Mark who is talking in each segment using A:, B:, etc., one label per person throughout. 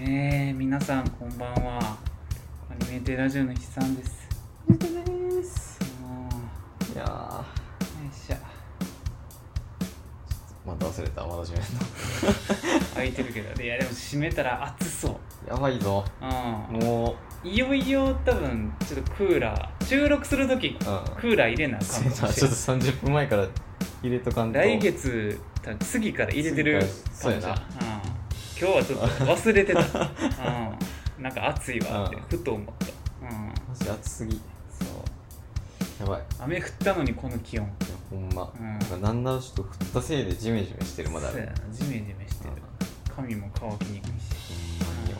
A: えー、皆さんこんばんはアニメテラジオの筆さんです
B: ゆうとです
A: もう
B: いやー
A: よいしょ
B: また忘れたまだ閉め
A: 空いてるけどいやでも閉めたら暑そう
B: たやばいぞ
A: う
B: も
A: んいよいよ多分ちょっとクーラー収録する時
B: う、うん、
A: クーラー入れなあかん
B: セ
A: か
B: ン
A: も
B: ター
A: し
B: ちょ
A: れ
B: っ
A: ない
B: と30分前から入れとかんと
A: 来月多分次から入れてるかもしれ
B: 次
A: な
B: か
A: い、うん
B: ら、
A: 今日はちょっと忘れてた、うん、なんか暑いわって
B: うん
A: ふと思った、うん、
B: マジ暑すぎ
A: そう
B: やばいい
A: 雨降ったのにこの気温
B: やほんま、
A: うん
B: なんかなんならちょっと降ったせいでジメジメしてるまだあ
A: そうや
B: る
A: なジメジメして
B: うん
A: る
B: ほん
A: 髪も乾きにくいし
B: まによ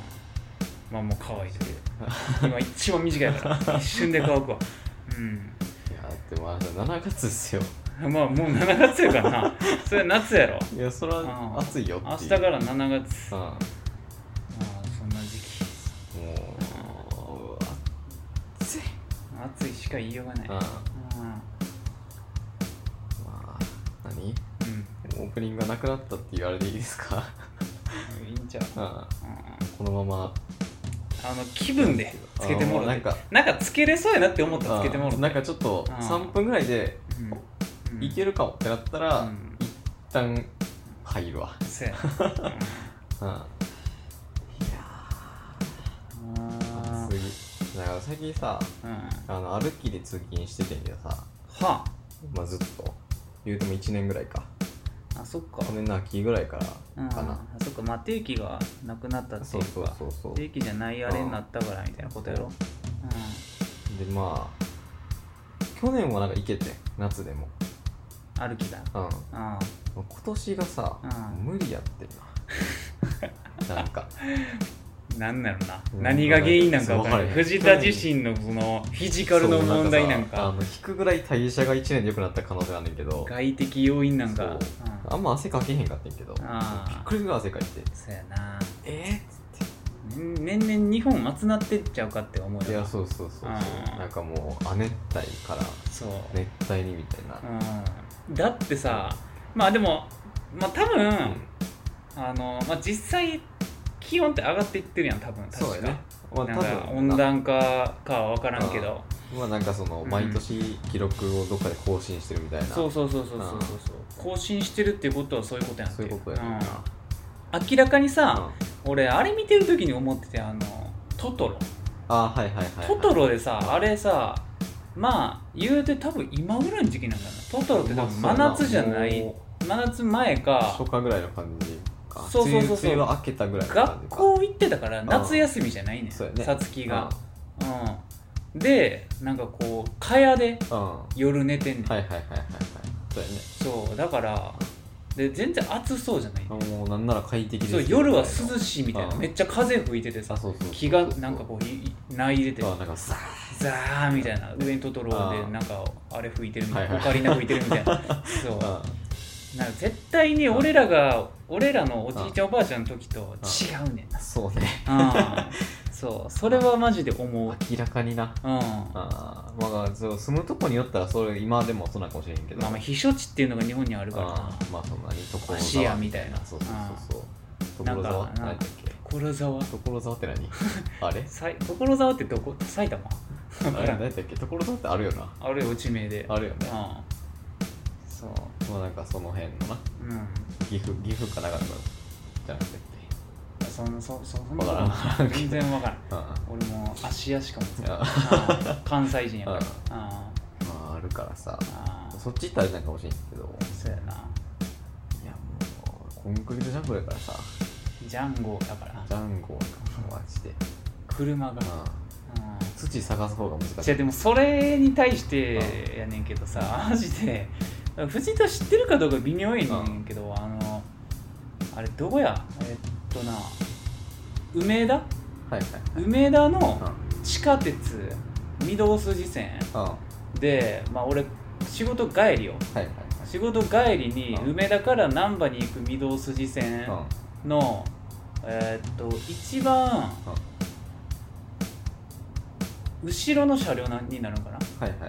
A: まあもう乾い てる今一番短いから一瞬で乾くわう
B: いやでもあれ7月ですよ
A: んまあもう7月やからなそれ夏やろ
B: いやそれ
A: うん
B: は暑いよ
A: 明
B: っ
A: 日
B: ていう
A: から7月
B: うん
A: ま
B: も
A: あそんな時期
B: う暑い
A: 暑いしか言いようがない
B: う
A: う
B: ん
A: ん
B: まあ何
A: う
B: オープニングがなくなったっていうあれでいいですか
A: んいいんちゃう
B: うん
A: うん
B: このまま
A: あの気分でつけても
B: あー
A: ら
B: うな
A: っ
B: ん
A: て
B: か
A: なんかつけれそうやなって思ったらつけてもらっ
B: うん
A: て
B: なんかちょっと
A: うん
B: 3分ぐらいで
A: うんうん
B: いけるかもってなったら、
A: うん
B: 一旦入るわ
A: そうやな
B: うん
A: うん
B: 次だから最近さ
A: うんは
B: あの歩きで通勤しててんけどさ、
A: あ
B: まあ、ずっと言うても1年ぐらいか
A: あそっか
B: 去年の秋ぐらいから
A: うん
B: かな、
A: あそっかまあ定期がなくなったって
B: そ
A: いうう
B: そう
A: か
B: そうそう
A: 定期じゃないあれになったからみたいなことやろ
B: うんでまあ去年はなんか行けて夏でも
A: うん歩きだ
B: うん
A: あ
B: 今年がさ、
A: うん
B: 無理やってん ななんか
A: あなんなのな
B: うん
A: 何が原因なんか分から
B: わかん
A: ん
B: ない
A: 藤田自身のそのフィジカルの問題なん
B: そう
A: か
B: さあの引くぐらい代謝が1年で良くなった可能性あんねんけど
A: 外的要因なんか
B: そう
A: うん
B: あんま汗かけへんかったんやけどびっ
A: あー
B: くりするぐらい汗かいて
A: そうやな
B: え
A: 年年々日本暑なってっちゃうかって思う
B: い
A: よ
B: や
A: な
B: そうそうそうそう
A: うん
B: なんかもう亜熱帯から
A: そう
B: 熱帯にみたいな、
A: うんだってさまあでもまあ多分、
B: うん
A: あの、まあ、実際気温って上がっていってるやん多分確か
B: そうやねまあ
A: な
B: 多
A: んか
B: 分
A: 温暖化かは分からんけど
B: まあなんかその
A: うん
B: 毎年記録をどっかで更新してるみたいな、
A: そうそうそうそうそう
B: あ
A: そうそう更新してるっていうことはそういうことやんて
B: そういうことやねんな、
A: うん明らかに
B: うん
A: さ、俺あれ見てる時に思っててあのトトロ
B: あはいはいはい、はい、
A: トトロでさあれさまあ言うて多分今ぐらいの時期なんだなトトロって多分真夏じゃない
B: も
A: 真夏前
B: う
A: か
B: 初夏ぐらいの感じか
A: そうそうそうそう
B: 梅雨梅雨は明けたぐらいの感
A: 学
B: じか
A: 校行ってたから夏休みじゃないねん
B: そうやね
A: さつきがうんでなんかこう蚊帳で
B: うん、うんは
A: 夜寝てんねん、
B: いはいはいはいはいそうやね
A: そうだからで全然暑そうじゃない、
B: もうなんなら快適です
A: そう
B: よ
A: 夜は涼しいみたいな、
B: うん
A: めっちゃ風吹いててさ
B: あそうそうそう
A: 気がなんかこういい泣いてて
B: あなんかさ
A: ザーみたいな上にトトロ
B: う
A: で
B: ん
A: なんかあれ吹いてるみたい
B: は
A: な
B: いは
A: オ
B: い
A: カリナ吹いてるみたいなそう
B: あ
A: なんか絶対に俺らが俺らのおじいちゃんおばあちゃんの時と違う ねんな
B: そうね
A: うんそうそれはマジで思う
B: 明らかにな
A: うんま
B: あーまあそう住むとこによったらそれ今でもそうなんかもしれへんけど
A: あまあ避暑地っていうのが日本にあるから
B: あ
A: な
B: ーまあそんなに所沢
A: 芦屋みたいな
B: そうそうそうそう
A: うん
B: 所沢って
A: なん
B: 何
A: か
B: だっけ
A: 所沢
B: 所沢っ て何あれ
A: さい所沢ってどこ埼玉
B: あれ何だっけ所沢ってあるよな
A: あれよ地名で
B: あるよね
A: うんそう
B: まあなんかその辺のな
A: うん
B: 岐阜岐阜か長野じゃなくて
A: そんそそそんな
B: わか
A: こ
B: らん
A: と全然分からん
B: うんま
A: 俺も芦屋しかも 使
B: あ
A: わん関西人やから
B: うん
A: あ
B: ああるからさ
A: あ
B: そっち行ったらあれなんかもしれんけど
A: そうやない
B: やもうコンクリートジャングルやからさ
A: ジャンゴだから
B: ジャンゴマジで、
A: 車が
B: うん、
A: うん
B: 土探す方が難し
A: じ
B: い
A: ゃでもそれに対してやねんけどさマジで藤田知ってるかどうか微妙やねんけどあのあれどこやえっとな梅田
B: はいはい
A: 梅田の
B: はい
A: 地下鉄御堂筋線
B: うんうんは
A: で、まあ、俺仕事帰りよ
B: いはいはい
A: 仕事帰りに
B: うん
A: 梅田から難波に行く御堂筋線
B: うん
A: の、えーっと一番
B: うん
A: 後ろの車両なんになるのかな
B: はいはいはいは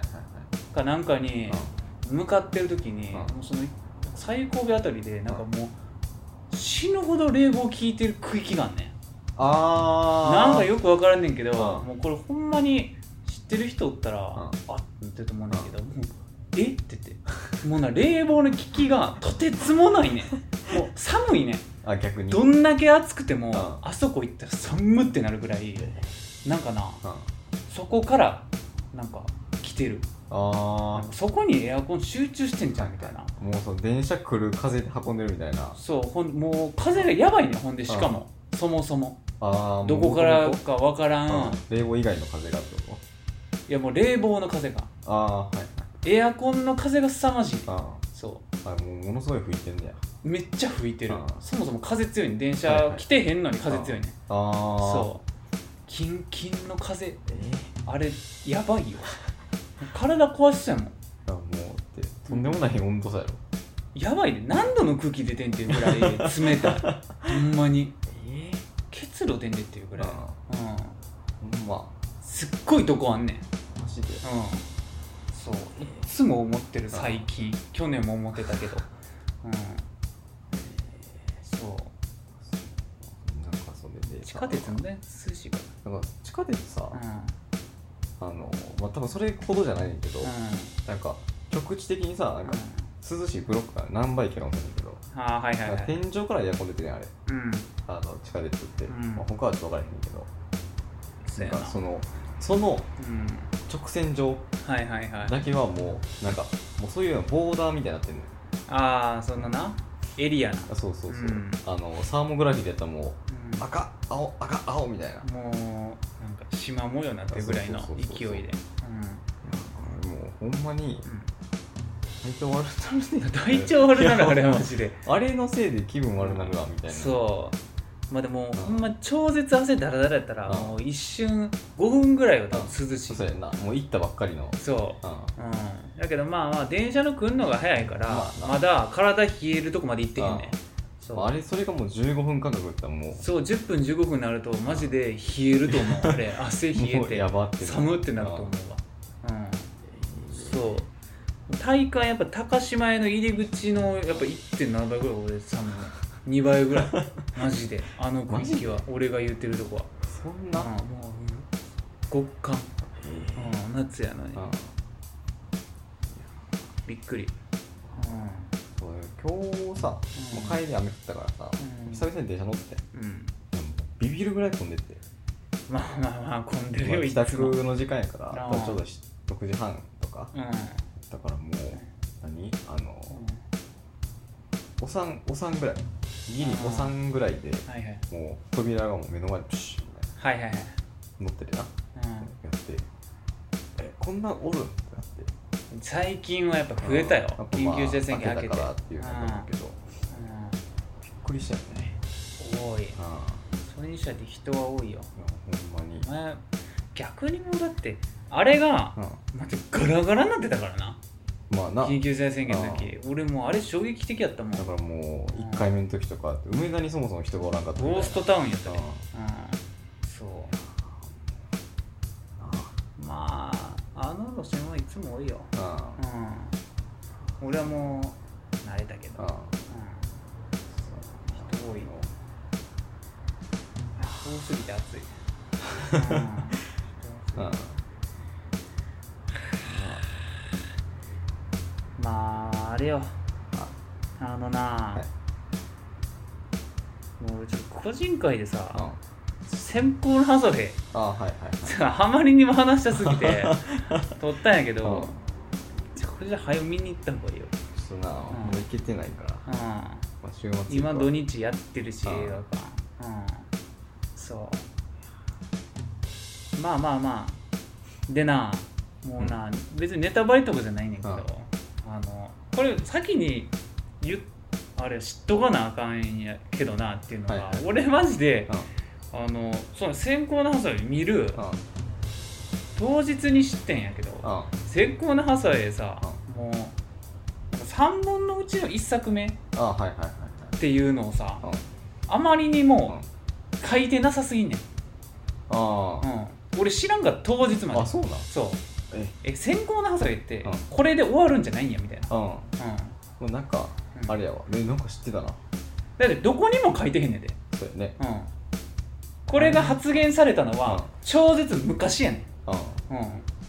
B: い
A: かなんかに向かってる時に、
B: うん
A: もうその最後尾あたりでなんかもう死ぬほど冷房効いてる区域があんねん
B: あー
A: なんかよく分からんねんけど、
B: うん
A: もうこれほんまに知ってる人おったら、あ
B: ん
A: っって言ってると思うねんだけど、もうえって言ってもうな冷房の効きがとてつもないねんもう寒いねん
B: あ逆に
A: どんだけ暑くても、
B: うん
A: あそこ行ったら寒ってなるぐらいなんかな
B: うん
A: そこからなんか来てるな
B: あ
A: んかそこにエアコン集中してんじゃんみたいな
B: あもうその電車来る風で運んでるみたいな
A: そうほんもう風がやばいねほんでしかもそもそも
B: ああ
A: どこからかわからん、
B: 冷房以外の風がってこ
A: いやもう冷房の風が
B: とああーはい
A: エアコンの風が凄まじい
B: あ
A: そ
B: ーあもうものすごい吹いてんねや
A: うめっちゃ吹いてる
B: うん
A: そもそも風強いね電
B: はい
A: 車
B: はい
A: 来てへんのに風強いね
B: ああ
A: そうキンキンの風
B: うえ
A: あれやばいよ体壊しちゃうもん
B: あもうってとんでもない温度差やろ
A: やばいね何度の空気出てんっていうぐらい冷 たいほんまに
B: え
A: 結露出んでっていうぐらい、うん、
B: ほんます
A: っごいとこあんねん
B: マジで
A: うんそういつも思ってる最近去年も思ってたけどうんそう
B: なんかそれで
A: 地下鉄もね涼しいか
B: なんか地下鉄さ、
A: ら
B: あのまあ多分それほどじゃないんだけど、
A: うんうん
B: なんか局地的にさなんか涼しいブロックが何倍か飲んでるけど、
A: ああはいはい
B: なん
A: は
B: か
A: い
B: 天井からエアコン出てるやんあれ
A: うん
B: あの地下鉄って、
A: うん
B: まあ、他はちょっと分からへんけど
A: そうや
B: な
A: なん
B: かそのその
A: うん
B: 直線上
A: はいはいはい
B: だけはもうなんかもうそういうのボーダーみたいになってんのよ
A: ああそんななエリアな
B: あそうそうそう、
A: うん
B: あのサーモグラフィーでやったらもう
A: うん
B: 赤青赤青みたいな
A: もうなんか縞模様になってるぐらいの勢いで
B: もうほんまに
A: うんうん
B: 体調悪くなる ね
A: 体調悪なるあれ
B: いや
A: はマジで
B: あれのせいで気分悪くなるわみたいな
A: そうまあでも、
B: うん
A: ほんま超絶汗だらだらやったら、
B: うん
A: もう一瞬5分ぐらいは多分涼しい、
B: そうやんなもう行ったばっかりの
A: そ
B: うんあ
A: う、うん、だけどまあまあ電車の来るのが早いから、
B: まあな
A: まだ体冷えるとこまで行ってへんね、
B: うん
A: そう,、
B: あれそれがもう15分間隔だったらもう
A: そう10分15分になるとマジで冷えると 思うあれ汗冷え
B: もう
A: て
B: やばって
A: 寒ってなると思うわうんそう体感やっぱ高島屋の入り口のやっぱ1.7倍ぐらい俺寒いね2倍 ぐらいマジであの空気は俺が言ってるとこは
B: あそんな、
A: うんもう極寒、うん、夏やのに
B: うん
A: びっくり、
B: そう今日さ、
A: うん
B: もう帰り雨降ったからさ、
A: うん
B: 久々に電車乗って
A: うんうん、
B: ビビるぐらい混んでって、
A: まあまあまあ混んで
B: まあ
A: るよい
B: 帰
A: つも、うん、
B: 宅の時間やから
A: あ
B: や
A: ー
B: っぱりちょうどし6時半とかだからもう何あのおさんおさんぐらいギリおさんぐらいで
A: はいはい
B: もう扉がもう目の前にプシュッみたい
A: はいはいはい、
B: な乗っててな、やってえこんなんおるんってなって
A: うん、最近はやっぱ増えたよ、
B: うんやっぱまあ
A: 緊急事態宣言明けて
B: たからっていうのもあるけどびっくりしたよね
A: うん、多い
B: うんいや
A: それにしたって人は多いよ
B: ほんまに
A: 前逆にもうだってあれが、
B: う
A: 待ってガラガラになってたからなん
B: まあな
A: 緊急事態宣言の時俺もうあれ衝撃的やったもん
B: だからもう1回目の時とか梅田にそもそも人がおらんかったみたいな
A: ゴーストタウンやったね
B: う
A: うんそうまああの路線はいつも多いよ
B: んうん
A: うん俺はもう慣れたけど、
B: うん
A: うん、人多いよ多すぎて暑い、うん人多すぎて
B: うん
A: まああれよあのな、
B: は
A: もう俺ちょっと個人会でさ、
B: うん
A: 先方のハソで
B: あはいはいはい
A: あまりにも話したすぎて撮ったんやけ
B: うん
A: ど、ちょこれじゃ早見に行った方がいいよ、
B: ちょっとなもう行けてないから
A: うん、
B: まあ週末行くわ
A: 今土日やってるし
B: うん
A: 映画館うんそうまあまあまあでなもうな、別にネタバレとかじゃないねんけど、
B: うん
A: あのこれ先に言っあれ知っとかなあかんやけどなっていうのが、
B: はいはい
A: 俺マジで
B: うん
A: あのその先行のハサウェイ見る
B: うん
A: 当日に知ってんやけど
B: うん
A: 先行のハサウェイさ、もう3本のうちの1作目っ
B: あはいはいはい
A: ていうのをさ、
B: はい
A: あまりに
B: うん
A: も書いてなさすぎんねん、
B: あ
A: うん、俺知らんが当日ま
B: あ
A: で
B: あそうなん
A: そう
B: え
A: え先行のハサウェイって
B: うん
A: これで終わるんじゃないんやみたいな、
B: うんも
A: う
B: うなんか
A: ん
B: あれやわえなんか知ってたな
A: だってどこにも書いてへんねんで、
B: そうやね
A: うん、これが発言されたの
B: うん
A: は超絶昔やね
B: うん
A: ん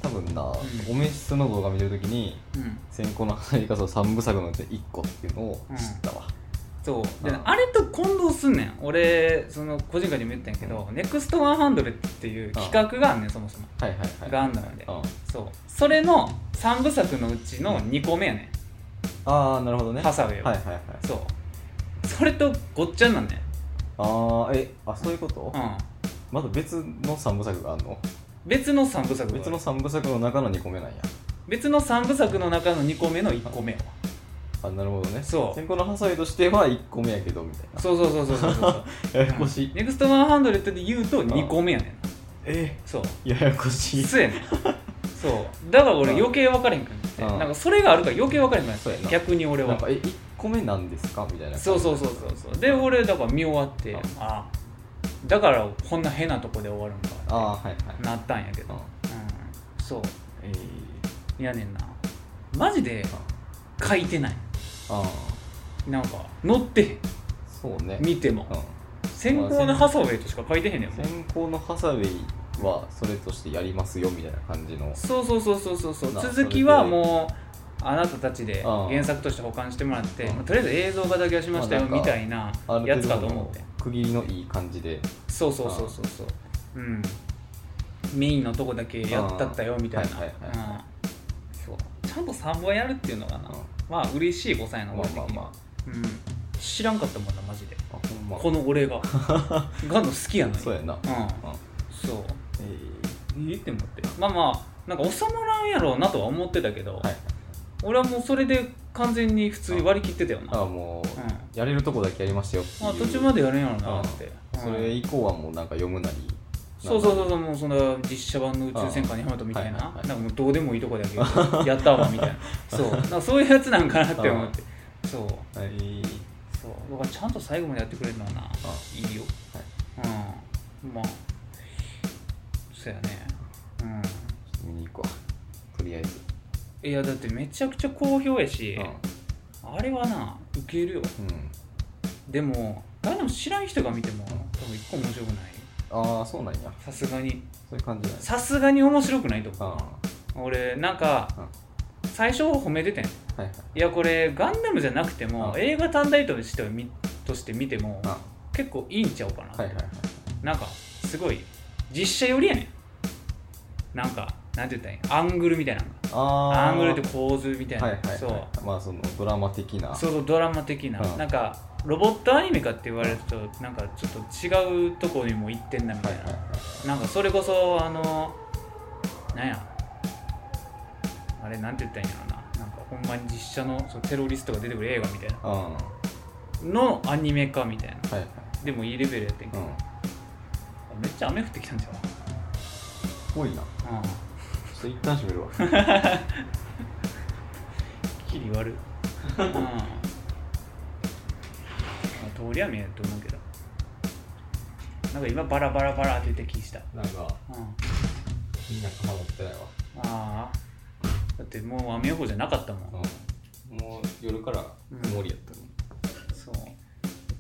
B: 多分な、
A: ん
B: おめしその動画見てるときに
A: うん、うん、
B: 先行の入り方を3部作のうち1個っていうのを知ったわ、
A: そうで
B: うん
A: あれと混同すんねん俺その個人会でも言ったんやけど「ネクストワンハンドレッっていう企画があんねんそもそも
B: はいはいはい
A: があんのよね
B: うん
A: そうそれの3部作のうちの2個目やね
B: ああなるほど
A: ん
B: ね
A: ハ
B: はい
A: サウェイは、
B: はいはい
A: そうそれとごっちゃになんねん
B: ああえあそういうこと、
A: うん
B: まだ別の3部作があんの
A: 別の3部作が
B: 別の3部作の中の2個目なんや
A: 別の3部作の中の2個目の1個目やわ
B: あなるほどね
A: そう
B: 先行のハサウェイとしては1個目やけどみたいな
A: そうそうそうそうそうそう
B: ややこしい、
A: ネクストワンハンドレッで言うと2個目やねんな
B: え
A: そう
B: ややこしい
A: そう やねんそうだから俺
B: うん
A: 余計分からへんくなって
B: うん
A: なんかそれがあるから余計分からへんくなっ
B: そうや
A: て
B: な
A: 逆に俺
B: なん
A: は
B: かえ1個目なんですかみたいな
A: そうそうそうそうそうで俺だから見終わって
B: うん
A: あだからこんな変なとこで終わるんか
B: ああはいはい
A: なったんやけど
B: うん
A: うんそ
B: え
A: うやねんなマジで書いてない
B: ー、ああ
A: なんか載ってへん
B: そうね
A: 見ても
B: う
A: 先行のハサウェイとしか書いてへんねん
B: ん
A: もん
B: 先行のハサウェイはそれとしてやりますよみたいな感じの
A: そうそうそうそうそうそう
B: な
A: 続きはもうあなたたちで
B: ああ
A: 原作として保管してもらって、
B: うん
A: まあとりあえず映像化だけはしましたよ
B: まあ
A: みたいな
B: ある
A: や
B: 程
A: つ
B: 度
A: かと思って
B: の区切りのいい感じで
A: そうそうそうそうそううんメインのとこだけやったったよみたいな
B: はいはいはいは
A: うんそうちゃんと3本やるっていうのがな、
B: うん
A: まあ嬉しい5歳
B: ま
A: の
B: あ
A: 俺的に
B: ま
A: は
B: あま
A: うん、知らんかったもんなマジで
B: ああほんま
A: この俺 ががの好きやのに
B: そうやな
A: うん
B: うん
A: そう
B: え
A: いいって思ってまあまあなんか収まらんやろうなとは思ってたけど、
B: ーはい
A: 俺はもうそれで完全に普通に割り切ってたよな
B: あもう、
A: うん
B: やれるとこだけやりましたよっていう
A: まあ途中までやるんやろうなって、
B: うんそれ以降はもうなんか読むなり
A: そうそうそうそうもうその実写版の宇宙戦艦ヤマトみたいな,、
B: はいはいはい
A: なんかもうどうでもいいとこ だけやったわみたいなそうなんかそういうやつなんかなって思ってそう
B: うはい
A: そうだからちゃんと最後までやってくれるのはな
B: あ
A: いいようんまあそうやねう
B: 見に行くわとりあえず、
A: んいやだってめちゃくちゃ好評やし、
B: うん
A: あれはなウケるよ
B: うん
A: でも誰も知らん人が見ても多分一個面白くない
B: ああそうなんや
A: さすがに
B: そういう感じなんや
A: さすがに面白くないと
B: あ
A: 思う俺なんか
B: あ
A: 最初褒めててんい
B: あはいはい
A: やこれガンダムじゃなくても
B: うん
A: 映画単体としては見として見ても
B: あ
A: 結構いいんちゃうかな、
B: はいはいはい
A: なんかすごい実写寄りやねんなんかなんて言ったらいいんアングルみたいなのが
B: ああ
A: アングルって構図みたいな、
B: はいはい、はい、
A: そう
B: まあそのドラマ的な
A: そうドラマ的な、
B: うん
A: なんかロボットアニメかって言われるとなんかちょっと違うところにも行ってんなみた
B: はいい
A: な、
B: はいはい
A: なんかそれこそあのなんやあれなんて言ったらいいんやろななんかほんまに実写のそうテロリストが出てくる映画みたいな
B: うんは
A: のアニメ化みたいない
B: はい
A: でもいいレベルやってんけ
B: う
A: ど、
B: ん
A: めっちゃ雨降ってきたんじゃん、う
B: ぽいなちょ
A: ん、
B: っと一旦閉めるわ
A: きり 悪い、うん、まあ通りは見えると思うけどなんか今バラバラバラって言って気した、
B: なんか
A: うん、
B: みんなかまどってないわ
A: ああだってもう雨予報じゃなかったもん、
B: うんもう夜から曇りやったね、
A: そう
B: よ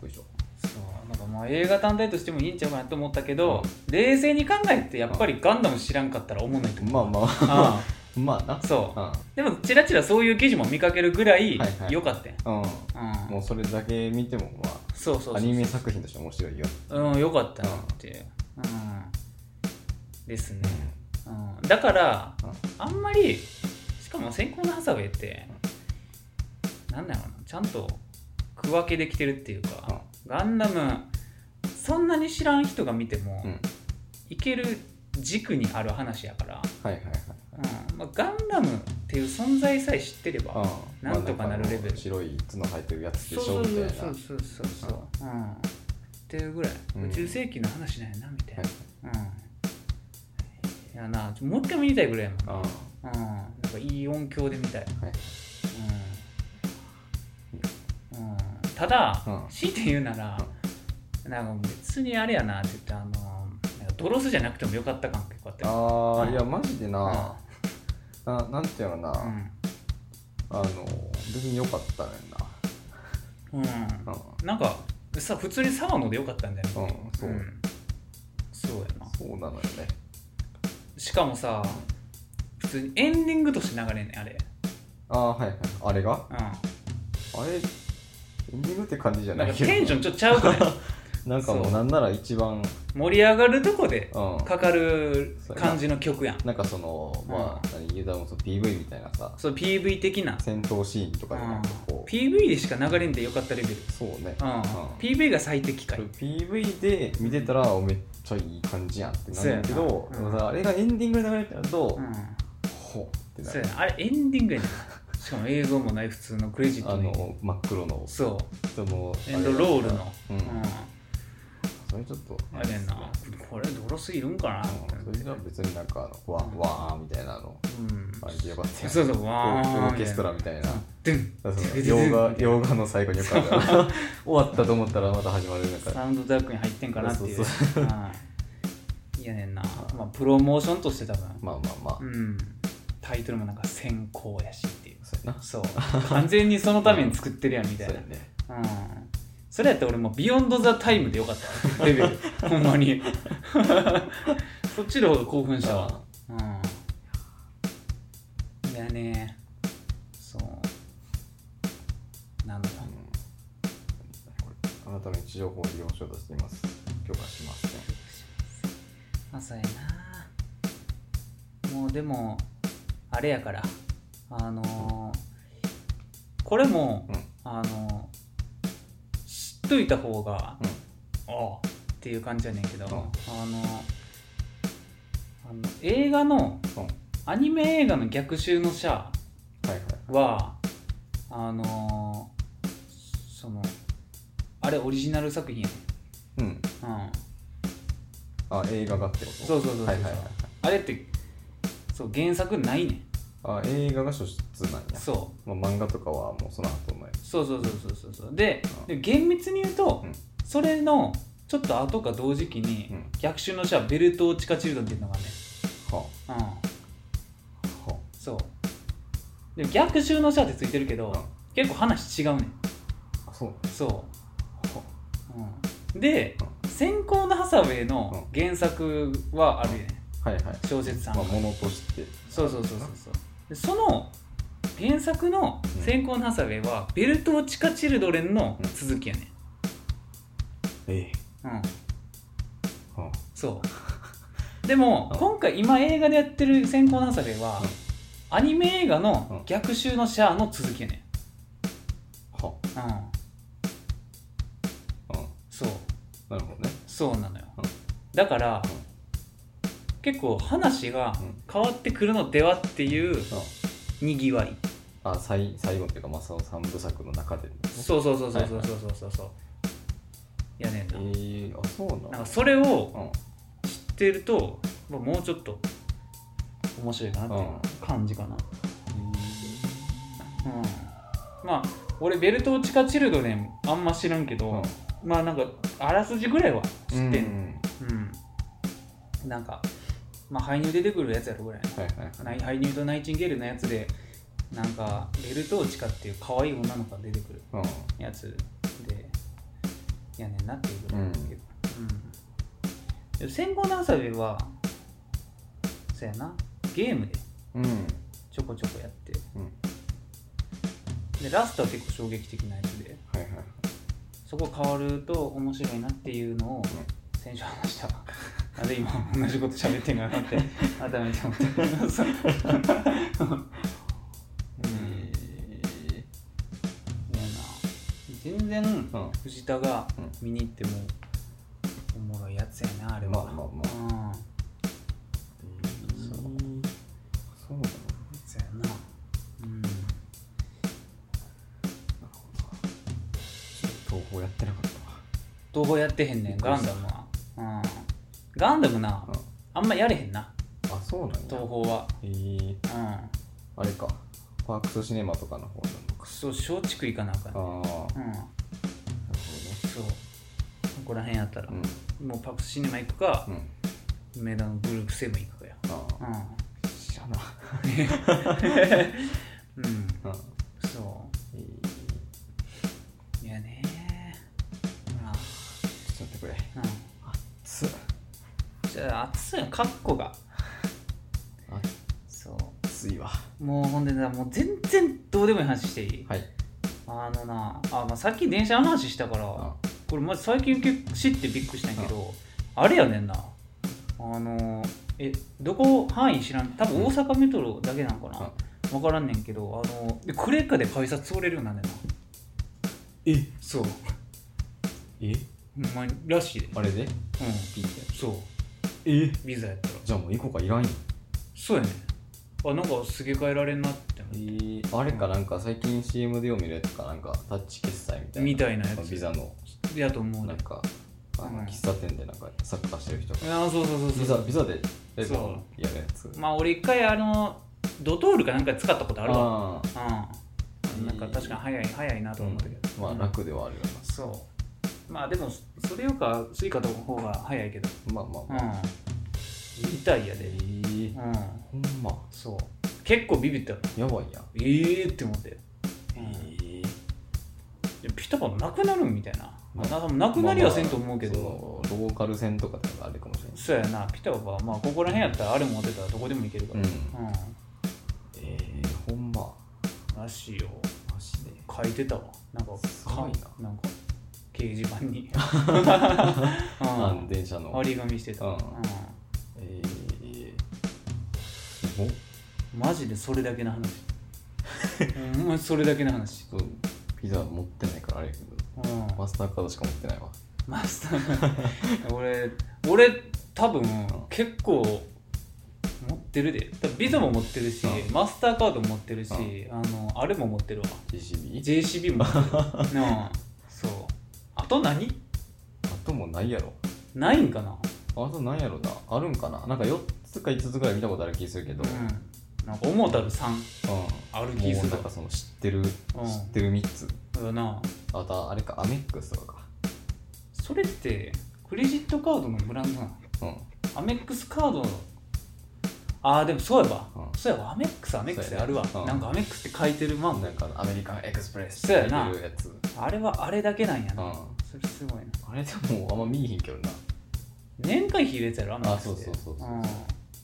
B: いしょ
A: そうなんかまあ映画単体としてもいいんちゃうかなと思ったけど、冷静に考えてやっぱりガンダム知らんかったら思わないと思う、
B: まあまあ
A: あ
B: まあな
A: そう
B: うん
A: でもちらちらそういう記事も見かけるぐらい
B: はいはい
A: 良かったよ、
B: うん、
A: うん
B: もうそれだけ見てもま
A: そうそうそう
B: あアニメ作品として面白いよ
A: うん良かったなっていう、うん、ですね、うん、だから
B: うん
A: あんまりしかも先行のハサウェイってなんだろうなちゃんと区分けできてるっていうか、ガンダムそんなに知らん人が見ても、
B: うん
A: いける軸にある話やから、
B: はいはいはい
A: うんまあ、ガンダムっていう存在さえ知ってれば、
B: うん
A: なんとかなるレベル
B: まあんか白い角入ってるやつで
A: そう
B: し
A: そ
B: ょ
A: う
B: み
A: そう
B: たいな
A: そうそうそうそう、うん、っていうぐらい、
B: うん
A: 宇宙世紀の話なんやなみたいな、
B: はい
A: うんいやなもう一回見たいぐらいやもん
B: うんは
A: うん、なんかいい音響で見たい、
B: い
A: うんうん、ただ、
B: うん
A: 強いて言うなら、なんか別にあれやなって言ってあのなんかドロスじゃなくてもよかった感結構あったよ
B: あ
A: う
B: あ
A: ん
B: いやマジでなななんていうのかなあの別に良かったねん
A: うん、うん
B: な
A: なんかさ普通に沢野でよかったんだよね
B: うんうんそう
A: うんそうやな
B: そうなのよね
A: しかもさ普通にエンディングとして流れんねんあれ
B: ああはいはいあれが
A: う
B: あれエンディングって感じじゃ
A: ん
B: な
A: なん
B: い
A: か
B: けど
A: テンションちょっとちゃう くない
B: なんかも
A: そうう
B: なんなら一番
A: 盛り上がるとこで
B: うん
A: かかる感じの曲やん
B: なんかそのまあ何言うたらもうその PV みたいなさ
A: そう PV 的な、
B: 戦闘シーンと
A: う
B: か
A: ん
B: じゃなくてこう
A: PV でしか流れんでよかったレベル、
B: そうね
A: うん PV が最適解、
B: PV で見てたらおめっちゃいい感じやんってなるけど
A: そうやな
B: でもさあれがエンディングで流れてると
A: うん、
B: ほうってな
A: そう
B: る
A: やなあれエンディングやねんしかも映像もない普通のクレジッ
B: あ
A: トに
B: の真っ黒の
A: そ
B: その
A: うエンドロールの
B: うん
A: うん
B: それちょっと
A: あれやんなこれドロスいるんかな
B: うんそれじゃ別になんかあのわ
A: うん
B: わーみたいなの
A: うん
B: あれでよかったやん
A: そうそうわーみたいな
B: オーケストラみたいな
A: ドゥン
B: だからその
A: ドゥン
B: 洋画洋画の最後によくある終わったと思ったらまた始ま るだから
A: サウンドダックに入ってんかなっていう
B: そうそ
A: はいいやねんな、まあ、プロモーションとして多分、
B: まあまあまあ
A: うん、タイトルもなんか先行やしっていう
B: そうやな
A: そう完全にそのために作ってるやんみたい
B: そう
A: な
B: やね
A: うんそれやったら俺もうビヨンド・ザ・タイムでよかったわレ ベルほんまにそっちの方が興奮したわうんいやねそうなのよ
B: うんこれあなたの日常法を利用しようとしています許可しません
A: まあそうやなもうでもあれやからあのーこれも、
B: うん
A: あのー知っといた方が、
B: うん
A: ああっていう感じやねんけど、
B: うん
A: あのあの映画の
B: うん
A: アニメ映画の逆襲のシャ
B: はいはい
A: アはあのーそのあれオリジナル作品やね
B: うん
A: ん、うん、
B: あ映画がってこと
A: そうそうそうそう
B: はいはいはい
A: あれってそう原作ないねん
B: あ映画が初出なんや
A: そう
B: まあ、漫画とかはもうその後のや
A: そうそうそうそうそうそうで
B: う
A: で厳密に言うと、
B: うん
A: それのちょっと後か同時期に
B: うん
A: 逆襲のシャアベルト・チカチルドンっていうのがね
B: は
A: うん
B: あは
A: そうでも逆襲のシャアってついてるけど、
B: うん
A: 結構話違うねん
B: ああそう
A: そ
B: は
A: う、うん、で「先行のハサウェイ」の
B: う
A: 原作はあるよね
B: あはいはい
A: 小説さん
B: ま
A: が
B: あものとして
A: そうそうそうそうそうでその原作の「先行のハサウェイ」はベルト・チカチルドレンの続きやね
B: ええ
A: んうん
B: は
A: そう。でも、
B: うん
A: 今回今映画でやってる「先行のハサウェイは
B: うん」
A: アニメ映画の
B: うん
A: 逆襲のシャアの続きやね
B: あは
A: ん。うん。
B: あうん
A: そう。
B: なるほどね
A: そうなのよ
B: うん。
A: だから
B: うん、
A: 結構話が
B: うん
A: 変わってくるのではっていうにぎわい。
B: ああ最最後っていうか正雄三部作の中でね
A: そうそうそうそうそうそうそうそうそう。やねん
B: え
A: な。
B: えあそうなの
A: なんかそれを
B: うん
A: 知ってると、まあもうちょっと面白いかなっていう感じかな。うんまあ俺ベルト・チカ・チルドレンあんま知らんけど、
B: うん
A: まあなんかあらすじぐらいは知ってん、う
B: うんん
A: なんか、まあ、俳優出てくるやつやろぐらいの
B: はいはいはい
A: ない俳優とナイチンゲールのやつでなんかベルト・チカっていう可愛い女の子が出てくる
B: うん
A: やつでやねんなっていうぐらいだけど、うんでも戦後の遊びはそうやなゲームで
B: うん
A: ちょこちょこやって
B: うん
A: でラストは結構衝撃的なやつで
B: はいはいはい
A: そこ変わると面白いなっていうのを先週話したわなんで今同じこと喋ってんかなって改めて思ってそううんい
B: え
A: やな全然
B: うん
A: 藤田が
B: うん
A: 見に行ってもおもろいやつやなあれは、
B: まあまあ
A: まあ、うん
B: え
A: そう
B: そうなの
A: そうやなうん
B: なるほど東宝やってなかったわ
A: 東宝やってへんねんガンダムは、うん、ガンダムな
B: う
A: あんまやれへんなん
B: あそうなんや
A: 東宝は
B: え
A: う
B: え
A: ん
B: あれかパークスシネマとかの方なのか
A: そう松竹行かなあかんね
B: ああ
A: うん
B: なるほどね
A: そうここら辺やったら、
B: うん
A: もうパクシネマ行くか、
B: うん
A: 梅田のグループセブン行くかよ
B: ああ知らな
A: うん、うん、
B: うん
A: そ
B: えー
A: ういやねまあ
B: ちょっと待ってくれ
A: うん
B: つ
A: ちちょ暑いのカッコがそ
B: 暑いわ
A: うもうほんでなもう全然どうでもいい話していい
B: はい
A: あのなあ、まあ、さっき電車の話したから
B: あ
A: これまず最近結構知ってびっくりしたんやけどあれやねんなあのえどこ範囲知らん多分大阪メトロだけなんかな分からんねんけどあのでクレカで改札通れるようになんねんな
B: え
A: そう
B: え
A: ほんまにらしいで
B: あれで
A: う
B: ピーって
A: んそう
B: え
A: ビザやったら
B: じゃあもうイコカいらんよ
A: そうやねあなんかすげ替えられんなって思
B: え
A: っ
B: ー、あれかなんか最近 CM でよう見るやつかなんかタッチ決済みた
A: て
B: いな
A: みたいなやつ
B: ビザの
A: やと思うね
B: なんかあの
A: うん
B: 喫茶店でなんかサッカーしてる人が
A: あそうそうそうそう
B: ビザビザでレ
A: そう
B: バーやるやつ
A: まあ俺一回あのドトールかなんか使ったことあるわ
B: あ
A: う
B: ー
A: んなんか確かに早い早いなと思ったけど、
B: ーまあ
A: うん
B: 楽ではあるよ
A: そうまあでもそれよりかスイカの方が早いけど
B: なまあまあ
A: う
B: まあ
A: ん痛いや
B: え
A: で
B: ー
A: うん
B: ほんま
A: そう結構ビビったよ
B: やばいやん
A: ええー、って思って、
B: え
A: うん
B: ー
A: でピタパンなくなるんみたいな、
B: まあ
A: ななくなりはせんと思うけど、
B: まあまあそのローカル線とかでもあれかもしれない
A: そうやな、ピタパは、まあ、ここら辺やったらあれ持ってたらどこでも行けるから。
B: うん
A: うん。
B: えー、ほんま
A: らしいよ。
B: マジで
A: 書いてたわ。なんか、
B: すごいな
A: かんか、掲示板 に。
B: あ
A: う
B: の
A: ん。
B: 電車の
A: 張り紙してた。
B: う
A: うんん。
B: えー、すごっ
A: マジでそれだけの話。うん、まそれだけの話。
B: そうピザ持ってないからあれやけど
A: うん。
B: マスターカードしか持ってないわ
A: マスター俺俺多分結構持ってるで多分ビザも持ってるし
B: う
A: マスターカードも持ってるしあのあれも持ってるわ
B: GCB?
A: JCB も持ってるなあそうあと何
B: あともうないやろ
A: ないんかな
B: あとなんやろなあるんかななんか4つか5つぐらい見たことある気するけど、
A: うんなんか思うたる3
B: う
A: ある
B: ん、
A: 気
B: も
A: す
B: う
A: る
B: なんかその知ってる、
A: ん
B: 知ってる3つ
A: だな
B: あとあれかアメックスとか
A: それってクレジットカードのブランドなの
B: かうん
A: アメックスカードのああでもそうやわ、
B: うん
A: そうやわアメックスアメックス
B: そうやね
A: あるわ、
B: うん
A: なんかアメックスって書いてるまん
B: なんかアメリカンエクスプレス
A: そうやな
B: っていうやつうん
A: あれはあれだけなんやな、
B: あ
A: それすごいな
B: れでもあんま見えへんけどな
A: 年会費入れてたらあんまなくて
B: あそうそうそうそうん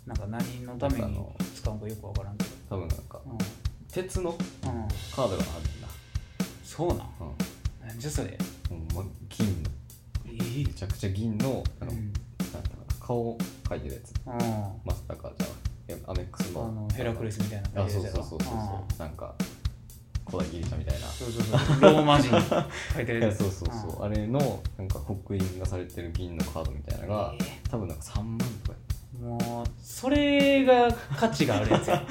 A: なんか何のため
B: なんかあ
A: に
B: の
A: 使うかよくわからんけど
B: 多分なんか
A: う
B: 鉄の
A: ん、うん、
B: カードがあるんだ
A: そうなん
B: うん
A: なんじゃそれ
B: ほんま銀の
A: ええ
B: めちゃくちゃ銀の
A: う
B: な
A: ん
B: んかなんだろうな顔を描いてるやつ
A: うんあ
B: マスターカードじゃんアメックスの
A: のヘラクレスみたいな
B: あ
A: 感じ
B: そう
A: で
B: そうそうそうそうなんか古代ギリシャみたいな
A: そうそうそうローマ人書いてる
B: い
A: や
B: や
A: つ
B: そうそうそう、あれのなんか刻印がされてる銀のカードみたいなのが、
A: ええ
B: 多分なんか3万とか
A: もうそれが価値があるやつや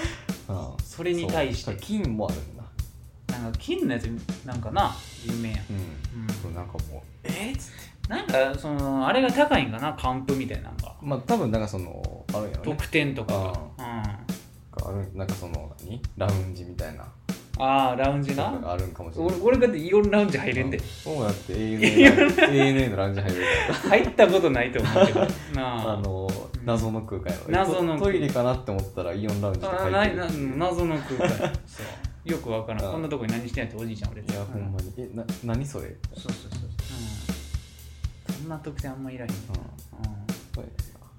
B: や
A: それに対して
B: そう金もあるんだ
A: なんか金のやつなんかな有名やん、
B: うん
A: うん
B: これなんかも
A: えっつってなんかそのあれが高いんかな還付みたいなのが
B: うまあ多分なんかそのあるんやろね
A: 特典とかが、うん、
B: あるなんかその何ラウンジみたいな
A: ああラウンジ
B: なんか
A: な
B: があるんかもしれな
A: 俺
B: い
A: 俺だってイオンラウンジ入れんで
B: うんもうだって ANA の ANA のラウンジ入るから
A: 入ったことないと思うけどな
B: あ
A: あ
B: の
A: ん
B: 謎の空間やろ
A: 謎の空間
B: トトイレかなって思ったらイオンラウンジとか
A: あ
B: 入
A: な
B: って
A: な
B: る
A: 謎の空間そうよくわから
B: うん
A: んこんなとこに何してんやっておじいちゃん俺
B: いやほんまにえな何それうん
A: うんそうそうそうそう、うん、そんな特典あんまいらへん、う、
B: そうや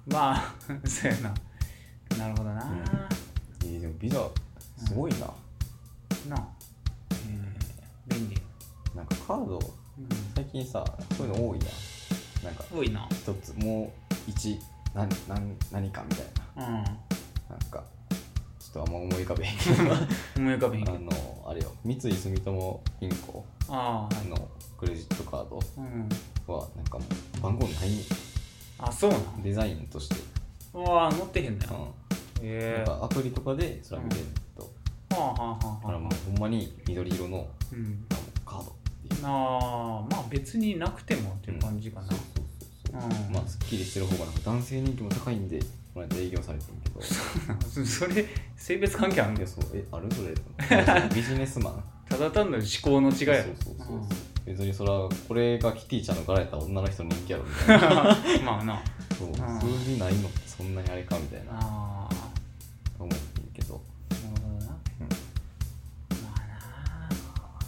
B: な
A: ま
B: ん
A: あ そうやななるほどな、
B: うんえーでもビザすごいな、
A: なあ便利、
B: なんかカード
A: う
B: 最近さそういうの多いやんなんか
A: ん、多いな
B: 一つもう一なんなん何かみたい
A: うん
B: ななんかちょっとあんま思い浮かべへんけど
A: 思い浮かべへんけ
B: あ
A: ど
B: のあれよ三井住友銀行
A: ああ、はい
B: のクレジットカー
A: うん、
B: ドはなんかもう番号ないね
A: あそうなん
B: んデザインとして、
A: うわあ乗ってへんね
B: うん
A: よへ
B: なん
A: えは
B: かアプリとかでそれは見れると、
A: あはあは
B: だ
A: あ
B: から
A: は
B: もうほんまに緑色の
A: あうん
B: カードっていう
A: なあまあ別になくてもっていう感じかな、
B: そうそうそうそう、
A: うん
B: まあすっきりしてる方がなんか男性人気も高いんで、まあ、営業されてるけ ど
A: それ性別関係あるん
B: い
A: で
B: や
A: す
B: そうえある それビジネスマン
A: ただ単なる思考の違いやろ
B: そうそうそう、
A: うん
B: 別にそれはこれがキティちゃんの柄やったら女の人の人気やろ みたいな
A: まあな
B: そう、
A: ん
B: 数字ないのってそんなにあれかみたいな
A: ああ
B: 思ってるけど、
A: なるほどな
B: うん
A: まあな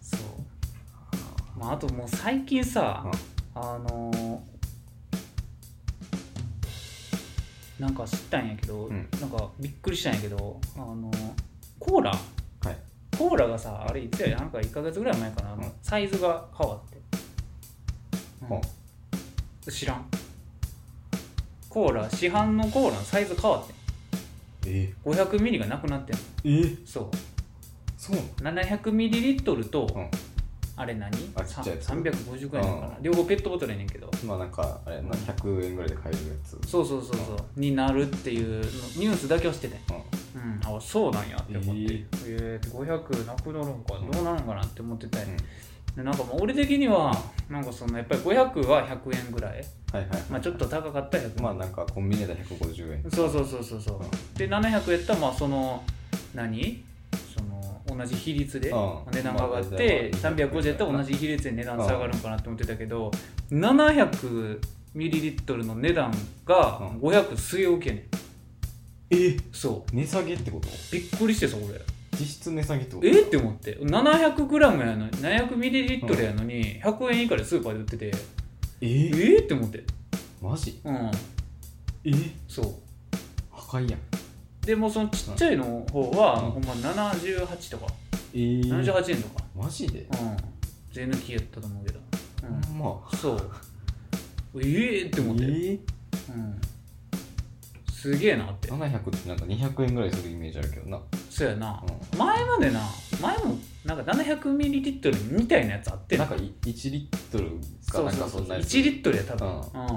A: そうまああともう最近さ、あのーなんか知ったんやけど、
B: うん
A: なんかびっくりしたんやけどあのコーラ
B: はい
A: コーラがさあれいつやなんか1か月ぐらい前かな、あの
B: うん
A: サイズが変わって、うん
B: ほう
A: 知らんコーラ市販のコーラのサイズ変わってん
B: え
A: 500ミリがなくなってんの
B: え
A: そ
B: そうなの
A: う700ミリリットルと、
B: うん
A: あれ何
B: あちっちゃいやつ
A: 350ぐらいなのかな、
B: う
A: 両方ペットボトルやねんけど
B: まあなんかあれな100円ぐらいで買えるやつ
A: そうそうそうそう、になるっていうのニュースだけはしてて
B: うん
A: うん、あそうなんやって思って、
B: えー
A: えー500なくなるんか
B: うん
A: どうなるんかなって思ってて、
B: うん
A: でなんかもう俺的にはなんかそのやっぱり500は100円ぐらい、
B: はいはいはい
A: まあ、ちょっと高かったら100円、
B: まあなんかコンビニで150円
A: そうそうそうそうそう、
B: うん
A: で700やったらまあその何その同じ比率で
B: うん
A: 値段が上がっ
B: まあ
A: て、
B: まあ
A: 350やったら同じ比率で値段下がるんかなって思ってたけど、700ミリリットルの値段が
B: うん
A: 500据え置きやねん
B: え
A: そ
B: 値下げってこと
A: うびっくりしてさ俺
B: 実質値下げってこと
A: えっって思って 700g やのに 700ml やのに100円以下でスーパーで売っててえ
B: え
A: ーって思って
B: マジ
A: うん
B: え
A: そ
B: 破壊や
A: う
B: ん
A: でもうそのちっちゃいの方は、
B: うん
A: ほんま78とか
B: えー
A: 78円とか
B: マジで
A: うん税抜きやったと思うけど、
B: ほ
A: うん
B: ま
A: ん、そうええー、って
B: え
A: 思って、
B: ー
A: うん、すげえなって
B: 700ってなんか200円ぐらいするイメージあるけどな
A: そうやな、
B: う
A: 前までな前もなんか 700ml みたいなやつあって
B: なん
A: な
B: かい1リットルか
A: そう
B: なん
A: そ
B: か
A: うそ
B: そ
A: うそ
B: ん
A: う
B: なやつ
A: 1リットルや多
B: う
A: 分、
B: ん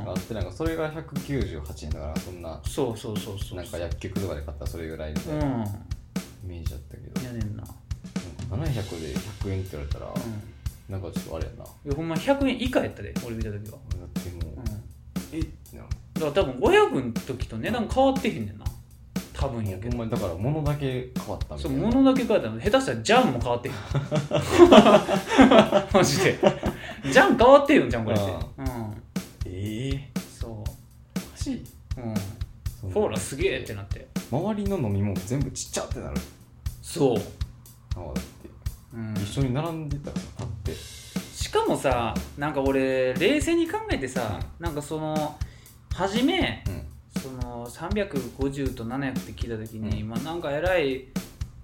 B: あってなんかそれが198円だからそんな
A: そうそうそうそう
B: なんか薬局とかで買ったらそれぐらいみた
A: う
B: い
A: ん
B: なイメージだったけど
A: やねんな、
B: なんか700で100円って言われたら
A: うん、
B: なんかちょっとあれやなだ
A: いやほんま100円以下やったで俺見た時は、
B: っても
A: うん、
B: う
A: だか
B: えってなる
A: ら多分500の時と値段変わってへんねんな多分やけ
B: ほ
A: ど
B: んまにだから物だけ変わったみた
A: そう
B: いな
A: 物だけ変わったの下手したらジャンも変 わってへんマジでジャン変わってへんのじゃんこれってうん
B: ええ
A: そ
B: マジ
A: ううんフォーラすげえってなって
B: 周りの飲み物全部ちっちゃってなる
A: そう、
B: あだって、
A: うん、
B: 一緒に並んでたら立って
A: しかもさなんか俺冷静に考えてさなんかその初め
B: うん
A: その350と700って聞いた時に、
B: うん
A: まあなんかえらい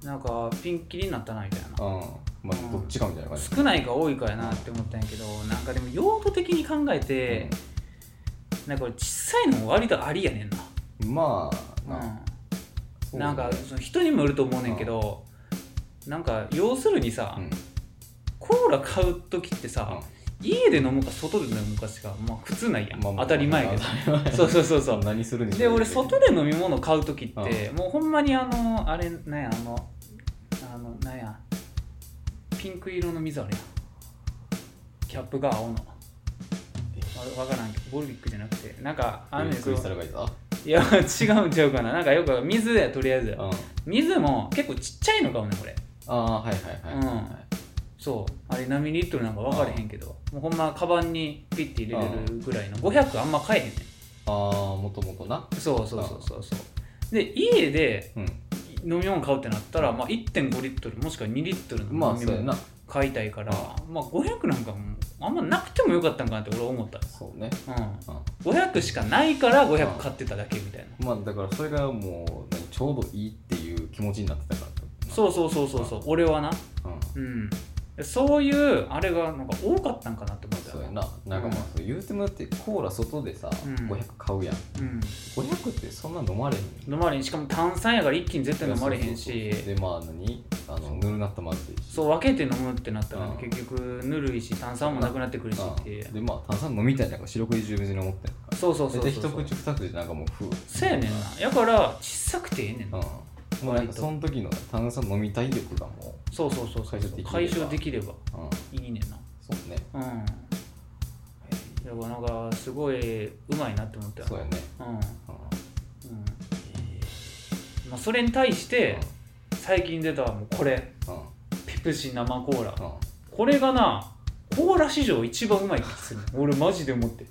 A: なんかピンキリになったなみたいな
B: ああま
A: うん
B: あどっちかみたいな感じ
A: 少ないか多いかやなって思ったんやけどなんかでも用途的に考えて、なんか俺小さいの割とありやねんな、
B: うんまあ
A: うん
B: なそう
A: なんかその人にもよると思うねんけど、なんか要するにさ、
B: うん
A: コーラ買う時ってさ、家で飲むか外で飲むかしか、まあ、普通ないやん、
B: まあまあ
A: 当たり前やけど
B: 当たり前
A: そうそうそうそう
B: 何するに
A: で俺外で飲み物買う時ってもうほんまにあのあれなんやあのあのなんやピンク色の水あるやんキャップが青のわわからんけどボルビックじゃなくてなんかあ
B: あ
A: ん
B: の
A: ねん
B: クリス
A: そ
B: タ
A: の
B: ルがいた
A: いや違うんちゃうかななんかよく水やとりあえず
B: うんあ
A: 水も結構ちっちゃいのかもねこれ
B: あはいはいはいはいはい
A: そうあれ何ミリリットルなんか分からへんけどもうほんまカバンにピッて入れれるぐらいの500あんま買えへんねん
B: ああもともとな
A: そうそうそうそうそうで家で
B: うん
A: 飲み物買うってなったら、まあ、1.5リットルもしくは2リットルの
B: まあ
A: 飲み
B: そうや
A: 物
B: な
A: 買いたいから、まあ、500なんかもあんまなくてもよかったんかなって俺は思った、
B: そうね
A: う
B: うん
A: ん、500しかないから500買ってただけみたいな、
B: まあだからそれがもう何ちょうどいいっていう気持ちになってたからってことな
A: そうそうそうそうそう俺はな、
B: うん
A: うん、そういうあれがなんか多かったんかなって思った
B: そうやななんかまあそう言うてもだってコーラ外でさ
A: うん
B: 500買うやん
A: うん、
B: 500ってそんな飲まれへん
A: 飲まれへんしかも炭酸やから一気に絶対飲まれへんし
B: そうそうそうでまあ何あのぬるなったまずいし
A: そう分けて飲むってなったら、ね
B: うん
A: 結局ぬるいし炭酸もなくなってくるしっていう
B: うんでまあ炭酸飲みたいなんか四六時中別に思ってるから
A: そうそうそうそう
B: で一口二口でなんかもうふう
A: そうやねんなやから小さくてええねんな、
B: うんもうなんかその時の炭酸飲みたい欲がも
A: そうそうそうそう解
B: 解
A: 消
B: 消
A: で
B: で
A: きれば
B: う、うん、
A: いいねんな
B: そうね
A: うんだからなんかすごいうまいなって思った
B: そうやね、
A: うんうん
B: うん
A: まあ、それに対して最近出たもうこれ
B: うんうん
A: ペプシ生コーラ
B: うん
A: これがなコーラ史上一番うまい気がする俺マジで思って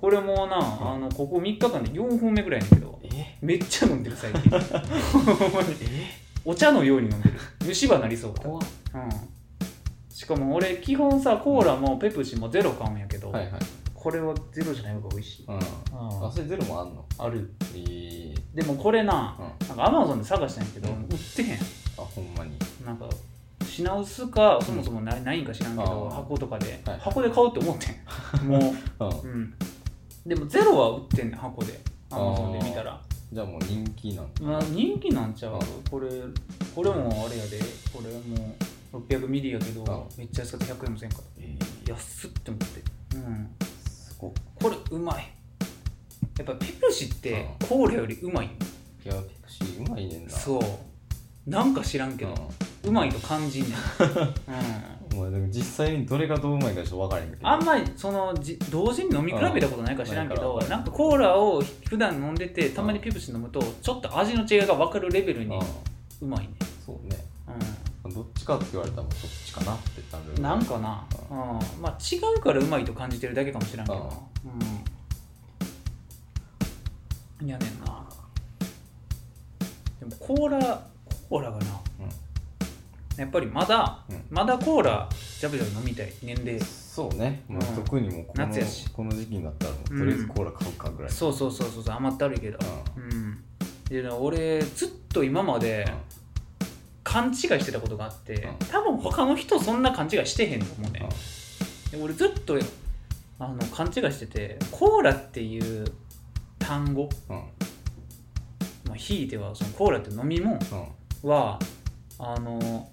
A: これもうなあのここ3日間で4本目ぐらいやねんけど
B: え
A: めっちゃ飲んでる最近 ほんまに
B: え
A: お茶のように飲んでる虫歯なりそう
B: 怖っ
A: うんしかも俺基本さコーラもペプシもゼロ買うんやけど、
B: はいはい
C: これはゼロじゃない方が美味しい
B: うん
A: うん
B: あそれゼロもあんの
A: ある
B: えー、
A: でもこれな
B: うんあ
A: なんかアマゾンで探したんやけど、
B: うん
A: 売ってへん
B: ほんまに
A: なんか品薄かそもそもなないんか知らんけど、
B: あー
A: 箱とかで、
B: はい
A: 箱で買おうって思 ってんも
B: うん
A: う、うん、でもゼロは売ってんねん箱でア
B: あー
A: マゾンで見たら
B: じゃあもう人気なんだ
A: まあ人気なんちゃう
B: あ
A: これこれもあれやでこれもう600ミリやけど
B: あ
A: めっちゃ安かった100円もせんかっ
B: え
A: た安っって思ってうん
B: ー、すごっ
A: これうまいやっぱペプシって
B: う
A: コーラよりうまいよ
B: いやペプシーうまいねんなう
A: そうなんか知らんけどうまいと感じんね ん、うん
B: ん、お前だから実際にどれがどううまいかちょっと分からへんけど
A: あんまりそのじ同時に飲み比べたことないから知らんけど
B: うん
A: なんかコーラを普段飲んでてたまにペプシ飲むとちょっと味の違いが分かるレベルに
B: うん
A: うまいね
B: そうね
A: うん
B: どっちかって言われたらもうそっちかなってなる
A: なんかな、うんまあ、違うからうまいと感じてるだけかもしれんけどな、うん、やねんなでもコーラコーラがな
B: う
A: やっぱりまだ
B: ん、うん
A: まだコーラジャブジャブ飲みたい年齢
B: そうね、もう
A: うん
B: 特にもうこの
A: 夏やし
B: この時期になったらもう
A: うん
B: とりあえずコーラ買うかぐらい、
A: そうそうそうそうそう甘ったるいけどう
B: う
A: んで俺ずっと今まで勘違いしてたことがあって
B: うん
A: 多分他の人そんな勘違いしてへんと思うねんで俺ずっとあの勘違いしててコーラっていう単語、
B: うんうん
A: まあ、ひいてはそのコーラって飲み物
B: うん
A: はあの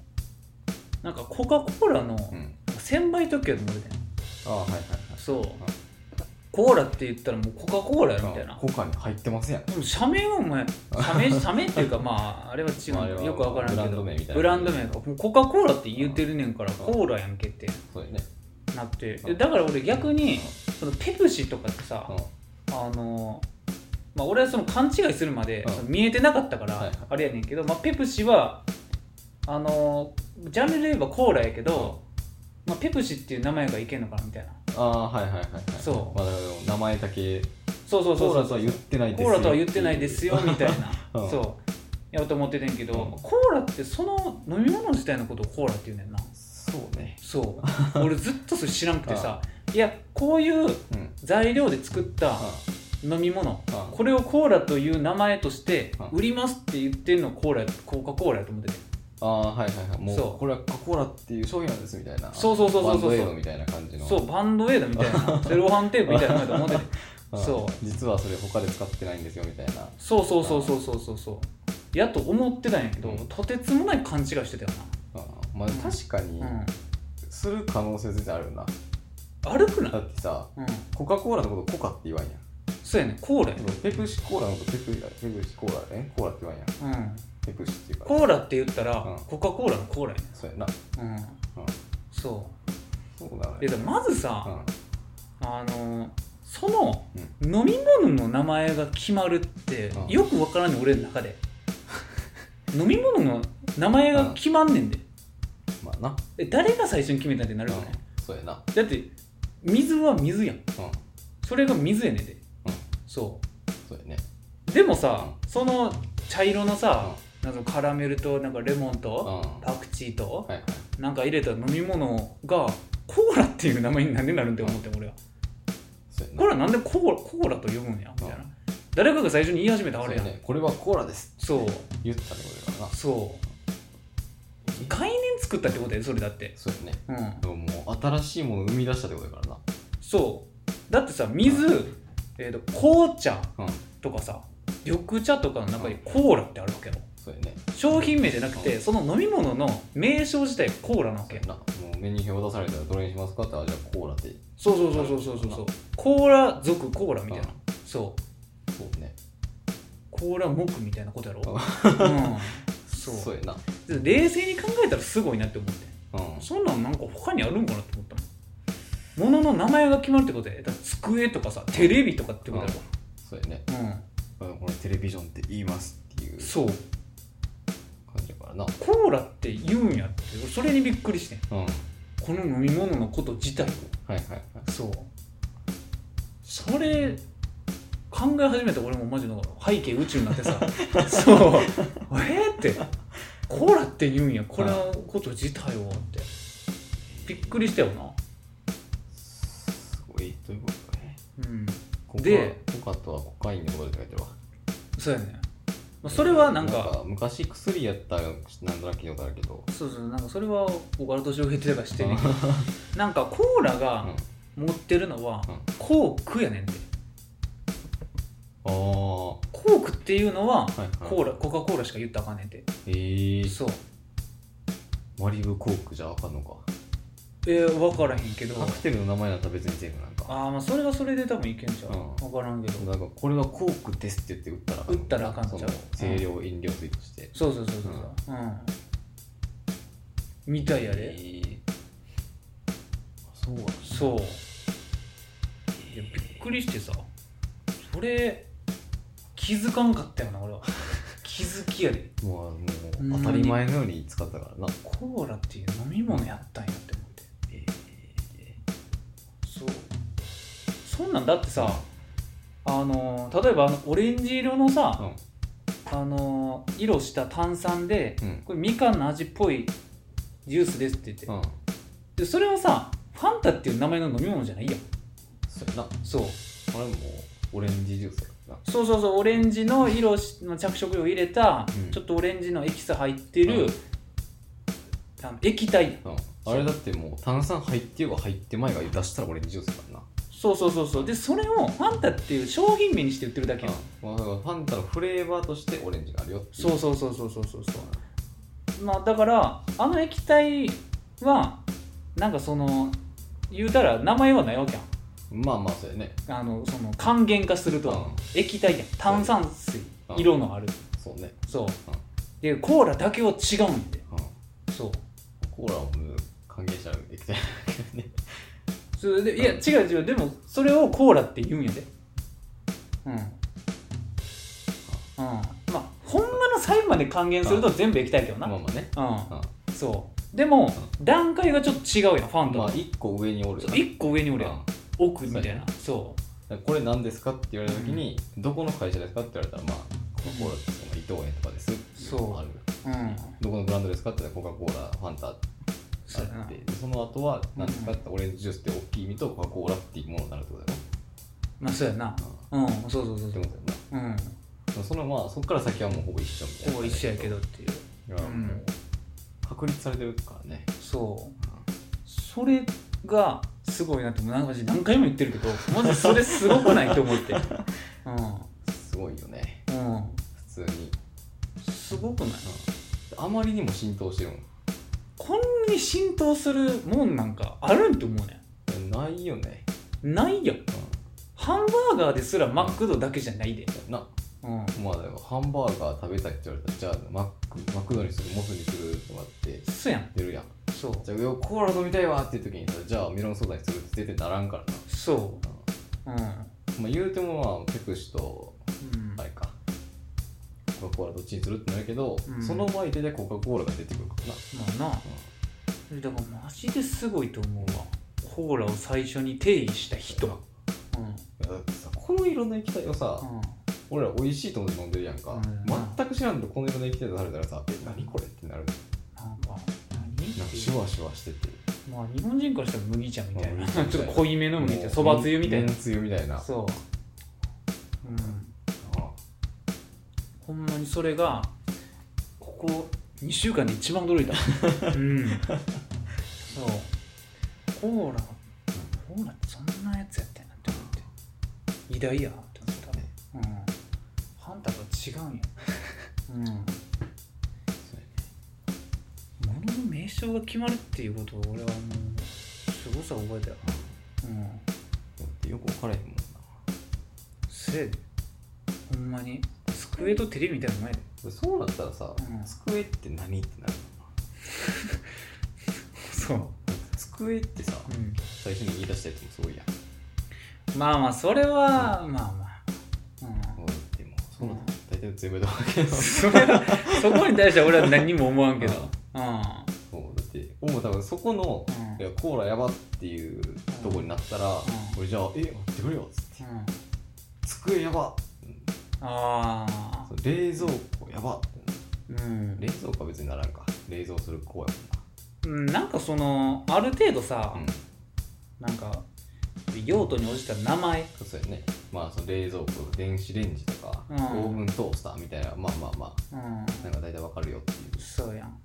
A: なんかコカ・コーラの
B: うんうん
A: 1000倍特許と思ってたよ
B: ああはいはい
A: そうコーラって言ったらもうコカ・コーラやみ
B: はい
A: たいな
B: 効果に入ってますやん
A: でも社名はお 前社名社名っていうかまああれは違
B: まああれ
A: う
B: は
A: よくわからんけど
B: ブランド名みたいな
A: ブランド名がもうコカ・コーラって言うてるねんから
B: ん
A: コーラやんけって
B: そうやね
A: なって
B: うん
A: だから俺逆に
B: う
A: そのペプシとかってさ
B: ん
A: あのまあ、俺はその勘違いするまで、
B: うん
A: その見えてなかったから、
B: はいはい
A: あれやねんけど、まあ、ペプシはあのジャンルで言えばコーラやけど、まあ、ペプシっていう名前がいけんのかなみたいな
B: ああはいはいはいはい
A: そう
B: まあだから名前だけ
A: そうそ
B: コ
A: うそう
B: ー
A: そう
B: ラとは言ってないです
A: コーラとは言ってないですよみたいな、
B: うん
A: そうやろうと思っててんけど、
B: うん
A: コーラってその飲み物自体のことをコーラって言うねんな
B: そうね
A: そう 俺ずっとそれ知らんくてさ、いやこういう
B: うん
A: 材料で作った
B: あ
A: 飲み物、
B: あ
A: これをコーラという名前として
B: うん
A: 売りますって言ってるのコーラコカ・コーラやと思ってて
B: ああはいはいはいも
A: そう
B: うこれはコーラっていう商品なんですみたいな
A: そうそうそうそうそう
B: バンドエイドみたいな感じの
A: そうバンドエイドみたい なセロハンテープみたいなのやと思ってて
B: うん
A: そう
B: 実はそれ他で使ってないんですよみたいな
A: そうそうそうそうそうそうそうやと思ってたんやけど、
B: うん
A: とてつもない勘違いしてたよ
B: あまあ確かに
A: な、うん、
B: する可能性全然あるよな
A: 悪くない
B: だ、ってさ
A: うん、
B: コカ・コーラのことコカって言わんやん
A: そうやねコーラやね、
B: ペプシコーラのことペプペプシコーラえコーラって言わんやん
A: うん、
B: ペプシっていうか
A: コーラって言ったら、
B: うん
A: コカ・コーラのコーラやね
B: そうやな
A: うん
B: うん
A: そ
B: そうだね
A: うでだからまず
B: うん
A: さ、
B: うん
A: あのーその飲み物の名前が決まるって
B: うん
A: よくわからんねん俺の中で 飲み物の名前が決まんねんで
B: まあな
A: え誰が最初に決めたんってなるよね
B: うんそうやな
A: だって水は水やん
B: うん
A: それが水やねんで
B: うん
A: そ
B: そうやね
A: うでもさその茶色のさ
B: う
A: なんかカラメルとなんかレモン
B: んうん
A: と
B: は
A: パクチーと
B: いはい
A: なんか入れた飲み物がコーラっていう名前になんでなるんって思ってん俺は
B: そうやな
A: これはなんでコーラコーラと呼ぶんやみたいな
B: うん
A: 誰かが最初に言い始めたあ
B: そう
A: れ
B: や
A: やん
B: ねこれはコーラです
A: そう
B: 言ったね俺らな
A: そう概念作ったってことやでそれだって
B: そうやね
A: うん
B: でももう新しいものを生み出したってことやからな
A: そうだってさ水、えー、と紅茶
B: うん
A: とかさ緑茶とかの中にコーラってあるわけよ
B: そうやね
A: 商品名じゃなくて
B: う
A: その飲み物の名称自体コーラなわ
B: そう
A: け
B: やなもうメニュー表出されたらどれにしますかってあじゃあコーラって
A: そうそうそうそうそうそうそうコーラ属コーラみたいな
B: うん
A: そう
B: そうね
A: コーラ目みたいなことやろ、
B: うん
A: うん、そう
B: そうやな
A: 冷静に考えたらすごいなって思って
B: うん
A: そんなんなんか他にあるんかなって思ったもん物の名前が決まるってことやだから机とかさテレビとかってことや
B: そうやね
A: ろうん、
B: あのこれテレビジョンって言いますっていう
A: そう
B: 感じだからな
A: コーラって言うんやって俺それにびっくりしてん
B: うんはい
A: この飲み物のこと自体を
B: はいはい
A: そうそれ考え始めた俺もマジの背景宇宙になって さそうえー、ってコーラって言うんやこれのこと自体をってびっくりしたよな
B: すごいどういうことかね
A: うん
B: コカ
A: で
B: コカとはコカインのことで書いてるわ
A: そうやねまあそれはなんか
B: 昔薬やったらなんとなく聞いたことあるけど
A: そうそうなんかそれは小川敏夫が言ってたからしてんねんけどなんかコーラ
B: あ
A: が持ってるのは
B: うん
A: コークやねんて
B: あーは
A: コークっていうのはい
B: はい
A: コーラコカ・コーラしか言ったらあかんねんて
B: えー、
A: そう
B: マリブコークじゃあかんのか
A: えー、分からへんけど
B: カクテルの名前だったら別にセーフなんか
A: ああまあそれはそれで多分いけんちゃう、
B: うん
A: 分からんけど
B: なんかこれはコークですって言って打ったらの
A: 打ったらあかんのちゃう
B: その清涼飲料水として
A: そうそうそうそうそううん、みたいや
B: え
A: で
B: ーあそうなんだ
A: そういやびっくりしてさそれ気づかんかったよな俺 は気づきやで
B: もうあ
A: うん
B: の当たり前のように使ったからな
A: コーラっていう飲み物やったんやって思って
B: え
A: そうそんなんだってさあのー例えばあのオレンジ色のさ、
B: ー
A: あのー色した炭酸で、
B: うん
A: これみかんの味っぽいジュースですって言って、
B: うんうん
A: でそれはさファンタっていう名前の飲み物じゃないやん
B: そうやな
A: そう
B: あれもオレンジジュースやな
A: そうそうそうオレンジの色しの着色料を入れた、
B: うん
A: ちょっとオレンジのエキス入ってる、
B: うん
A: あの液体やん
B: うん、あれだってもう炭酸入ってようが入ってまいが出したらオレンジジュースだか
A: そうそうそうそうでそれをファンタっていう商品名にして売ってるだけ
B: ら
A: や
B: な、
A: ん
B: うんまあ、だからファンタのフレーバーとしてオレンジがあるよってい
A: そうそうそうそうそうそうそうまあだからあの液体はなんかその言うたら名前はないわけやん
B: まあまあそうやね
A: あのその還元化すると、
B: うん
A: 液体やん炭酸水、
B: うん
A: 色のある
B: そうね、
A: そう、でコーラだけは違うんで
B: うん、
A: そう
B: コーラはもう還元者液体だけどね
A: それでいや違う違うでもそれをコーラって言うんやでうんうんまあほんまの最後まで還元すると全部液体やけど
B: まあ
A: な
B: まあね、
A: う
B: うん
A: そうでも段階がちょっと違うやんファン
B: ん、
A: と
B: まあ一個上におるよな
A: 1個上におるや
B: うん
A: ん奥みたいなそう
B: だからこれ何ですかって言われた時に、どこの会社ですかって言われたらまあコカ・コーラってその伊藤園とかですっていのもある
A: うん
B: どこのブランドですかって言ったらコカ・コーラファンタって
A: そうや
B: あっ
A: な
B: てでその後は何ですかって言ったらオレンジジュースって大きい意味とコカ・コーラっていうものになるってことだよ
A: まあそうやな
B: な、
A: うんそうそうそうそ
B: って
A: う
B: ことだよな
A: うん
B: まあそのまあそっから先はもうほぼ一緒みたいな
A: ほぼ一緒やけどっていう
B: いやもう
A: うん
B: 確立されてるからね
A: そうそれがすごいなってもうなんか何回も言ってるけどマジそれすごくないと思ってう
B: すごいよね
A: んうん
B: 普通に
A: すごくない
B: あまりにも浸透してるもん
A: こんなに浸透するもんなんかあるんって思うね
B: ないよね、
A: んないよ
B: う
A: ハンバーガーですらマクドだけじゃないで
B: ん、な
A: うん
B: まあだからハンバーガー食べたいって言われたらじゃあマックマクドにするモスにするとかって
A: そうやん
B: 出るやん
A: そう
B: じゃあいやコーラ飲みたいわっていう時にさじゃあメロンソーダにするって絶対ならんからな、
A: そ
B: う
A: うう
B: ん
A: ん、
B: まあ、言うてもまあペプシと
A: うん
B: あれかコカ・コーラどっちにするってなるけど、
A: うん
B: その前に大体コカ・コーラが出てくるからな、
A: まあなだからマジですごいと思うわコーラを最初に定義した人うん
B: うん、だってさこの色の液体をさ、
A: うん
B: 俺ら美味しいと思って飲んでるやんか、
A: うん
B: 全く知らんとこの色の液体出されたらさ「え何これ?」ってなる
A: なんか
B: なんかシュワシュワしてて
A: まあ日本人からしたら麦茶みたい
B: ま
A: な
B: あ麦茶みたいな
A: ちょっと濃いめの麦茶そばつゆみたいな
B: めんつゆみたいな
A: そううん
B: あ
A: ほんまにそれがここ2週間で一番 驚いたうんそうコーラコーラってそんなやつやったんやって思って偉大やなって思ったねうんハンターとは違うん やうん
B: そうやね
A: 物の名称が決まるっていうことを俺はもうすごさを覚えたようん
B: だってよく分からへんもんな
A: せやでほんまに机とテレビみたいなのないで
B: そうなったらさ、
A: うん
B: 机って何ってなるの
A: そう、
B: 机ってさ、
A: うん、
B: 最初に言い出したやつもすごいやん
A: まあまあそれは、まあまあ、うん、
B: でもそうなったら大体全部だけど
A: それはそこに対しては俺は何にも思わんけどうん
B: そうだって俺も多分そこの、
A: うん
B: いやコーラやばっていうとこになったら、俺じゃあ「え待ってくれよ」っつって
A: うん
B: 「机やばうん
A: ああ
B: そう冷蔵庫やばって
A: うん
B: 冷蔵庫は別にならんか冷蔵する子やもんな
A: うんなんかそのある程度さ、
B: うん
A: なんか用途に応じた名前
B: そうやねまあその冷蔵庫電子レンジとか、
A: うん
B: オーブントースターみたいなまあまあま
A: う
B: あ
A: ん
B: なんか大体わかるよっていう
A: そうやん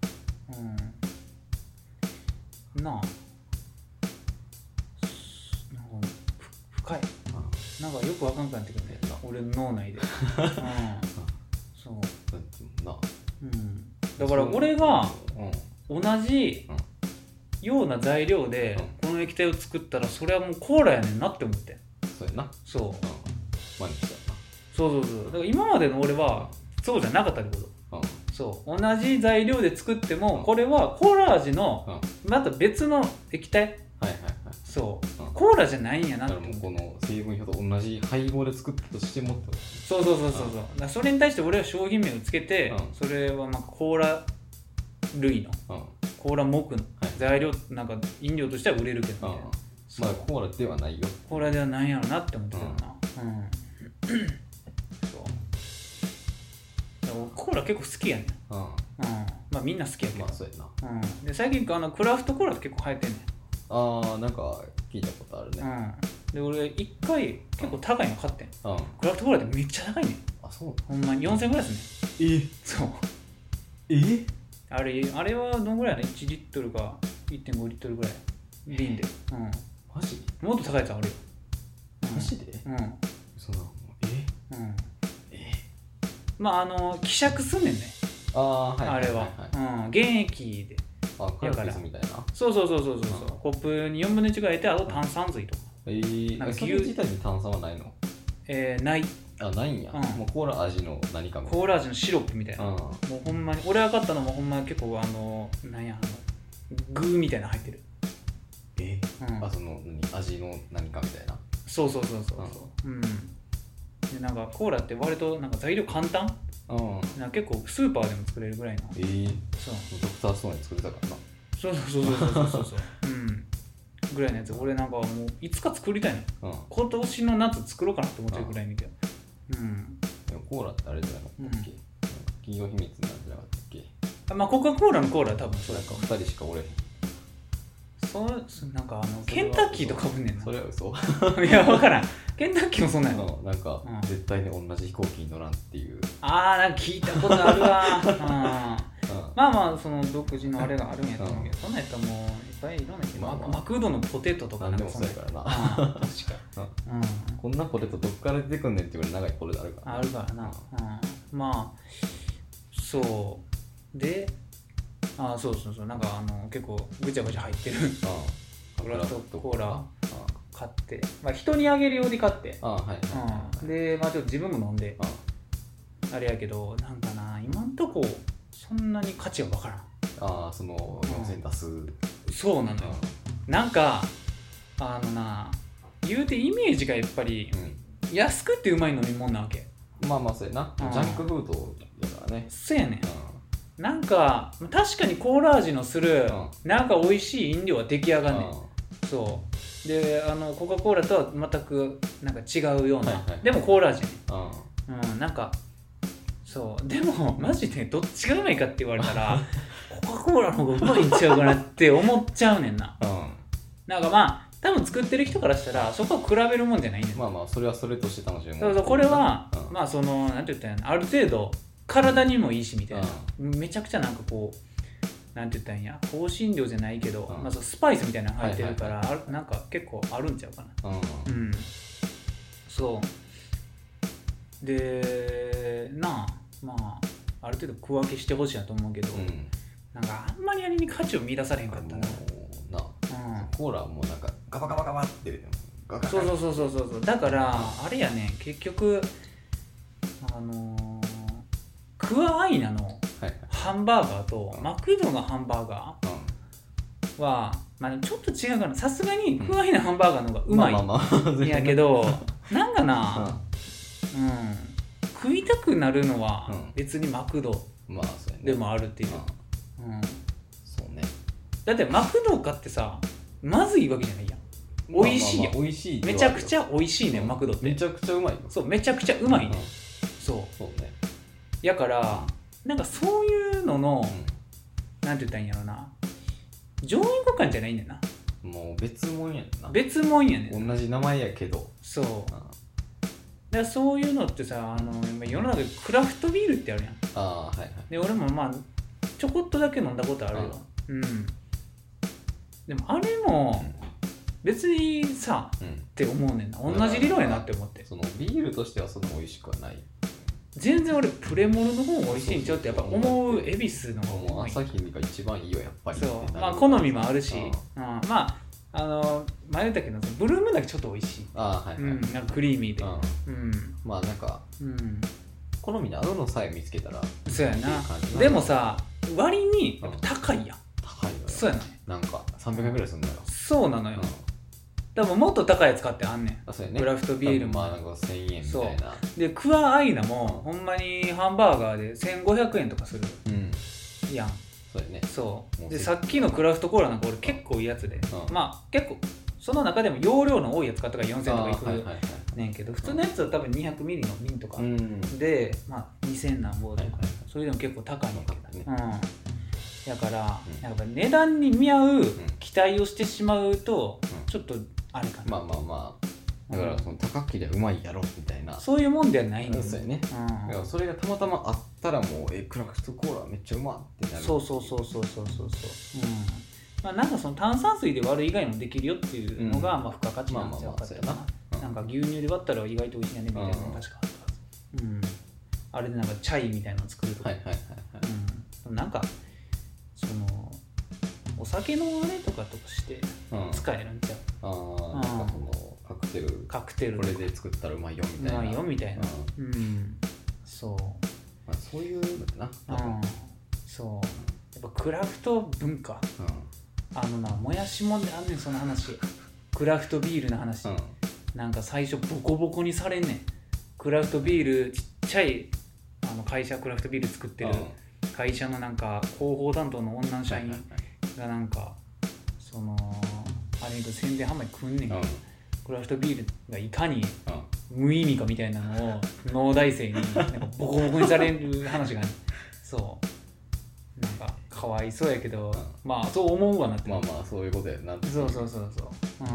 A: うんなあすなんかふ深い
B: あ
A: なんかよくわかんなくなってくるね俺の脳 内で、うん、そう
B: だっても
A: うん
B: な
A: だから俺が
B: うん
A: 同じ
B: うん
A: ような材料でこの液体を作ったらそれはもうコーラやねんなって思って
B: そうやな
A: そう
B: うんマネしちゃ
A: そうそうそうだから今までの俺はそうじゃなかったってこ
B: うな
A: とそう同じ材料で作って
B: う
A: も
B: ん
A: これはコーラ味の
B: うんうんはい
A: また別の液体
B: はいはい
A: そう
B: うん
A: コーラじゃないんやな
B: だ
A: っ
B: か
A: て
B: らもう
A: 思
B: こ
A: う
B: の成分表と同じ配合で作ったとしてもってこと
A: そうそうそうそうそうだからそれに対して俺は商品名をつけて
B: うん
A: それはなんかコーラ類の
B: うんうん
A: コーラ木の材料なんか飲料としては売れるけどみたいな
B: ま
A: そ
B: あ
A: う
B: コーラではないよ
A: これではなんやろなって思ってたよなうん、そうでもコーラ結構好きやねん、うん、
B: うん
A: まあみんな好きやけど、
B: まあそうやな
A: うん、で最近あのクラフトコーラ結構流行ってんね
B: あーなんか聞いたことあるね
A: ん、うん、で俺一回結構高いの買ってん
B: うん
A: クラフトコーラってめっちゃ高いねん
B: あそう
A: ほんまに4000円ぐらいですね
B: え
A: そう
B: え
A: あれあれはどんぐらいやね1リットルか1.5リットルぐらい瓶で、う
B: マジ
A: ん、もっと高いやつあるよ
B: マジで
A: うん、うん
B: そんなのえ
A: うん、
B: え
A: まああの希釈すんねんね
B: ああーはい
A: あれは、うん、原液で
B: あカルピスみたいな
A: そうそうそうそうそうそう
B: うん
A: コップに4分の1ぐらい入れてあと炭酸水とか、
B: えー、
A: なんか
B: えそれ
A: 牛
B: 自体に炭酸はないの
A: えーない
B: あないんや、
A: うん
B: もうコーラ味の何かみたい
A: コーラ味のシロップみたいな、
B: なうん
A: もうほんまに俺が買ったのもほんま結構あのなんやあの具みたいなの入ってる、
B: え
A: うん、
B: あその何味の何かみたいな
A: そうそうそうそうそううんでなんかコーラって割となんか材料簡単
B: うん
A: なんか結構スーパーでも作れるぐらいの
B: えー、
A: そう
B: ドクターストーンで作れたからな
A: そうそうそうそう そうそうそううんぐらいのやつ俺なんかもういつか作りたいの
B: うん
A: 今年の夏作ろうかなって思ってるぐらいみたいなうん
B: でもコーラってあれじゃなかったっけ、企業秘密なんじゃなかったっけ
A: あまあコカ・コーラのコーラは多分そう
B: な
A: だ
B: ん
A: か
B: か2人しかおれへん
A: そうそなんかあのケンタッキーとかぶんねん
B: それは嘘
A: ないや分からんケンタッキーもそんなんやろ
B: うんなんか、
A: うん
B: 絶対に同じ飛行機に乗らんっていう、
A: ああなんか聞いたことあるわうん
B: うん
A: まあまあその独自のあれがあるんやと思うけどそんなんやったらもういっぱいいろんな人
B: まあまあ
A: マクドのポテトとか
B: 何
A: んか
B: でも
A: そ
B: そ
A: ん
B: う
A: なん
B: やからな
A: あー確かに、うん、
B: こんなポテトどっから出てくんねんっていうぐらい長いポテトあるから
A: あるからな、うん、まあそうであーそうそうそうなんかあの結構ぐちゃぐちゃ入ってる
B: うん
A: クラフトコーラ
B: うんあ
A: 買って、まあ、人にあげるように買って、
B: あはいはいはいはい、
A: うん、でまあちょっと自分も飲んで
B: あ
A: あれやけどなんかな今んとこそんなに価値がわからん
B: あーその4000出す、うん、
A: そうなのよなんかあのな言うてイメージがやっぱり安くてうまい飲み物なわけ
B: まあまあそうやな、
A: うん
B: ジャンクフードやからね
A: そうやね
B: うん
A: なんか確かにコーラ味のする、
B: う
A: なんか美味しい飲料は出来上がんねん、
B: うん
A: そうであのコカ・コーラとは全くなんか違うような、
B: はいはい
A: でもコーラ味やね
B: うん
A: うん、なんかそうでもマジでどっちがうまいかって言われた らコカ・コーラの方がうまいんちゃうかなって思っちゃうねんな
B: う
A: なんかまあ多分作ってる人からしたらそこは比べるもんじゃないねん、
B: んまあまあそれはそれとして楽しいもん
A: そうそうこれは、
B: うん
A: まあそのなんて言ったらいいのある程度体にもいいしみたいな、めちゃくちゃなんかこうなんて言ったらいいんや香辛料じゃないけど、
B: うん
A: まあ、そうスパイスみたいなの入ってるから、
B: はい
A: あるなんか結構あるんちゃうかな
B: うん
A: うんそうでなあまあある程度区分けしてほしいなと思うけど、
B: うん
A: なんかあんまりあれに価値を見出されへんかったな、
B: なコーラはもうなんかガバガバガバって入れてもガ
A: うん、
B: ガ
A: そ
B: ガ
A: うそうそうそうそうそうだからあれやね結局あのークアアイナの
B: はいはい
A: ハンバーガーとマクドのハンバーガーは、まあ、ちょっと違うかなさすがにクアアイナハンバーガーの方が
B: う
A: うんまい
B: まあまあまあ
A: んやけ
B: ど
A: ど、なんか
B: う
A: な、
B: ん
A: うん、食いたくなるのは
B: うん
A: 別にマクド
B: まあそうやね
A: でもあるっていう
B: う、ん
A: うん
B: そうね
A: だってマクドかってさまずいわけじゃないやん美味しいやん
B: まあまあまあ美味しいではある
A: め
B: よ
A: ちゃくちゃ美味しいね、
B: うん
A: マクドって
B: めちゃくちゃうまいよ
A: そうめちゃくちゃうまいね、
B: ん
A: そ
B: そうね
A: うやからなんかそういうのの
B: う、ん
A: なんて言ったらいいんやろな上位互換じゃないんだよな
B: もう別もんやんな
A: 別もんやねん
B: 同じ名前やけど
A: そうだからそういうのってさあの今世の中でクラフトビールってあるやん
B: ああーはい
A: で俺もまあちょこっとだけ飲んだことあるようんでもあれも
B: はい、
A: 別にさ
B: うんうん
A: って思うねんな同じ理論やなって思って
B: そのビールとしてはそんな美味しくはない
A: 全然俺プレモルの方が美味しいんちゃうってやっぱ思う恵比寿の方が
B: もう
A: 多い
B: 朝日が一番いいよやっぱり
A: そ
B: って
A: う
B: なる
A: まあ好みもあるし、
B: うん
A: うんまああの迷ったけどブルームだけちょっと美味しい、
B: ああはいは
A: う
B: い、う
A: ん、
B: ん
A: なんかクリーミーでうん
B: まあなんか
A: うん
B: 好みの合うのさえ見つけたら
A: そうや
B: いい感じ
A: なでもさ割にやっぱ高いやん、
B: 高いのよ
A: そうやね
B: なんか300円ぐらいすんだよ、
A: そうなの
B: う
A: よ
B: ん、
A: でももっと高いやつ買ってあんねん
B: あそうやね
A: クラフトビール
B: まあ
A: も
B: なんか1000円みたいな
A: でクアアイナもほんまにハンバーガーで1500円とかする
B: うん
A: やん
B: そうやね
A: そう
B: もう
A: で
B: せ
A: さっきのクラフトコーラなんか俺結構いいやつで、
B: うん
A: まあ結構その中でも容量の多いやつ買ったから4000とかい
B: あーはい
A: く
B: はいはい
A: ねんけど普通のやつは多分200ミリの瓶とか
B: うん
A: で、まあ、2000何ぼとか、
B: はいはいはい
A: それでも結構高いんやけど、
B: 高
A: うんだから、
B: うん
A: やっぱ値段に見合う期待をしてしまうと、
B: うん
A: ちょっとあれかな、
B: まあまあまあだからその高きりゃうまいやろみたいな
A: そういうもんではないん
B: う
A: で
B: ん
A: す
B: そう
A: よ
B: やねだからそれがたまたまあったらもうえクラフトコーラめっちゃうまってなる
A: そうそうそうそうそうそうそううんまあ、なんかその炭酸水で割る以外もできるよっていうのが、
B: うん
A: まあ、付加価値なんじゃなかったかな,、
B: まあまあまあそうやな
A: な
B: うんん
A: か牛乳で割ったら意外と美味しいんやねみたいなの
B: うん
A: が確かあったはず、うんあれでなんかチャイみたいなの作るとか、
B: はいはいはいはい
A: うん、なんかそのお酒のあれとかとかして
B: うん
A: 使えるんちゃう
B: ああなんかそのカクテルこ
A: カクテルと
B: れ
A: か
B: で作ったらうまいよみたいうな
A: まいよみたいな
B: うん
A: うん、そう
B: まあそういうのだな
A: う
B: 多分
A: んそうやっぱクラフト文化あのなもやしもんであんねんその話クラフトビールの話、
B: うん
A: なんか最初ボコボコにされんねんクラフトビールちっちゃいあの会社クラフトビール作ってる
B: うん
A: 会社のなんか広報担当の女の社員
B: はい
A: がなんかそのあれに宣伝販売くんねんけ
B: はいは
A: ど
B: い
A: クラフトビールがいかに
B: うんうん
A: 無意味かみたいなのを農大生になんかボコボコにされる話があるそうなんかかわいそうやけど、
B: う
A: まあそう思うわなって
B: まあまあそういうことやな
A: そうそうそうそううん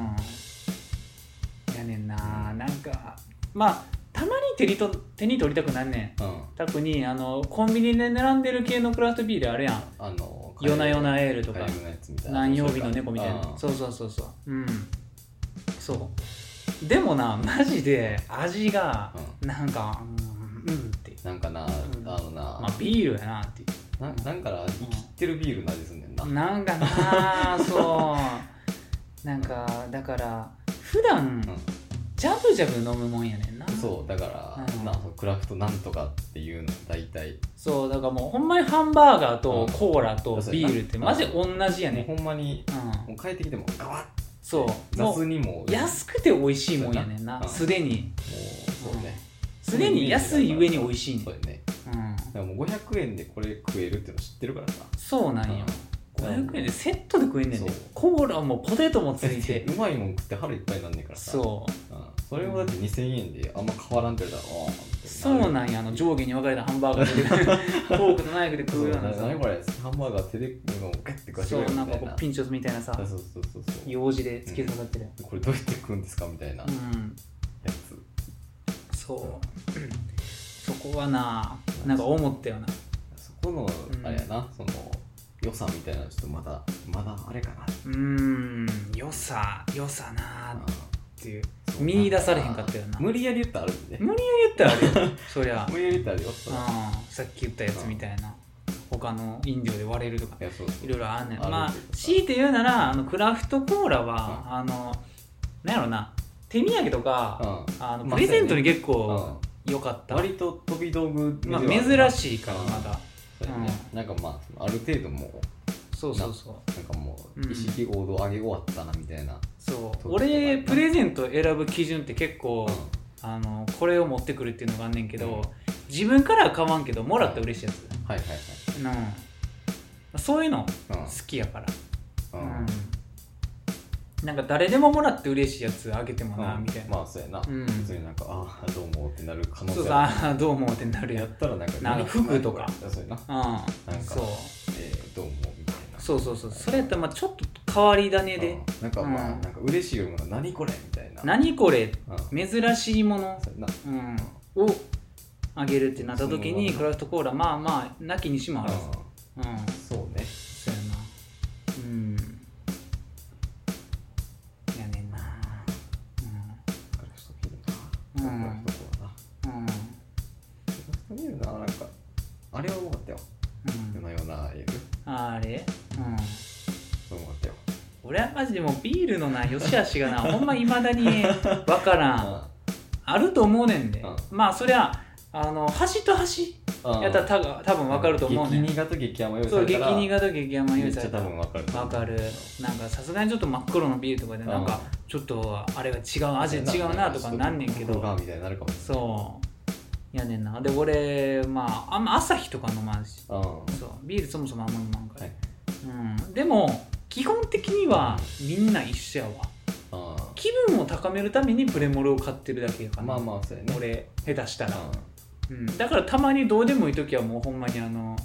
A: やねんななんかまあたまに手にと手に取りたくなんねん
B: うん
A: 特にあのコンビニで並んでる系のクラフトビールあるやん
B: あの
A: 夜な夜なエールとか
B: カエルのやつみたいな
A: 何曜日の猫みたいな
B: うん
A: そうそうそうそううんそうでもなマジで味がなんかうん、うん、って
B: なんかな、
A: ん
B: あのな、
A: まあビールやなっていう
B: ななんかな生きってるビールの味すんねんな、うん
A: なんかなそうなんかだから普段ジャブジャブ飲むもんやねんな
B: そうだから、
A: うん
B: なそのクラフトなんとかっていうの大体、
A: そうだからもうほんまにハンバーガーと
B: うん
A: コーラとビールって
B: うん
A: マジで同じや
B: もう
A: ね
B: ほんまに
A: んう
B: も
A: ん
B: う帰ってきてもガワッ
A: そうも
B: 雑
A: う
B: にもう
A: 安くて美味しいもんやねんな
B: うん
A: すでに
B: もうそうね
A: すでに安い上に美味しいねん
B: そうやね
A: うん
B: だからもう500円でこれ食えるっていうの知ってるからさ
A: そうなんよ
B: うん
A: 500円でセットで食えんねんで
B: そう
A: コーラもポテトもつ いて
B: うまいもん食って腹いっぱいなんねんからさ
A: そう
B: うん、それもだって2000円であんま変わらんてるだろう
A: そうなんやあの上下に分かれたハンバーガーでフ ォークとナイフで食うようなさ
B: 何これハンバーガー手でもうガッてガシ
A: そう
B: ガシ
A: な
B: み
A: んか
B: たい
A: こ
B: な
A: うピンチョスみたいなさ
B: そうそうそうそうそう
A: 用事で突き刺さってる
B: これどうやって食うんですかみたいなや
A: うん
B: つ、
A: そう そこはななんか思ったよな
B: そこの
A: うん
B: あれやな、その予算みたいなのちょっとまだまだあれかな
A: うーん良さ良さな
B: あ
A: ーっていう
B: ーそう
A: 見出されへんかったよな
B: 無理やり言ったらあるんでね
A: 無理やり言ったらあれよそ りゃ
B: 無理やり言ったらあるよ
A: う
B: そ
A: ん
B: う
A: さっき言ったやつみたいな他の飲料で割れるとか
B: いやそうそう
A: いろいろあんねん
B: ある
A: まあ
B: けどさ
A: 強いて言うならあのクラフトコーラは、あのなんやろな手土産とか、
B: う
A: あの
B: ま
A: プ
B: あ
A: レゼントに結
B: ん
A: 構良かった、
B: 割と飛び道具
A: まあ、珍しいからまだ、
B: い、そうやねなんかまあそのある程度もう
A: そうそうそう
B: なんかも
A: うん
B: う意識王道上げ終わったなみたいな、
A: そう
B: そう
A: 俺
B: そう
A: プレゼント選ぶ基準って結構、
B: うん
A: あのこれを持ってくるっていうのがあんねんけど、
B: うん
A: 自分からは買わんけどもらったら嬉しいやつ、
B: はいはい
A: うん、そういうの好
B: はい
A: きやから、
B: うん、うん
A: うん、なんか誰でももらって嬉しいやつあげてもな、
B: うん
A: みたいな、
B: まあそうやな、
A: うん
B: 普通になんかああどうもってなる可能
A: そう
B: 性
A: そう
B: あ
A: あーどうもってなる
B: るや
A: や
B: ったらなんか
A: なんか服とか
B: そうやな
A: うん
B: なんか
A: そう
B: えーどうもみたいな
A: そうそうそうそれやったらまあちょっと被変わり種で
B: うんなんかまあ、
A: うん
B: なんか嬉しいよりも何これみたいな
A: 何これ
B: うん
A: 珍しいもの、
B: そうやな
A: うん、をあげるってなった時にクラフトコーラまあまあなきにしもあらず
B: う
A: うん
B: んそうね
A: そうやなうんやねんな
B: クラフトビール
A: うん
B: なクラフトコーラな
A: うんうん
B: クラフトビールななんかあれはうまかったよ
A: う
B: 夜
A: ん
B: な夜なエール
A: あれうん
B: うまかったよ
A: 俺はマジでもうビールのな良し悪しがなほんまいまだにわからんあると思うねんで
B: うん
A: まあそりゃあの端と端
B: うん
A: やったらた多分わかると思うねん
B: 激苦と激甘用意さ
A: そう
B: れ
A: 激
B: たら
A: 苦と激甘い
B: めっ
A: う
B: ちゃ多分わかる
A: わかるなんかさすがにちょっと真っ黒のビールとかでなんかちょっとあれが違う味違うなとかなんねんけ
B: ちょっと
A: ど
B: ガーみたいになるかもしれない
A: そうやねんなで俺まああんま朝日とか飲まんし
B: うん
A: そうビールそもそもあんま飲まんから、
B: はい
A: うん、でも基本的にはみんな一緒やわ
B: う
A: 気分を高めるためにプレモルを買ってるだけやから、
B: んまあまあそうやね
A: 俺下手したら、
B: う
A: うん、だからたまにどうでもいい時はもうほんまにあの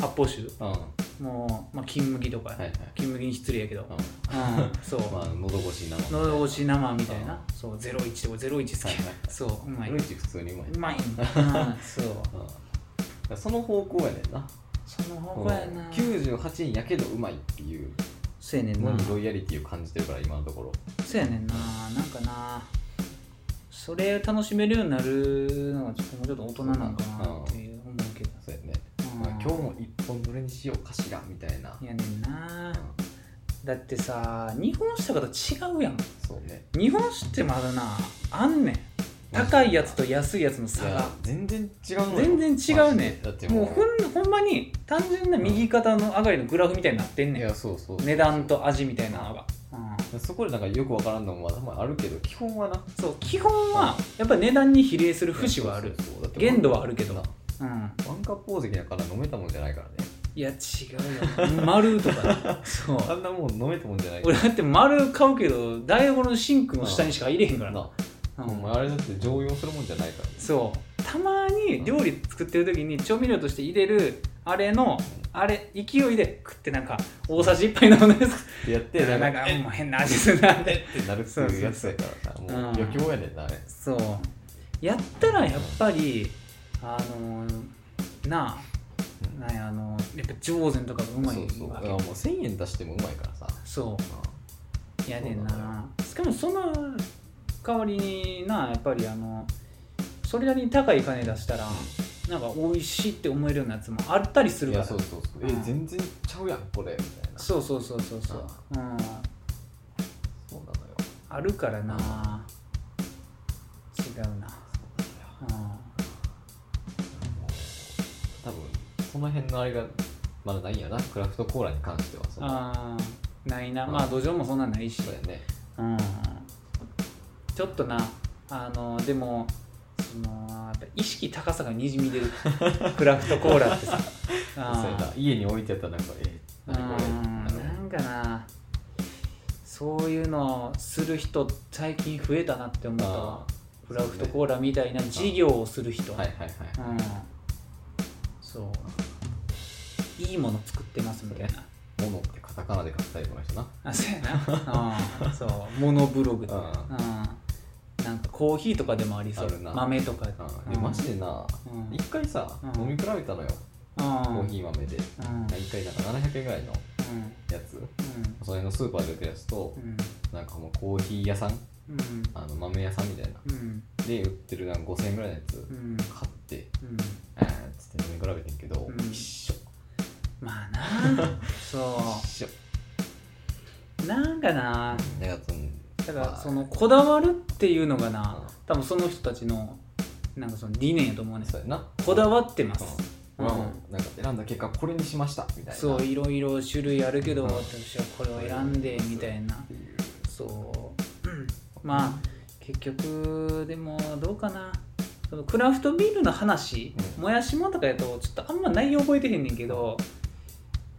A: 発泡酒
B: んうんは
A: もう、まあ、金麦とか、
B: いはい
A: 金麦に失礼やけど、
B: う
A: うん、そう、
B: んまあ喉越しな
A: 喉越し生みたいな
B: う
A: そう01とか01好
B: はい
A: き
B: はい
A: そううまい
B: 俺一普通にうまいう
A: まいんだうんそう
B: うんその方向やねんな
A: その方向や
B: この
A: な
B: 98円やけどうまいっていう
A: そうやねんな
B: のにロイヤリティを感じてるから今のところ
A: そうやねんななんかなそれ楽しめるようになるのはちょっともうちょっと大人なのかなっていう思うけど
B: そうやね
A: うん
B: まあ今日も一本どれにしようかしらみたいない
A: やねんな
B: うん
A: だってさ日本酒とかと違うやん
B: そうね
A: 日本酒ってまだなあんねん高いやつと安いやつの差
B: い
A: が
B: や全然違うのよ
A: 全然違うね
B: マジでだって
A: もう
B: も
A: ほんほんまに単純な右肩の上がりのグラフみたいになってん
B: うい
A: ねん
B: やそうそう
A: 値段と味みたいなのが、うん
B: そこでなんかよくわからんのも頭あるけど基本はな
A: そう基本はやっぱり値段に比例する節はある
B: そうそうそうだって
A: 限度はあるけど
B: な
A: うん
B: ワンカップ大関だから飲めたもんじゃないからね
A: いや違うよ丸とかね そう
B: あんなもん飲めたもんじゃない
A: 俺だって丸買うけど台所のシンクの下にしか入れへんからな、
B: な
A: うん
B: お前あれだって常用するもんじゃないからね
A: そうたまに料理作ってる時に調味料として入れるあれのあれ勢いで食ってなんか大さじ1杯飲んで
B: ってやってなんか
A: なんかもう変な味するなって
B: ってなるっていうやつやからさ
A: うそう
B: もう余興やねんなあれ
A: そうやったらやっぱりあのなあ
B: う
A: な
B: ん
A: んやあのやっぱ上膳とかがうまい
B: そうそう
A: わ
B: だか
A: け
B: らもう1000円出してもうまいからさ
A: そういやねん
B: そうな
A: なしかもその代わりになやっぱりあのそれなりに高い金出したらなんか美味しいって思えるようなやつもあったりす
B: い
A: るか
B: や
A: ら
B: そ
A: そうう
B: そうそうえ
A: うん
B: 全然ちゃうやんこれみたいな
A: そうそうそうそううん
B: そうなのよ
A: あるからな違うな
B: そうなのよ
A: うん
B: 多分その辺のあれがまだないんやなクラフトコーラに関してはその
A: あーないなまあ土壌もそんなんないし
B: そうやね
A: うんちょっとなあのでもそのやっぱ意識高さがにじみ 出るクラフトコーラってさ
B: そうやな家に置いてあったらなんかえ
A: う
B: 何これ
A: んなんかなそういうのする人最近増えたなって思ったわ
B: あ
A: クラフトコーラみたいな事業をする人、
B: ーはいはいはい
A: うんそういいもの作ってますみたいな
B: 「モノ」ってカタカナで書くタイプの人な
A: あそうや な、うん、そうモノブログとか、
B: う
A: うん、なんかコーヒーとかでもありそ
B: ある
A: う
B: な
A: 豆とかで
B: うんでマジでな
A: うん
B: 一回さ
A: うん
B: 飲み比べたの
A: うん
B: よコーヒー豆で
A: うん
B: 一回なんか700円ぐらいの
A: うん
B: やつその辺のスーパーで売ってるやつと
A: うん
B: なんかもうコーヒー屋さん
A: うんうん
B: あの豆屋さんみたいな
A: うん
B: で売ってるなんか5000円ぐらいのやつ
A: うん
B: 買って
A: うん
B: えーっつって飲み比べてんけど
A: うん
B: 一緒
A: まあな そ
B: 一緒
A: うなんかな
B: だからその
A: だからそ
B: ま
A: のこだわるっていうのが
B: あ
A: な多分その人たちのなんかその理念やと思う
B: うん
A: ね
B: そうやな
A: こだわってます
B: うんまあなんか選んだ結果これにしましたみたいな
A: そういろいろ種類あるけど
B: うん
A: 私はこれを選んでみたいな
B: っていう
A: そううん まあ結局でもどうかなそのクラフトビールの話、
B: うん
A: もやしもんとかやとちょっとあんま内容覚えてへんねんけど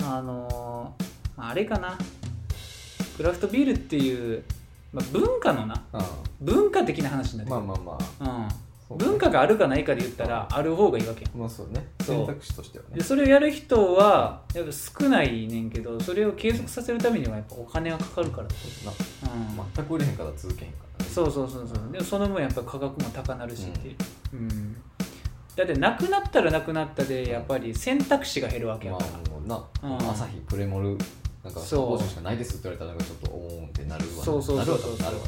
A: あのーまああれかなクラフトビールっていう、まあ、文化のな
B: う
A: 文化的な話に
B: ん
A: な
B: まあ
A: って
B: まあまあ
A: くる、
B: そう
A: 文化があるかないかで言ったらある方がいいわけやん
B: まあそうね
A: そう
B: 選択肢としては
A: で
B: ね
A: それをやる人はやっぱ少ないねんけどそれを継続させるためにはやっぱお金がかかるから、
B: な
A: うん
B: 全く売れへんから続けへんからね
A: そうそうそうそうでもその分やっぱ価格も高なるしっていう、うんだってなくなったらなくなったでやっぱり選択肢が減るわけや
B: ま
A: から、
B: あもう
A: うん
B: な朝日プレモルなんか
A: そう
B: 工場しかないですって言われたらなんかちょっとおーんってなるわな
A: そうそうそうそう
B: なるわ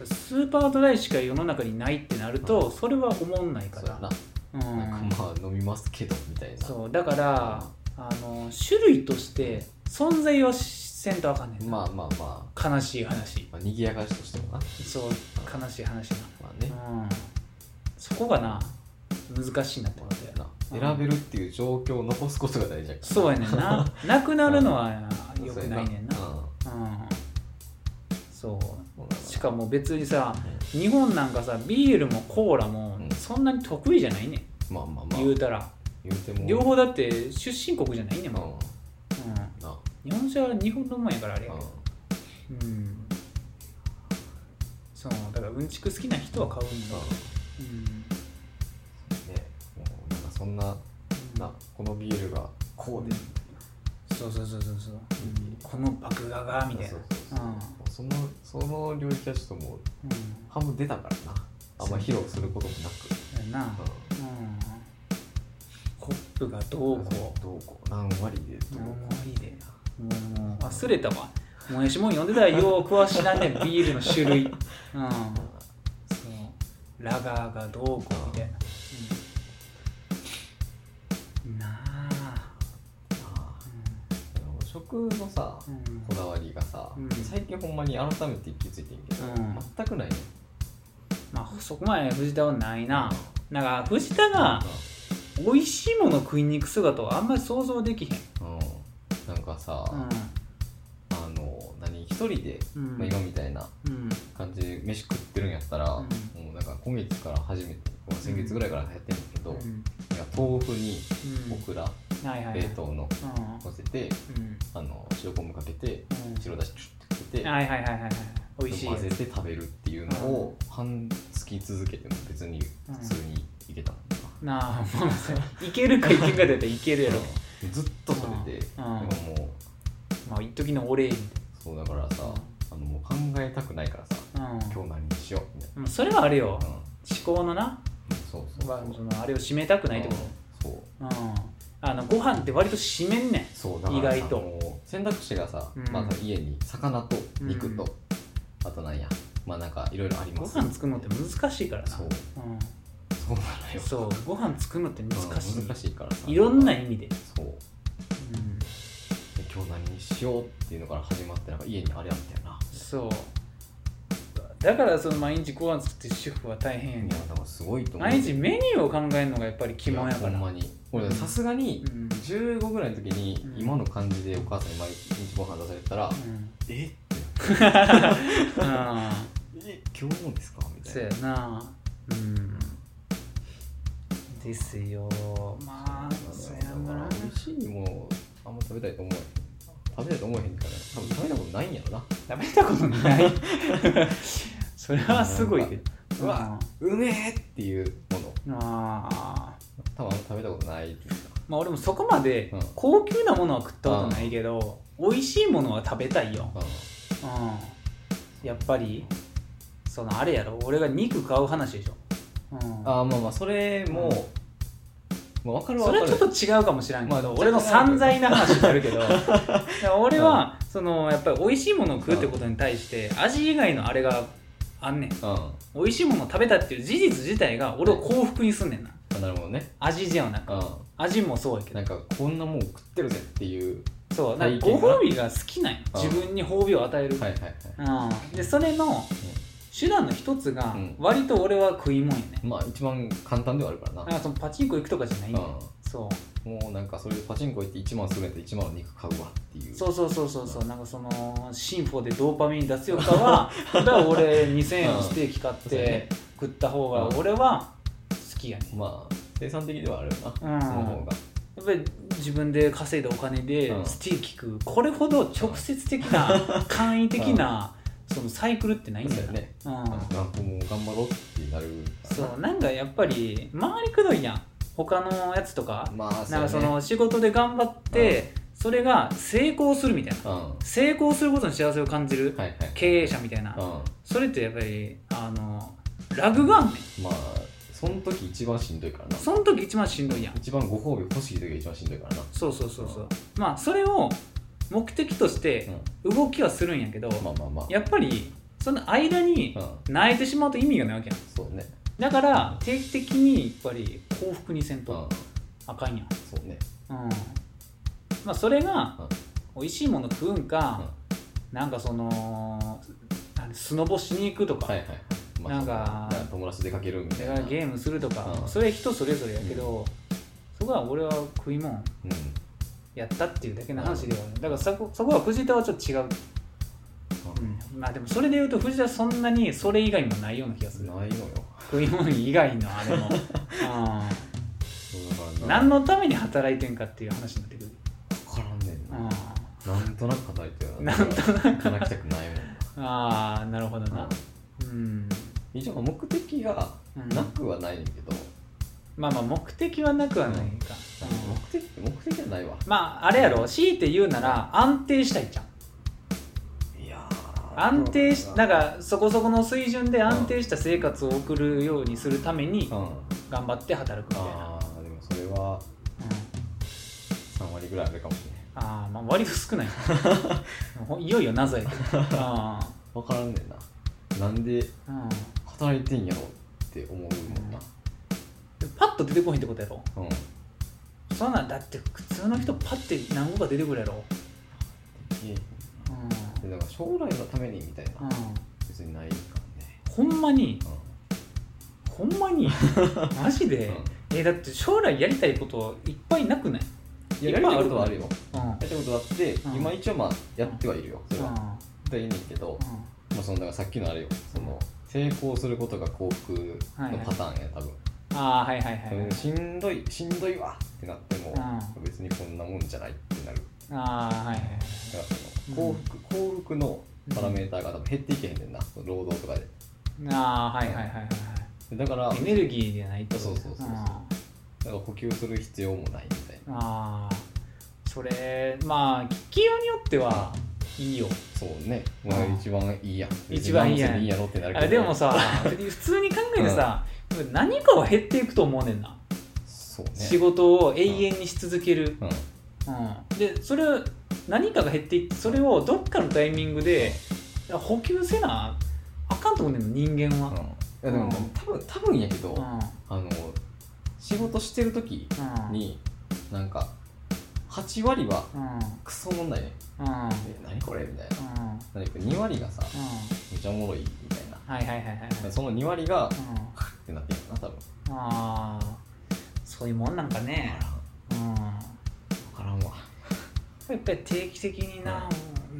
B: な
A: スーパードライしか世の中にないってなるとそれは思んないか
B: なるわ
A: ら
B: な
A: う
B: そうやななん
A: ん
B: かまあ飲みますけどみたいな
A: そうだからあの種類として存在をせんとあかんねんな、
B: まあまあまあ
A: 悲しい話
B: まあ賑やかしとしてもな
A: そう悲しい話な
B: まあね
A: うんそこがな難しいなって
B: ま
A: ことや
B: あ
A: うん
B: な選べるっていう状況を残すことが大事やから
A: そうやねんな なくなるのは良
B: そ
A: く
B: うや
A: ないねんな
B: うん
A: うんそう
B: そうだな
A: しかも別にさ
B: うん
A: 日本なんかさビールもコーラも
B: うん
A: そんなに得意じゃないねん、
B: まあまあまあ
A: 言うたら
B: 言うても
A: 両方だって出身国じゃないねんもん、
B: う
A: うん
B: な
A: 日本酒は日本のもんやからあれや
B: う
A: けど
B: ん
A: うんそうだからうんちく好きな人は買うんだ、うん
B: ねもうなんかそんななこのビールがこうで
A: そうそうそうそうそう、この爆画がみたいな
B: そうそうそう
A: うん
B: もうそのその領域はちょっともう
A: うん
B: 半分出たからなあんま披露することもなく
A: だよなうんコップがどうこ
B: どうこう何割で
A: う
B: どう
A: も
B: こ
A: う無理でもうもう忘れたわもやしもん読んでたらよう詳しいなんねんビールの種類 うんそうラガーがどうこうみたいな、うん、なあ
B: うああでも食のさ
A: うん
B: こだわりがさ
A: うん
B: 最近ほんまに改めて気づいてんけど
A: うん
B: 全くないね
A: まあそこまで藤田はないななんか藤田が美味しいもの食いに行く姿はあんまり想像できへん
B: うんなんかさあの何一人で
A: うんうん
B: まあ今みたいな
A: うん
B: 感じで飯食ってるんやったら、
A: うん
B: もうなんか今月から初めて、まあ先月ぐらいからやってるんだけど、
A: うん
B: なんか豆腐にオクラ、
A: うんはいはいはい
B: 冷凍の
A: う
B: 乗せて
A: んうん
B: あの塩昆布かけて白だしチュッてかけて、
A: はいはいはいはいはい美味しいや
B: 混
A: つ
B: ぜて食べるっていうのを半月続けても別に普通にいけたもんな、
A: なあまあそれいけるかいけんかだったらいけるやろ
B: うんずっとそれで、
A: うんうん
B: でももう
A: まあ一時のお礼み
B: そうだからさあのもう考えたくないからさ
A: たいな
B: 今日何にしようみたい
A: うんそれはあれよ
B: な、うん、
A: 思考のな
B: そうそう
A: まあ
B: そう
A: そのあれを締めたくないってこ
B: うんそう
A: とうんあのご飯って割と締めんねん
B: そうだからさ
A: 意外と
B: もう選択肢がさ、
A: うん
B: まず家に魚と肉と、
A: うん
B: あとなんやまあなんかいろいろあり
A: ご
B: ます
A: 飯作るのって難しいからな
B: そう
A: うん
B: そうなのよ
A: そうご飯作るのって難し
B: うん難しいからさ
A: いいろんな意味で
B: そうで
A: うん
B: 今日何にしようっていうのから始まってなんか家にあれあったよな
A: そうだからその毎日ご飯作って主婦は大変やねん
B: いやだからすごいと思う
A: 毎日メニューを考えるのがやっぱり肝やから
B: いほんまに俺さすがに
A: うん
B: 15ぐらいの時に
A: うん
B: 今の感じでお母さんに毎日ご飯出されたら、
A: うん
B: えって
A: あ
B: え今日もですかみ
A: あ
B: た
A: そ
B: いうな
A: やなうんですよまあそうやな
B: 美味しいものあんま食べたいと思う食べたいと思えへんから多分食べたことないんやろな
A: 食べたことない それはすごいけど
B: うわうめえっていうもの
A: うんああ
B: 多分あんま食べたことないっていうか
A: まあ俺もそこまで
B: うん
A: 高級なものは食ったことないけど美味しいものは食べたいようんやっぱりそのあれやろ俺が肉買う話でしょうん
B: ああまあまあそれも、まあ、分かる分
A: そ
B: か
A: れ
B: る
A: はちょっと違うかもしれんけど、
B: まあ
A: 俺の散財な話になる けどだから俺はそのやっぱり美味しいものを食うってことに対して味以外のあれがあんねん
B: う
A: 美味しいものを食べたっていう事実自体が俺を幸福にすんねんなん
B: あなるほどね
A: 味じゃなく
B: う
A: 味もそうやけ
B: んな
A: ど
B: んかこんなもん食ってるぜっていう
A: そうなんか
B: 体
A: ご
B: 験が
A: 褒美が好きなんよ
B: うん
A: 自分に褒美を与える、
B: はいはいはい
A: うん、でそれの手段の一つが
B: うん
A: 割と俺は食いもんやね、
B: まあ一番簡単ではあるからな
A: なんかそのパチンコ行くとかじゃないねんそう
B: うんもうなんかそれでパチンコ行って1万するんやったら1万の肉買うわっていう
A: そうそうそうそうそうなんかそのシンフォでドーパミン出すよりか はだから俺2000円のステーキ買っ
B: そうや
A: て
B: ね
A: 食った方が
B: うん
A: 俺は好きやね
B: まあ生産的ではあるよな、
A: うん
B: その方が
A: やっぱり自分で稼いだお金で
B: うん
A: ステーキ食うこれほど直接的な簡易的なそのサイクルってないんだよ
B: そうだよね
A: うん
B: なんかもう頑張ろうってなるから
A: そうなんかやっぱり回りくどいやん他のやつとか
B: まあ
A: なんかそ
B: そうね
A: の仕事で頑張ってそれが成功するみたいな
B: うんは
A: 成功することに幸せを感じる
B: いはい
A: 経営者みたいな
B: う
A: それってやっぱりあのラグがあんねん
B: んまあその時一番しんどいからな
A: その時一番しんどいやん
B: 一番ご褒美欲しい時が一番しんどいからな
A: そうそうそうそうまあそれを目的として
B: う
A: 動きはするんやけど
B: んまあまあまあ
A: やっぱりその間に
B: うん
A: 泣いてしまうと意味がないわけやん
B: そうね
A: だから定期的にやっぱり幸福にせん
B: うん
A: とあかんやん
B: そうね
A: うんまあそれが
B: うん
A: 美味しいもの食うんかなんかそのなんスノボしに行くとか
B: はいはいはいまあ
A: なんか
B: そうね友達と出かけるみ
A: そ
B: たい
A: れ
B: な
A: からゲームするとか
B: うん
A: それは人それぞれやけどそこは俺は食いもん
B: うん
A: やったっていうだけの話ではあるだからそこそこは藤田はちょっと違う、まあでもそれで言うと藤田はそんなにそれ以外もないような気がする
B: ないのよ
A: 食い物以外のあれ も、
B: そうだか
A: うん、
B: らな
A: 何のために働いてんかっていう話になってくる、
B: 分からんねん
A: う、
B: なんなんとなく働いてる
A: なんとなく
B: 働きたくないもん
A: ああなるほどなうん
B: 一応目的が
A: うん
B: なくはないねんけど、
A: まあまあ目的はなくはないか、うん
B: 目的目的はないわ
A: まああれやろ強いて言うなら安定したいじゃん
B: いやー
A: 安定し
B: どう
A: な
B: だ
A: ん
B: ろ
A: かそこそこの水準で安定した生活を送るようにするために
B: うなうん
A: 頑張って働くみたいな、
B: ああでもそれは
A: うん
B: 3割ぐらいあるかもしれない
A: ああまあ割と少ない ほいよいよ謎やけ どああ
B: 分からんねんななんで
A: うん
B: 働いてんやろって思うもんな
A: でパッと出てこへんってことやろ
B: うん
A: そんなんだって普通の人パッて何個か出てくるやろ
B: で
A: うん、
B: でだから将来のためにみたいな
A: うん、
B: 別にないからね
A: ほんまに
B: う
A: ほんま にマジで、
B: ん
A: えだって将来やりたいこといっぱいなくない
B: いややりたいことはあるよ
A: うんうん
B: やりたいことはあって、
A: うん
B: 今一応まあやってはいるよそれ
A: う
B: は
A: ん
B: 絶いいねんけど、まあ、そのだからさっきのあれよその成功することが幸福のパターンや多分、
A: ああはいはいはい、はい
B: しんどいしんどいわってなっても、
A: う
B: 別にこんなもんじゃないってなる
A: ああはいはいはい
B: だからその幸福、幸福のパラメーターが多分減っていけへんねんな、その労働とかで
A: ああはいはいはいはい
B: でだから
A: はいエネルギーじゃないってこと
B: そうそうそうそう
A: あ
B: なんか補給する必要もないみたいな
A: あーそれまあ聞きようによってはいいよ
B: そうね、まあ、
A: うん
B: 一番いいやん
A: 一番いいやん
B: 別に何もせんでいいやろってなるけ
A: あ
B: ど
A: でも さ普通に考えてさ、何かは減っていくと思うねんな、
B: そうね
A: 仕事を永遠にし続ける、
B: うん
A: うんでそれを何かが減っていってそれをどっかのタイミングで補給せなあかんと思うねんな人間
B: うんい
A: は、
B: やでも、
A: うん
B: 多分多分やけど、
A: うん
B: あの仕事してる時
A: うん
B: になんか8割は
A: うんうん
B: クソ問題ね
A: うんうん
B: え何これみたいな何か2割がさめちゃおもろいみたいな
A: はいはいはいはいはい、
B: でその2割が
A: うん
B: カッてなってるかな多分
A: ああそういうもんなんかね、うん、
B: 分からんわ
A: やっぱり定期的にな、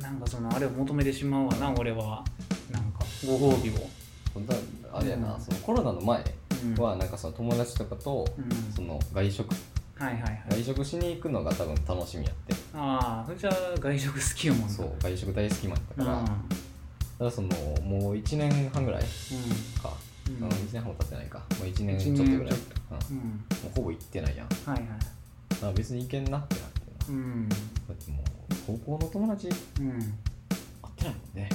A: なんかそのあれを求めてしまうわな俺はなんかご褒美を、
B: ほんとはあれやな、
A: うん
B: そのコロナの前
A: うん、
B: はなんかその友達とかと
A: うん、
B: その外食
A: はいはいはい
B: 外食しに行くのが多分楽しみやって、
A: ああそれじゃあ外食好きやもんな
B: そう外食大好きマンやった
A: うん
B: から、だからそのもう1年半ぐらいか、
A: うん
B: う、
A: うん
B: 1年半も経ってないかもう1年
A: 一
B: ちょっ
A: 年
B: とぐらい、
A: ちょっ
B: うん、も
A: うん
B: うほぼ行ってないやんだか
A: はいはい
B: ら別に行けんなってなってな
A: うん
B: だってもう高校の友達会
A: うん
B: ってないもんね、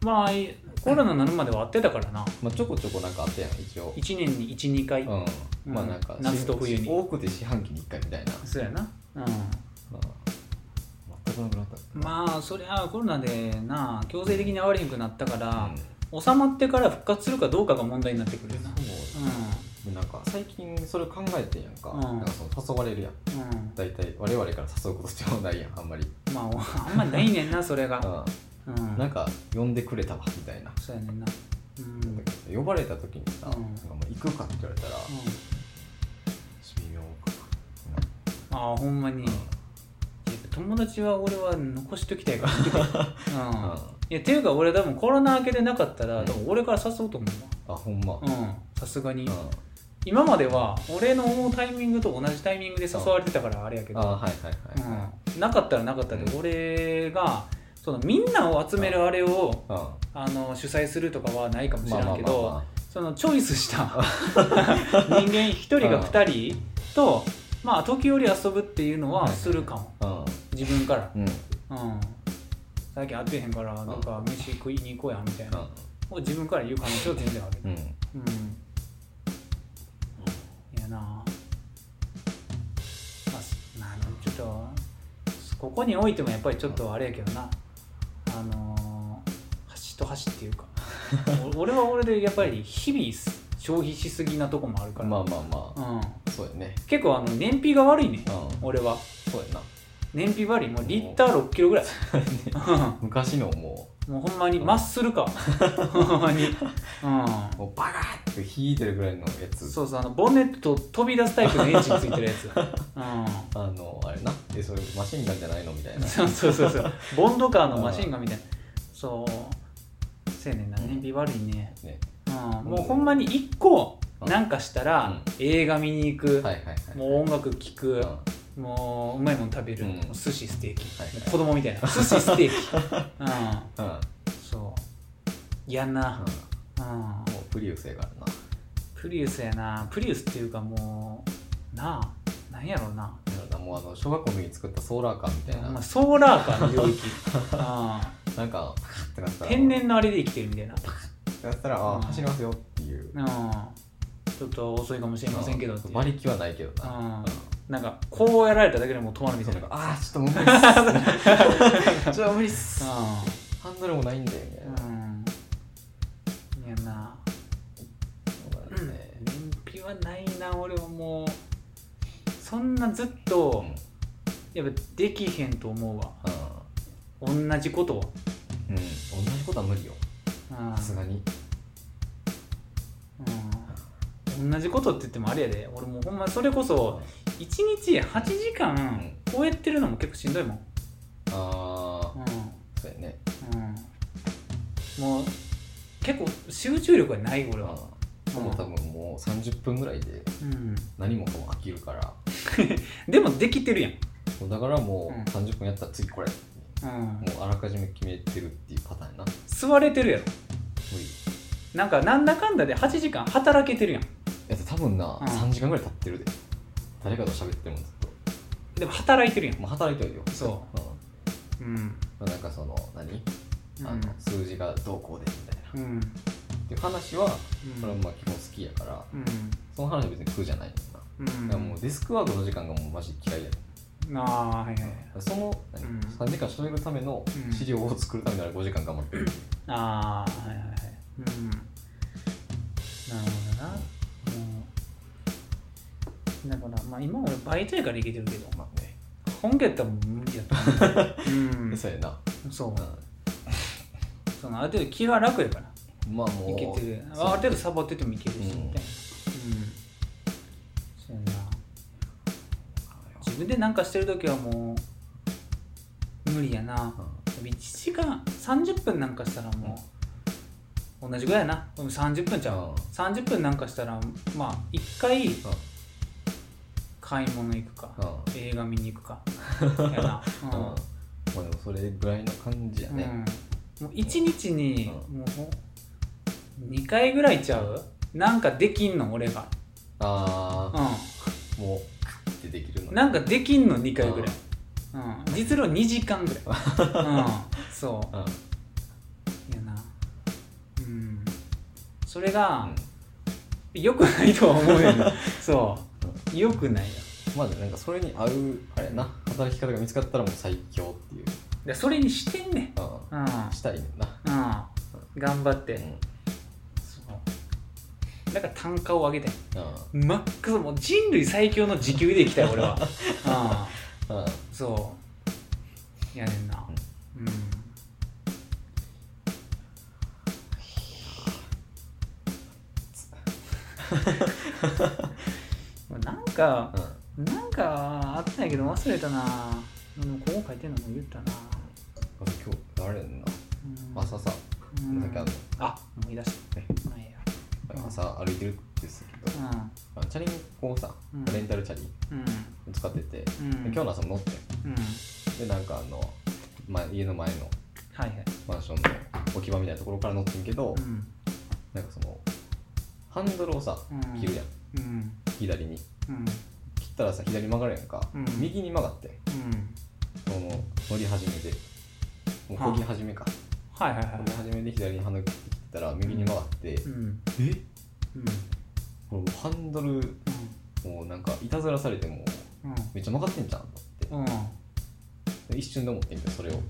A: まあいコロナになるまでは会ってたからな
B: まあ、ちょこちょこなんかあったやん一応
A: 1年に12回、
B: うん、まあなんか
A: 夏と冬に
B: 多くて四半期に1回みたいな、
A: そうやなうん
B: うん、全くなくなった
A: まあそりゃコロナでな強制的に会われへんくなったから
B: うん、、
A: 収まってから復活するかどうかが問題になってくるよな
B: そうでなんか最近それ考えてんやんか,、
A: うん
B: なんかその誘われるやん
A: うん、う
B: 大体我々から誘うことってもないやんあんまり、
A: ん、まあおあんまないねんなそれ がう
B: う
A: ん
B: ん、なんか呼んでくれたわみたいな、
A: そうやねんなうん、うん
B: だけどさ呼ばれた時にさ、
A: うん
B: なんかもう行くかって言われたら、微妙かな
A: ああほんまに、友達は俺は残しときた いから、うん
B: うん、
A: い
B: あ
A: やっていうか俺多分コロナ明けでなかったら、
B: うん
A: 多分俺から誘うと思
B: ほんま、
A: うわうんさすがに、
B: うん
A: 今までは俺の思うタイミングと同じタイミングで誘われてたからあれやけど
B: あはいはいはい、
A: うんなかったらなかったで、
B: うん
A: 俺がそのみんなを集めるあれを
B: うん
A: あの主催するとかはないかもし
B: ま
A: れ
B: あま
A: ん
B: あ
A: け
B: まあ
A: ど
B: ま
A: そのチョイスした人間1人が2人とまあ時折遊ぶっていうのはするかも
B: あ
A: 自分から
B: うんうん
A: うん最近会ってへんからなんか飯食いに行こうやみたいなを自分から言う可能性は全然ある
B: うん
A: うんいやなまあすまあちょっとここにおいてもやっぱりちょっとあれやけどなあのー端と端っていう かお俺は俺でやっぱり日々す消費しすぎなとこもあるか
B: まあ
A: ら、
B: まあまあ
A: うん、
B: そうやね
A: 結構あの燃費が悪いね
B: うん
A: 俺は
B: そうやな
A: 燃費悪いもうリッター6キロぐらいう
B: 昔のも
A: んもうほんまにマッスル かほんまに、うん
B: うもうバカーって引いてるぐらいのやつ
A: そうそうあのボンネットと飛び出すタイプのエンジンついてるやつ、
B: あのあれなえそれマシンガンじゃないのみた
A: う
B: い
A: ん、
B: な
A: そうそうそうそう ボンドカーのマシンガンみたいなそうせやねんな燃費悪いね、
B: ね
A: うん、もうほんまに一個なんかした
B: う
A: ら
B: ん
A: 映画見に行く、
B: はいはいはい
A: もう音楽聴く、
B: う
A: もううまいもん食べる、
B: うん
A: もう寿司ステーキ、
B: はいはい
A: もう子供みたい な寿司ステーキうん
B: んうん
A: そう嫌な、うん、
B: もうプリウスやからな
A: プリウスやなプリウスっていうかもうなあなんやろうな
B: なんかもうあの小学校の時に作ったソーラーカーみたいな、
A: まあ、ソーラーカーの領域あ
B: なんかパカッてなった
A: あ
B: ら
A: 天然のあれで生きてるみたいな
B: ってなったらあ
A: うん
B: ー走りますよっていう
A: うんちょっと遅いかもしれませんけどっていう
B: 馬力はないけどな
A: うんなんかこうやられただけでもう止まるみ
B: そ
A: た
B: う
A: い
B: な
A: なんう
B: か
A: ん
B: あーちょっと無理 っす ちょっと無理っす
A: う
B: ハンドルもないんだよみたいな、そ
A: んいやな
B: うだよね
A: 燃費はないな俺はもうそんなずっとやっぱできへんと思うわ同じことを
B: うん、うん、同じことは無理よ
A: うん
B: さすがに
A: うん同じことって言ってもあれやで俺もうほんまそれこそ1日8時間こうやってるのも結構しんどいもん、
B: あ
A: う
B: あ
A: ん
B: そうやね
A: うん、もう結構集中力がない俺は、
B: うんもう多分もう30分ぐらいで
A: うん、
B: 何もかも飽きるから
A: でもできてるやん、
B: そうだからも
A: うん
B: う30分やったら次これ
A: うん、
B: もうあらかじめ決めてるっていうパターンやな
A: 座れてるやろ
B: 無理
A: なんかなんだかんだで8時間働けてるやん
B: えっと多分な、
A: うん
B: 3時間ぐらい経ってるで誰かと喋ってるもんずっ
A: でも働いてるやん
B: と、まあ、働いてるよ
A: そ
B: うん、
A: うん
B: まあなんかその何
A: うん
B: あの数字がどうこうでみたいな、
A: うんうん
B: っていう話はこれはまあ基本好きやからその話は別に苦じゃないねんな、
A: うん
B: だからもうデスクワークの時間がもうマジ嫌いやね
A: ああはいはいはい
B: んその、何
A: うん
B: 3時間しゃべるための
A: うん
B: 資料を作るためなら5時間頑張ってる、
A: ああはいはいはいうんなるほどなもうだからまあ今俺バイトやからいけてるけど
B: まあね、
A: 本家やったらもう無理やった、うん、
B: そうやな、
A: そう
B: う
A: そのある程度気が楽やから
B: ん、まあもう
A: いけてる
B: そう
A: あある程度サボっててもいけるしみ
B: う
A: たい
B: ん
A: なうんそうやな自分で何かしてる時はもう無理やな
B: う
A: 1時間30分なんかしたらもう同じぐらいやなうん30分ちゃう
B: うん
A: 30分なんかしたらまあ1回
B: んうん
A: 買い物行くか
B: うん
A: 映画見に行く かやな
B: うんまあでもそれぐらいの感じや
A: うん、う
B: ね、
A: んもう1日に
B: う
A: もう2回ぐらいちゃうなんかできんの俺が
B: ああ
A: う
B: もうカッてできるの
A: んなんかできんの2回ぐらいうん実量2時間ぐらいうんそう
B: うん
A: いやなうんそれが、良くないとは思うよねそう良くないよ
B: まあなんかそれに合うあれやな働き方が見つかったらもう最強っていう、
A: でそれにしてんねん
B: う
A: うんうん
B: ん、したいねんな、
A: 頑張っ
B: う
A: て、
B: んうん、
A: そうだから単価を上げたいマックスもう人類最強の時給でいきたい俺はう
B: うん
A: んそうやねんなうんなんか
B: うん
A: なんかあったんやけど忘れたなでもここ書いてんのも言ったな、
B: あ今日あれやんな
A: うん、
B: 朝さ、
A: うん
B: さっきあの
A: あ思い出した
B: ね
A: まあいいや
B: 朝歩いてるってですけど、あのチャリンコをさ
A: うん
B: レンタルチャリ
A: うん
B: 使ってて、で
A: うんうん
B: 今日の朝も乗って
A: うん
B: でなんかあの、ま、家の前の
A: はいはい
B: マンションの置き場みたいなところから乗ってんけど、
A: うん
B: なんかそのハンドルをさ
A: うん
B: 切るやん
A: うん
B: 左に
A: うん
B: 切ったらさ左に曲がるやんか、
A: うん
B: 右に曲がってん
A: うん
B: その乗り始めでもう
A: はあ
B: 漕ぎ始めか
A: はいはいは
B: 漕ぎ始めで左にハンドル切ってきたら右に曲がって、
A: いうん
B: え
A: うん
B: これもうハンドルもうなんかいたずらされても
A: うん
B: めっちゃ曲がってんじゃんと思
A: うんうん
B: って一瞬で思ってんけどそれを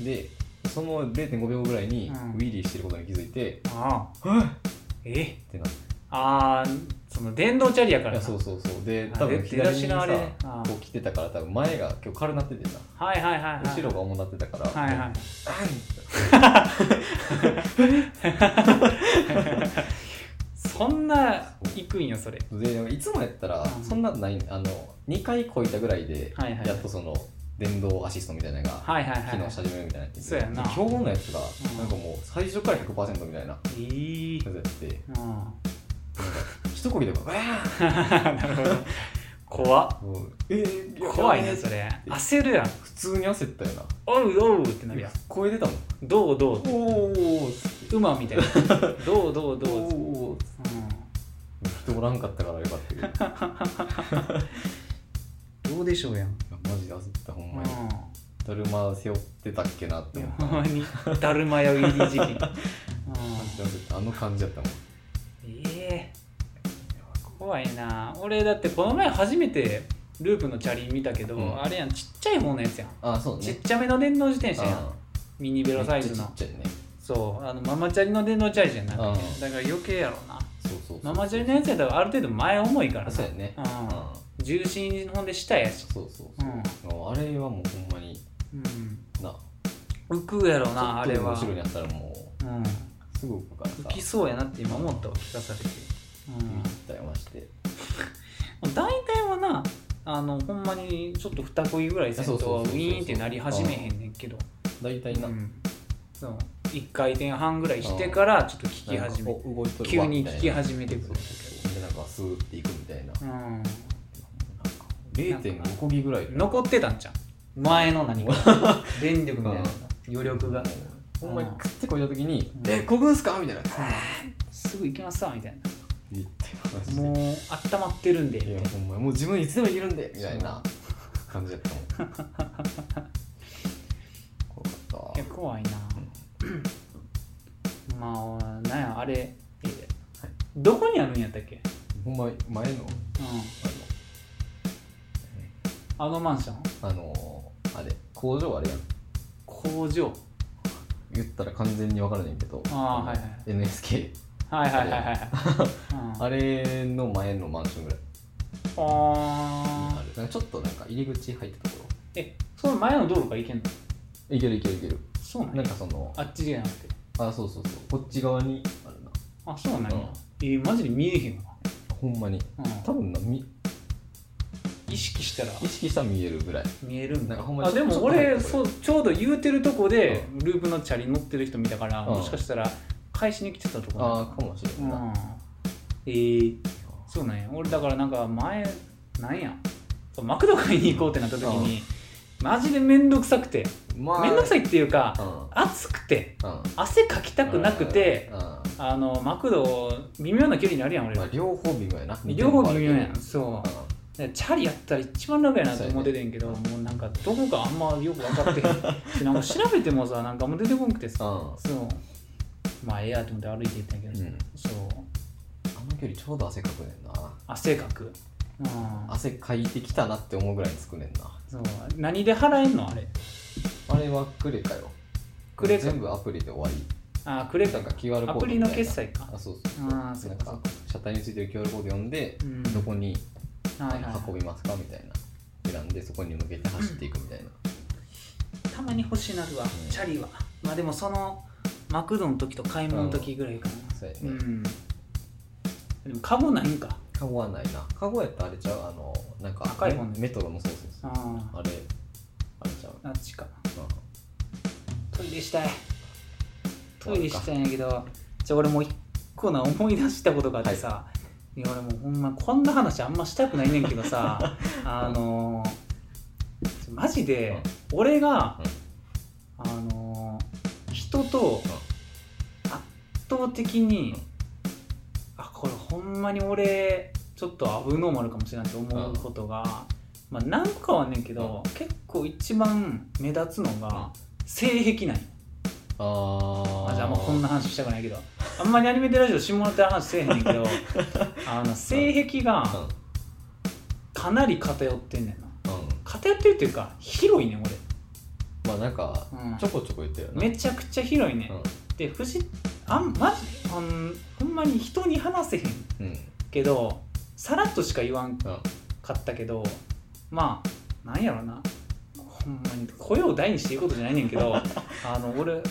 B: でその0.5秒ぐらいに
A: うん
B: ウィリーしてることに気づいて、
A: ああ
B: はっっ
A: え
B: てなって
A: ああその電動チャリやから
B: い
A: な
B: やそうそうそうで
A: あ
B: 多分
A: で
B: 左に
A: 出だしのあ
B: さ
A: れねあー
B: こう来てたから多分前が今日軽なっててさ
A: はいはいはいはい
B: 後ろが重なってたから、
A: はいはい
B: あ
A: そんな行くんよそれ
B: んででもいつもやったら
A: うん
B: そんなのないあの2回こいたぐらいで
A: はいはい
B: やっとその電動アシストみたいなのが
A: はいはいは
B: 機
A: い
B: 能し始めるみたいなやつ
A: そうやな
B: 競合のやつが
A: ん
B: なんかもう最初から100%みたいなや
A: えー
B: つやって
A: う
B: 一こぎでも「うわー
A: ん なるほど怖っ
B: もうえーや
A: 怖いねそれ焦るやん
B: 普通に焦ったよな
A: おうおうってなるやん
B: 声出たもん
A: どうどう
B: 「おーおー」つって
A: 馬みたいなどうどうどう、
B: 「お
A: う
B: ーおー」つって人おらんかったからよかったけ ど
C: どうでしょうやん。
B: いやマジで焦ったほん
A: んう
B: ま
A: ん
B: に、だるま背負ってたっけなって
A: でも
B: 思った
A: ほんま
B: マ
A: にだるまや入り時期、うん、
B: ジで焦ったあの感じだったもん
A: ええ怖いな俺だってこの前初めてループのチャリン見たけど、
B: うん
A: あれやんちっちゃい方のやつやん
B: あそう
A: ちっ
B: ね
A: ちゃめの電動自転車やん
B: あ
A: ミニベロサイズ
B: めっ
A: の
B: ちゃちっちゃいね
A: そうあのママチャリの電動チャリじゃなくて
B: うん
A: だから余計やろうな
B: そうそうそう
A: ママチャリのやつやったらある程度前重いから
B: あ
A: さ
B: そうやね
A: う
B: うん
A: ん重心ほんで下やし、
B: そうそうそう、あれはもうほんまに
A: うん、
B: な
A: 浮くやろうなあ
B: ちょっ
A: れ
B: とでも
A: は、
B: 後ろにあったらも
A: うん、
B: うすぐ置くからさ
A: 浮きそうやなって今思ったわ聞かされて、うん
B: だよまして
A: 大体はなあのほんまにちょっと二こいぐらいせんと
B: そうそ
A: ウ
B: うそうそう
A: ィーンってなり始めへんねんけど、
B: 大体な,、、
A: うんんそう1回転半ぐらいしてからちょっと聞き始め
B: なんかお動いとる
A: 急
B: わ
A: に
B: みたい
A: 聞
B: な
A: き始めて
B: そう
A: くる
B: そうそうでなんかスーっていくみたいな,、
A: う
B: なん
A: ん
B: か0.5こぎぐらい
A: 残ってたんじゃん前の何か 電力みたいなのが余力が
B: ほんまにクッてこいた時に
A: う
B: 「
A: ん
B: えこぐんすか?」みたいな
A: すぐ行きますわみたい
B: 言ってマ
A: な
B: ジで
A: もう温まってるんでみ
B: い
A: たい
B: や
A: な
B: ほんまもう自分いつでもいけるんでみたいな感じだったもん 怖かったわ
A: いや怖いなまあなんやあれ、どこにあるんやったっけ、
B: ほんま前の
A: うん、あのマンション
B: あのあのあれ工場あれやん
A: 工場
B: 言ったら完全に分からないけど
A: あーはいはい
B: NSK
A: はいはいはいはいはい、うん、
B: あれの前のマンションぐらいに
A: あ
B: あ
A: ー
B: るなんかちょっとなんか入り口入ったとこ
A: えその前の道路から行けんの
B: ろいけるいけるいける
A: そうなん
B: な
A: や
B: んかその
A: あっちじゃなくて
B: あそうそうそうこっち側にあるな
A: あそうなんや、
B: うん
A: えーマジで見えへんわ、
B: ほんまに
A: う
B: 多分なみ
A: ん、意識したら
B: 意識したら見えるぐらい
A: 見えるんだ
B: なんかほんまに
A: あで
B: ちょ
A: も
B: っと入って
A: 俺
B: これ
A: そうちょうど言うてるとこで
B: う
A: ループのチャリ乗ってる人見たから
B: うん
A: もしかしたら返しに来てたとこ
B: ああかもしれ
A: うん
B: な、
A: えー、そうなんや俺だからなんか前なんやそうマクド買いに行こうってなった時にマジで面倒くさくて
B: ま
A: 面倒くさいっていうか
B: うん
A: 暑くて
B: うん
A: 汗かきたくなくて
B: うんま
A: あのマクド微妙な距離になるやん俺
B: あ
A: ら
B: 両方微妙やな
A: 両方微妙や
B: うん
A: んそうだからチャリやったら一番楽やなと思っててんけどもうなんかどこかあんまよく分 かってへんなんか調べてもさなんかあんま出てこんくてさ
B: あ
A: そうまあええやと思って歩いていったんやけど、
B: うん
A: そう
B: の距離ちょうど汗かくねんな
A: 汗かくうん
B: 汗かいてきたなって思うぐらいにつくねんな
A: そう何で払えんのあれ
B: あれはクレカよ
A: クレカ
B: 全部アプリで終わ
A: あークレ
B: り
A: カ
B: なんか QR コードみたいな
A: アプリの決済か
B: あそうそうそう
A: あーそ
B: な
A: っ
B: ん
A: かそっ
B: か
A: か
B: 車体についてる QR コード読んで、
A: うん
B: どこに
A: はいはい
B: 運
A: は
B: びますかみたいな選んでそこに向けて走っていくみたいな、
A: いたまに欲しなるわチャリはまあでもそのマクドの時と買い物の時ぐらいかな
B: そうやね、
A: うんでもカゴないんか
B: カゴはないなカゴやったらあれちゃうあのなんか
A: 赤いもんね
B: メトロのそうそうそう
A: あ
B: あれあれちゃう
A: ああっちか
B: うん
A: トイレしたいトイレしたいんやけどじゃあ俺もう一個な思い出したことがあってさ、い、や俺もうほんまこんな話あんましたくないねんけど さあのーマジで俺が、あのー人と圧倒的に、あこれほんまに俺ちょっとアブノーマルかもしれないと思うことが、まあ何個かはねんけど、結構一番目立つのが性癖なんよ
B: あ
A: あじゃあもうこん
B: な
A: な話したくないけどあんまりアニメテラジオ下ネタの話せえへんねん けどあの性癖
B: うん
A: がかなり偏ってんねんな
B: うん
A: 偏ってるっていうか広いねん俺
B: まあなんか
A: うん
B: ちょこちょこ言ったよな
A: めちゃくちゃ広いね、
B: うん
A: ん、で藤あんマジあんほんまに人に話せへん
B: うんうん
A: けどさらっとしか言わん
B: うん
A: かったけどまあなんやろなほんまに声を大にしていいことじゃないねんけ どあの俺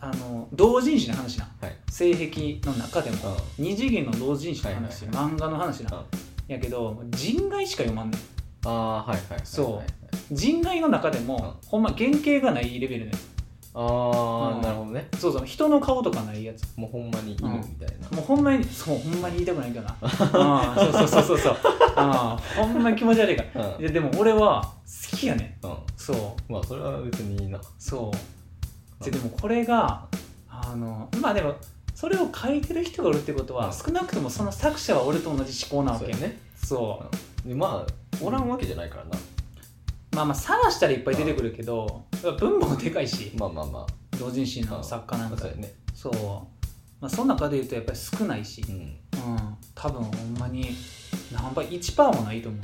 A: あの同人誌の話な、
B: はい
A: 性癖の中でも二次元の同人誌の話、
B: はいは
A: 漫画の話な、やけど人外しか読まんねん
B: ああはいはいはいはい
A: そう人外の中でも、ほんま原型がないレベルのや
B: あ
A: うん
B: あなるほどね
A: つそうそう人の顔とかないやつ
B: もうほんまに犬みたいな
A: もうほんまにそうほんまに言いたくないけ どなあーそうそうそうそうそうあーほんまに気持ち悪いから
B: うん
A: いやでも俺は好きやね
B: うん
A: んそう
B: まあそれは別にいいな
A: そうででもこれがあのまあでもそれを書いてる人がおるってことは
B: うん
A: 少なくともその作者は俺と同じ思考なわ
B: そう
A: け
B: や
A: や
B: ね
A: そう
B: でまあおらんわけじゃないからな
A: まあまあ探したらいっぱい出てくるけど文もでかいし
B: まあまあま
A: 同人誌
B: う
A: の
B: ん
A: 作家な
B: あ
A: んか
B: そうやね
A: そうまあその中で言うとやっぱり少ないし
B: う、ん
A: うん、多分ほんまに何倍1%もないと思う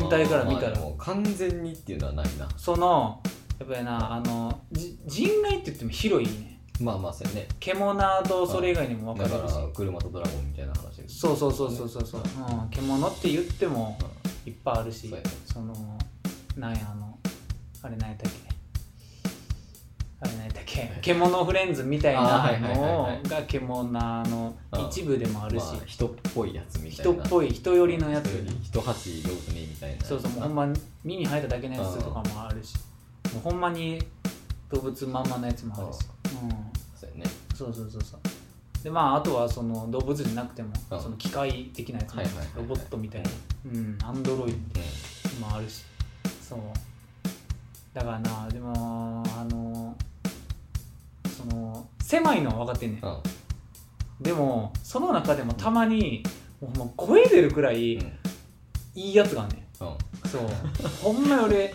A: 全体から見たら
B: あーまあもう完全にっていうのはないな
A: そのやっぱりなあのじ人外って言っても広いね
B: まあまあそうやね
A: 獣とそれ以外にも分
B: だ
A: か
B: か
A: れるし
B: ら車とドラゴンみたいな話です
A: そうそうそうそうそうそう、うん、獣って言っても
B: う
A: いっぱいあるし
B: そうや
A: そのなんやあのあれ何やったっけあれ何やったっけ獣フレンズみたい
B: あーはい
A: な
B: はいはいは
A: の
B: い
A: が獣の一部でもあ
B: ん
A: るし、
B: まあ人っぽいやつみたい
A: 人
B: な
A: っぽい人寄りのやつ、
B: 人走り上手にみたいな
A: そうそうもうほんまに耳に生えただけのやつとかもあるしもうほんまに動物まんまのやつもあるし、う
B: そうやね
A: ん、そうそうそうそうでまああとはその動物じゃなくても
B: うん
A: その機械的なやつもあるし
B: はいはいはいは
A: ロ
B: い
A: ボットみたいなうんアンドロイ
B: う
A: ドもあるしそうだからなでもあのその狭いのは分かってんねん
B: んうん
A: でもその中でもたまにもうほんま声出るくらいいいやつがあんねん
B: うんうん
A: そうほんまに俺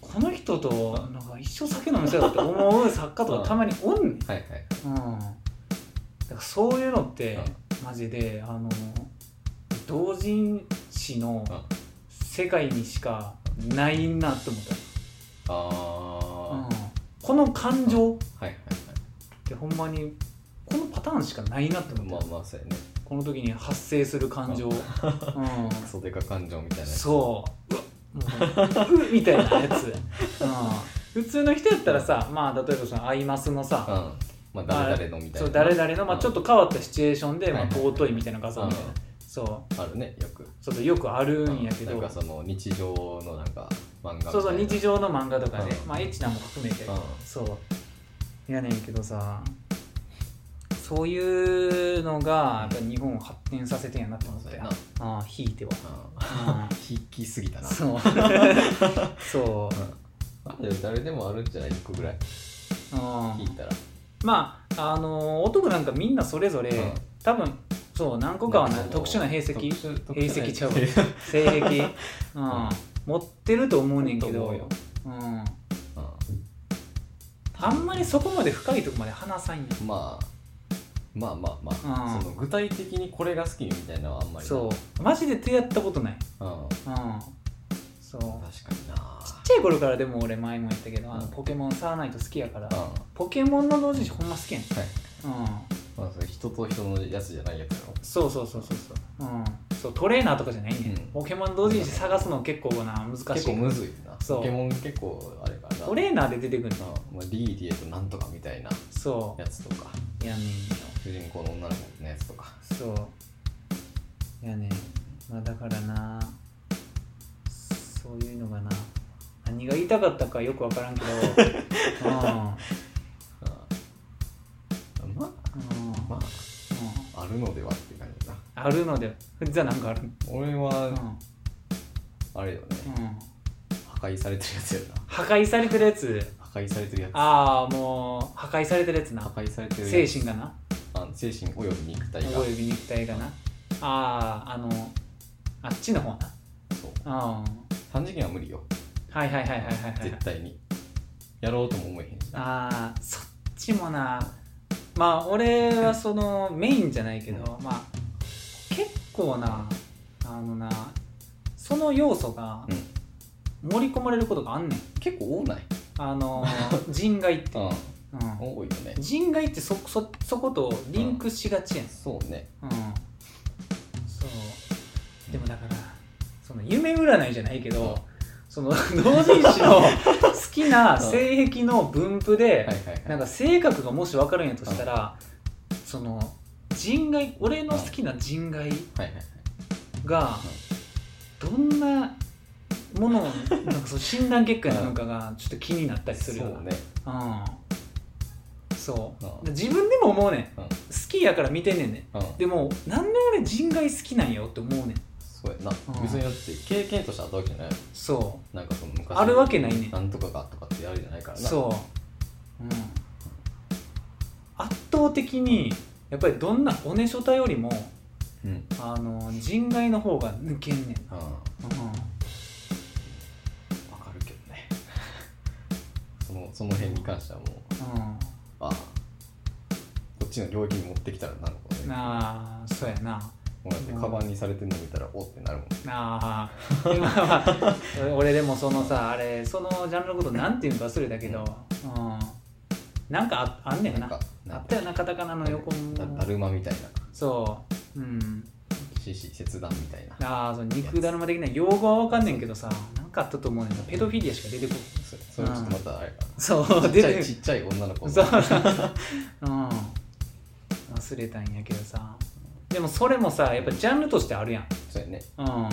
A: この人となんか一生酒飲みそうだって思う作家とかたまにおんねん、うん、だ
B: はいはい
A: からそういうのってマジであの同人誌の
B: うん
A: 世界にしかないなって思った、
B: あ
A: う
B: あ
A: ん、この感情っ
B: はいはいは
A: てほんまにこのパターンしかないなって
B: い
A: 思
B: ま
A: っ
B: あ
A: た、
B: まあそうやね
A: この時に発生する感 情、うん、
B: クソデカ感情みたいなやつ
A: そううわもううっみたいなやつ、うん、普通の人やったらさまあ例えばその「アイマス」の
B: うん
A: さ
B: まあ誰々のみたい
A: そ
B: な
A: う誰々の、まあ、
B: うん
A: ちょっと変わったシチュエーションで、まあ、
B: はいはいはい
A: 尊いみたいな画像みたいなそう
B: あるねよく
A: そうそうよくあるんやけ
B: なん
A: ど
B: かその日常のなんか漫画みたいな
A: そうそう日常の漫画とかで
B: うん
A: まあエッチなのも含めて
B: うん
A: そうやねんけどさそういうのがやっぱ日本を発展させてんやなと思っ
B: そう
A: て
B: やな
A: ああひいては
B: うん引きすぎたな
A: そう そううん
B: あでも誰でもあるんじゃない1個ぐら
A: う
B: い
A: ん
B: 引いたら
A: まああのー男なんかみんなそれぞれ、
B: うん
A: 多分そう何個かはな
B: なんかその
A: 特殊な兵石
B: 特殊特殊
A: 兵石ちゃうわ
B: 兵石
A: 性癖、 うん
B: うん
A: 持ってると思うねんけ
B: と
A: ど
B: 思う
A: う
B: よ
A: ん、
B: う
A: あんまりそこまで深いとこまで話さんや
B: んまあまあまあまあ、
A: うん
B: その具体的にこれが好きみたいなのはあんまりな
A: そうマジで手やったことない、
B: うん、
A: うん、そう
B: 確かにな
A: ちっちゃい頃からでも俺前も言ったけど、あの
B: うん
A: ポケモンサーナイト好きやから、
B: うんはい
A: ポケモンの同人誌ほんま好きやねん、うん、
B: まあ、それ人と人のやつじゃないやつやろ
A: そうそうそうそうそう,、うん、そうトレーナーとかじゃないね、ん
B: うん
A: ポケモン同人誌探すの結構な難しい
B: 結構むずいな
A: そう
B: ポケモン結構あれかな
A: トレーナーで出てくる
B: うん
A: の
B: まあ、リーディエとなんとかみたいな
A: そ
B: やつとか
A: うやねんよ
B: 主人公の女の子のやつとか
A: そうやねんまあだからなそういうのがな何が言いたかったかよく分からんけどう
B: うんまあ
A: ん、うん
B: ま
A: うん、
B: ああるのではって感じだな
A: あるのでじゃあなんかある
B: 俺
A: うん、
B: はあれよね
A: うん、
B: 破壊されてるやつやな
A: 破壊されてるやつ
B: 破破壊されてるやつ破
A: ああもう破壊されてるやつな
B: 壊されてる
A: 精
B: やつ
A: 神がな
B: あの精神および肉体が
A: および肉体がなあああのあっちの方な
B: そう
A: あ
B: 3次元は無理よ
A: あはいはいはいはいはいはい
B: 絶対にやろうとも思えへんしな
A: ああそっちもなまあ俺はそのメインじゃないけど、まあ結構なあのなその要素が
B: うん
A: 盛り込まれることがあんねん
B: 結構多ない
A: あの人外って、
B: うん
A: うん、
B: 多いよね
A: 人外ってそそそことリンクしがちやん、
B: そうね
A: うん、そうでもだからその夢占いじゃないけど、
B: うん
A: その同人誌の好きな性癖の分布で、
B: はいはいはい
A: なんか性格がもし分かるんやとしたら、その人外俺の好きな人外
B: はいはいはい
A: がどんなものをなんかその診断結果になのかがちょっと気になったりするよ
B: そ
A: な
B: うね
A: うん、そう
B: うん
A: 自分でも思うねん
B: うん
A: 好きやから見てんねんね
B: うん
A: でもなんで俺人外好きなんよって思うねん
B: そうやな
A: うん
B: 別にだって経験としてあったわけじゃないよ
A: そ
B: なんかその昔
A: あるわけないね
B: なんとかがとかってあるじゃないから
A: う
B: な
A: そう、うん、圧倒的にやっぱりどんなおねしょたよりも
B: ううん
A: あの人外の方が抜けんねん
B: うん
A: う、
B: わかるけどね そのその辺に関してはもうん
A: うん
B: ああこっちの領域に持ってきたらなるほどね
A: なあそうやな
B: もうだってカバンにされてるの見たらおってなるもん
A: なあ 今は俺でもそのさあれそのジャンルのことなんていうか忘れたけど、うん、なんかああんねん
B: な
A: なん
B: か
A: あ
B: なん
A: っ
B: か
A: たよなカタカナの横
B: だだるまみたい
A: そううん
B: な獅子切断みたいな
A: ああその肉だるま的な用語は分かんねんけどさなんかあったと思うねんなペドフィリアしか出てこ
B: それそれちょっとまたあれか
A: そう
B: なちっ
A: 出
B: ちゃい
A: て
B: ちっちゃい女の子の
A: そう うん忘れたんやけどさでもそれもさやっぱジャンルとしてあるやん
B: そうやね
A: うん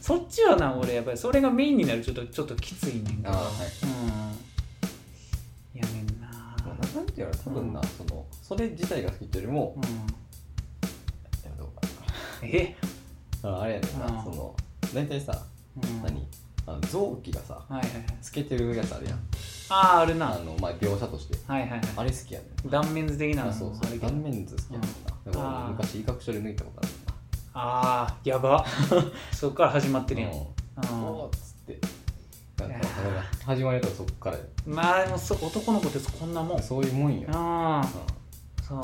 A: そっちはな俺やっぱりそれがメインになるとちょっとちょっときついねんけど、
B: あーはい
A: うんやめんな
B: まあなんていうの多分な、
A: うん
B: そのそれ自体が好きっていうよりも
A: う、
B: いやどうか
A: んえ、
B: なああれやねんな、
A: うん
B: その大体さ、
A: うん、
B: 何あの臓器がさ
A: はいはいはい
B: 透けてるやつあるやん
A: あああるな
B: あ
A: はい
B: のまあ描写として
A: はいはい
B: あれ好きやねん
A: 断面図的な
B: あ
A: の
B: そう
A: もあ
B: そう
A: るけど
B: 断面図好きやもんなでも
A: あー
B: 俺昔医学書で抜いたことある
A: ああや ばそっから始まってる
B: も
A: や
B: ん
A: ん
B: な
A: う
B: うんんおーっつってなんかだから始まりだとそっからや
A: まあでもそ男の子ってこんなもん
B: そういうもんようんだか
A: ああそう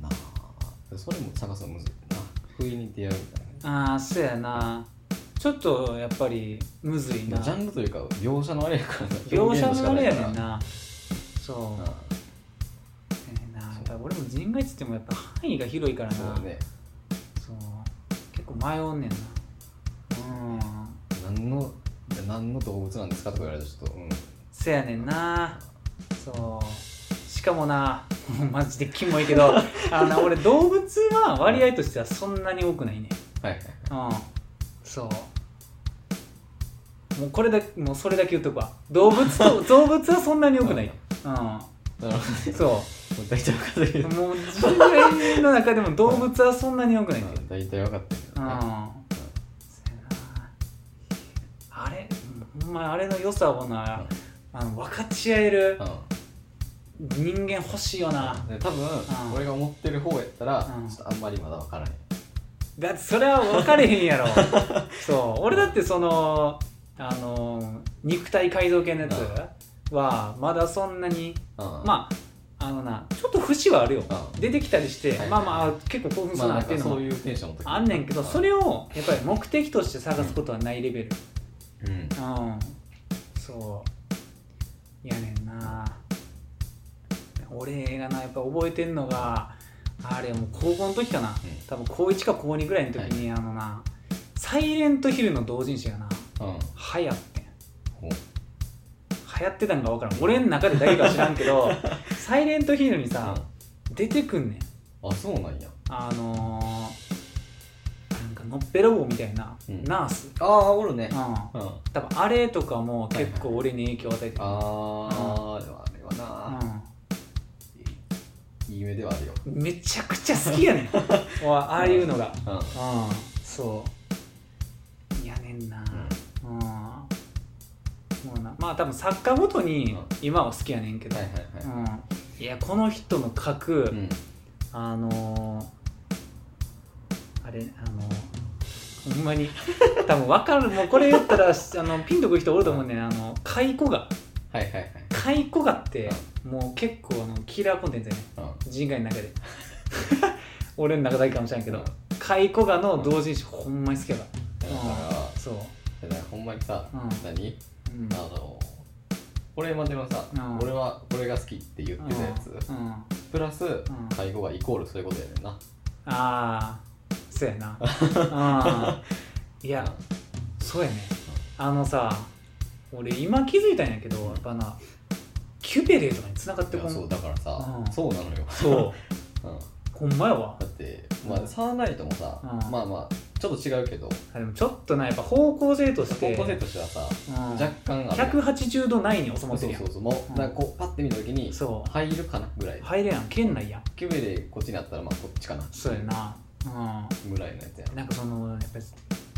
B: らなそれも探すのむずいな不意に出会うみたい
A: ああそうやなちょっとやっぱりむずい
B: な
A: な
B: ジャンルというか描写のあれやからな
A: 描
B: 表現
A: 写
B: し
A: の
B: か
A: あ
B: い
A: れ
B: か
A: や
B: ら
A: ねんなそう
B: うん
A: ええなやっぱ俺も人外っつってもやっぱ範囲が広いからな
B: そうだね
A: そう結構迷うんねんなうん
B: 何の何の動物なんですかとか言われたらちょっとうん
A: せやねんなそうしかもな もうマジでキモいけどあの俺動物は割合としてはそんなに多くないね
B: はいはい
A: うんそうもうこれだけもうそれだけ言っとくわ動物 と動物はそんなに多くないうん
B: なるほ
A: そ
B: どもう大体分かったけ
A: う
B: ど
A: もう人類の中でも動物はそんなに多くないね
B: うん大体分かったけ
A: う
B: ど
A: ん
B: ね
A: そやなあれほんまあれの良さをなあの分かち合える
B: うん
A: 人間欲しいよな
B: で多分、
A: うん
B: 俺が思ってる方やったら、
A: うん
B: ちょっとあんまりまだ分からへん
A: だってそれは分かれへんやろ そう俺だってそのあの肉体改造系のやつはまだそんなに
B: うん
A: まああのなちょっと節はあるよ
B: うん
A: 出てきたりして、
B: はい
A: まあまあ結構興奮す
B: まあ
A: るな
B: な
A: っ
B: ん
A: てい
B: か
A: うのも
B: そういうテンションの時
A: あんねんけどそ
B: れ
A: れをやっぱり目的として探すことはないレベル
B: うん
A: うんそうやねんな俺がなやっぱ覚えてんのがあれもう高校の時かな、多分高1か高2ぐらいの時に、あのな「サイレントヒル」の同人誌がな
B: うん
A: 流行ってん
B: ほう
A: 流行ってたんか分からん俺の中でだけか知らんけ ど「サイレントヒル」にさ、出てくんねん
B: あそうなんや
A: あのーなんかのっぺらぼうみたいな、
B: うん
A: ナース、
B: ああおるね
A: うん、
B: うんあ
A: 多分あれとかも結構俺に影響を与えてる、
B: あーでもあれはな、いい目ではあるよ
A: うん、めちゃくちゃ好きやねん おいああいうのが
B: うん、うん
A: うんそうやねんなうんもうなまあ多分作家ごとに
B: うん
A: 今は好きやねんけど、
B: はいはいはい
A: うん、いやこの人の書く、
B: うん
A: あのー、あれあのー、ほんま に多分分かるもうこれ言ったらあのピンとくる人おると思うねんあの蚕が
B: はいはいはい
A: 蚕がってもう結構あのキラーコンテンツやねん
B: うん
A: 人外の中で 俺の中だけかもしれんけ
B: う
A: ど
B: ん
A: 蚕がの同人誌ほんまに好きやか
B: だから
A: らそう
B: だからほんまにさ、
A: うん
B: 何
A: うん
B: あの俺までもさ、
A: うん
B: 俺は俺が好きって言ってたやつ、
A: うんうん
B: プラス、介護がイコールそういうことやねんな
A: ああそうやなあ ーいやそうやねあのさ俺今気づいたんやけどやっぱなキュペレーとかに繋がっ
B: い
A: てこ
B: や
A: ん
B: そうだからさ、
A: うん
B: そうなのよ、
A: そう
B: うん、
A: ほんまやわ
B: だってまあサーナイトもさ、
A: うん
B: まあまあちょっと違うけど
A: あでもちょっとなやっぱ方向性とし
B: 高
A: て
B: 校生としてはさ、
A: うん
B: 若干ある
A: 180度内に収ま
B: そう
A: ってる
B: そう
A: やん
B: そうそうもう、
A: うん
B: なんかこうパッて見た時に
A: そう
B: 入るかなぐらい
A: 入れやん圏内やん
B: キュベレこっちにあったらまあこっちかな
A: そうやなうん
B: ぐらいのやつや
A: なんかそのやっぱり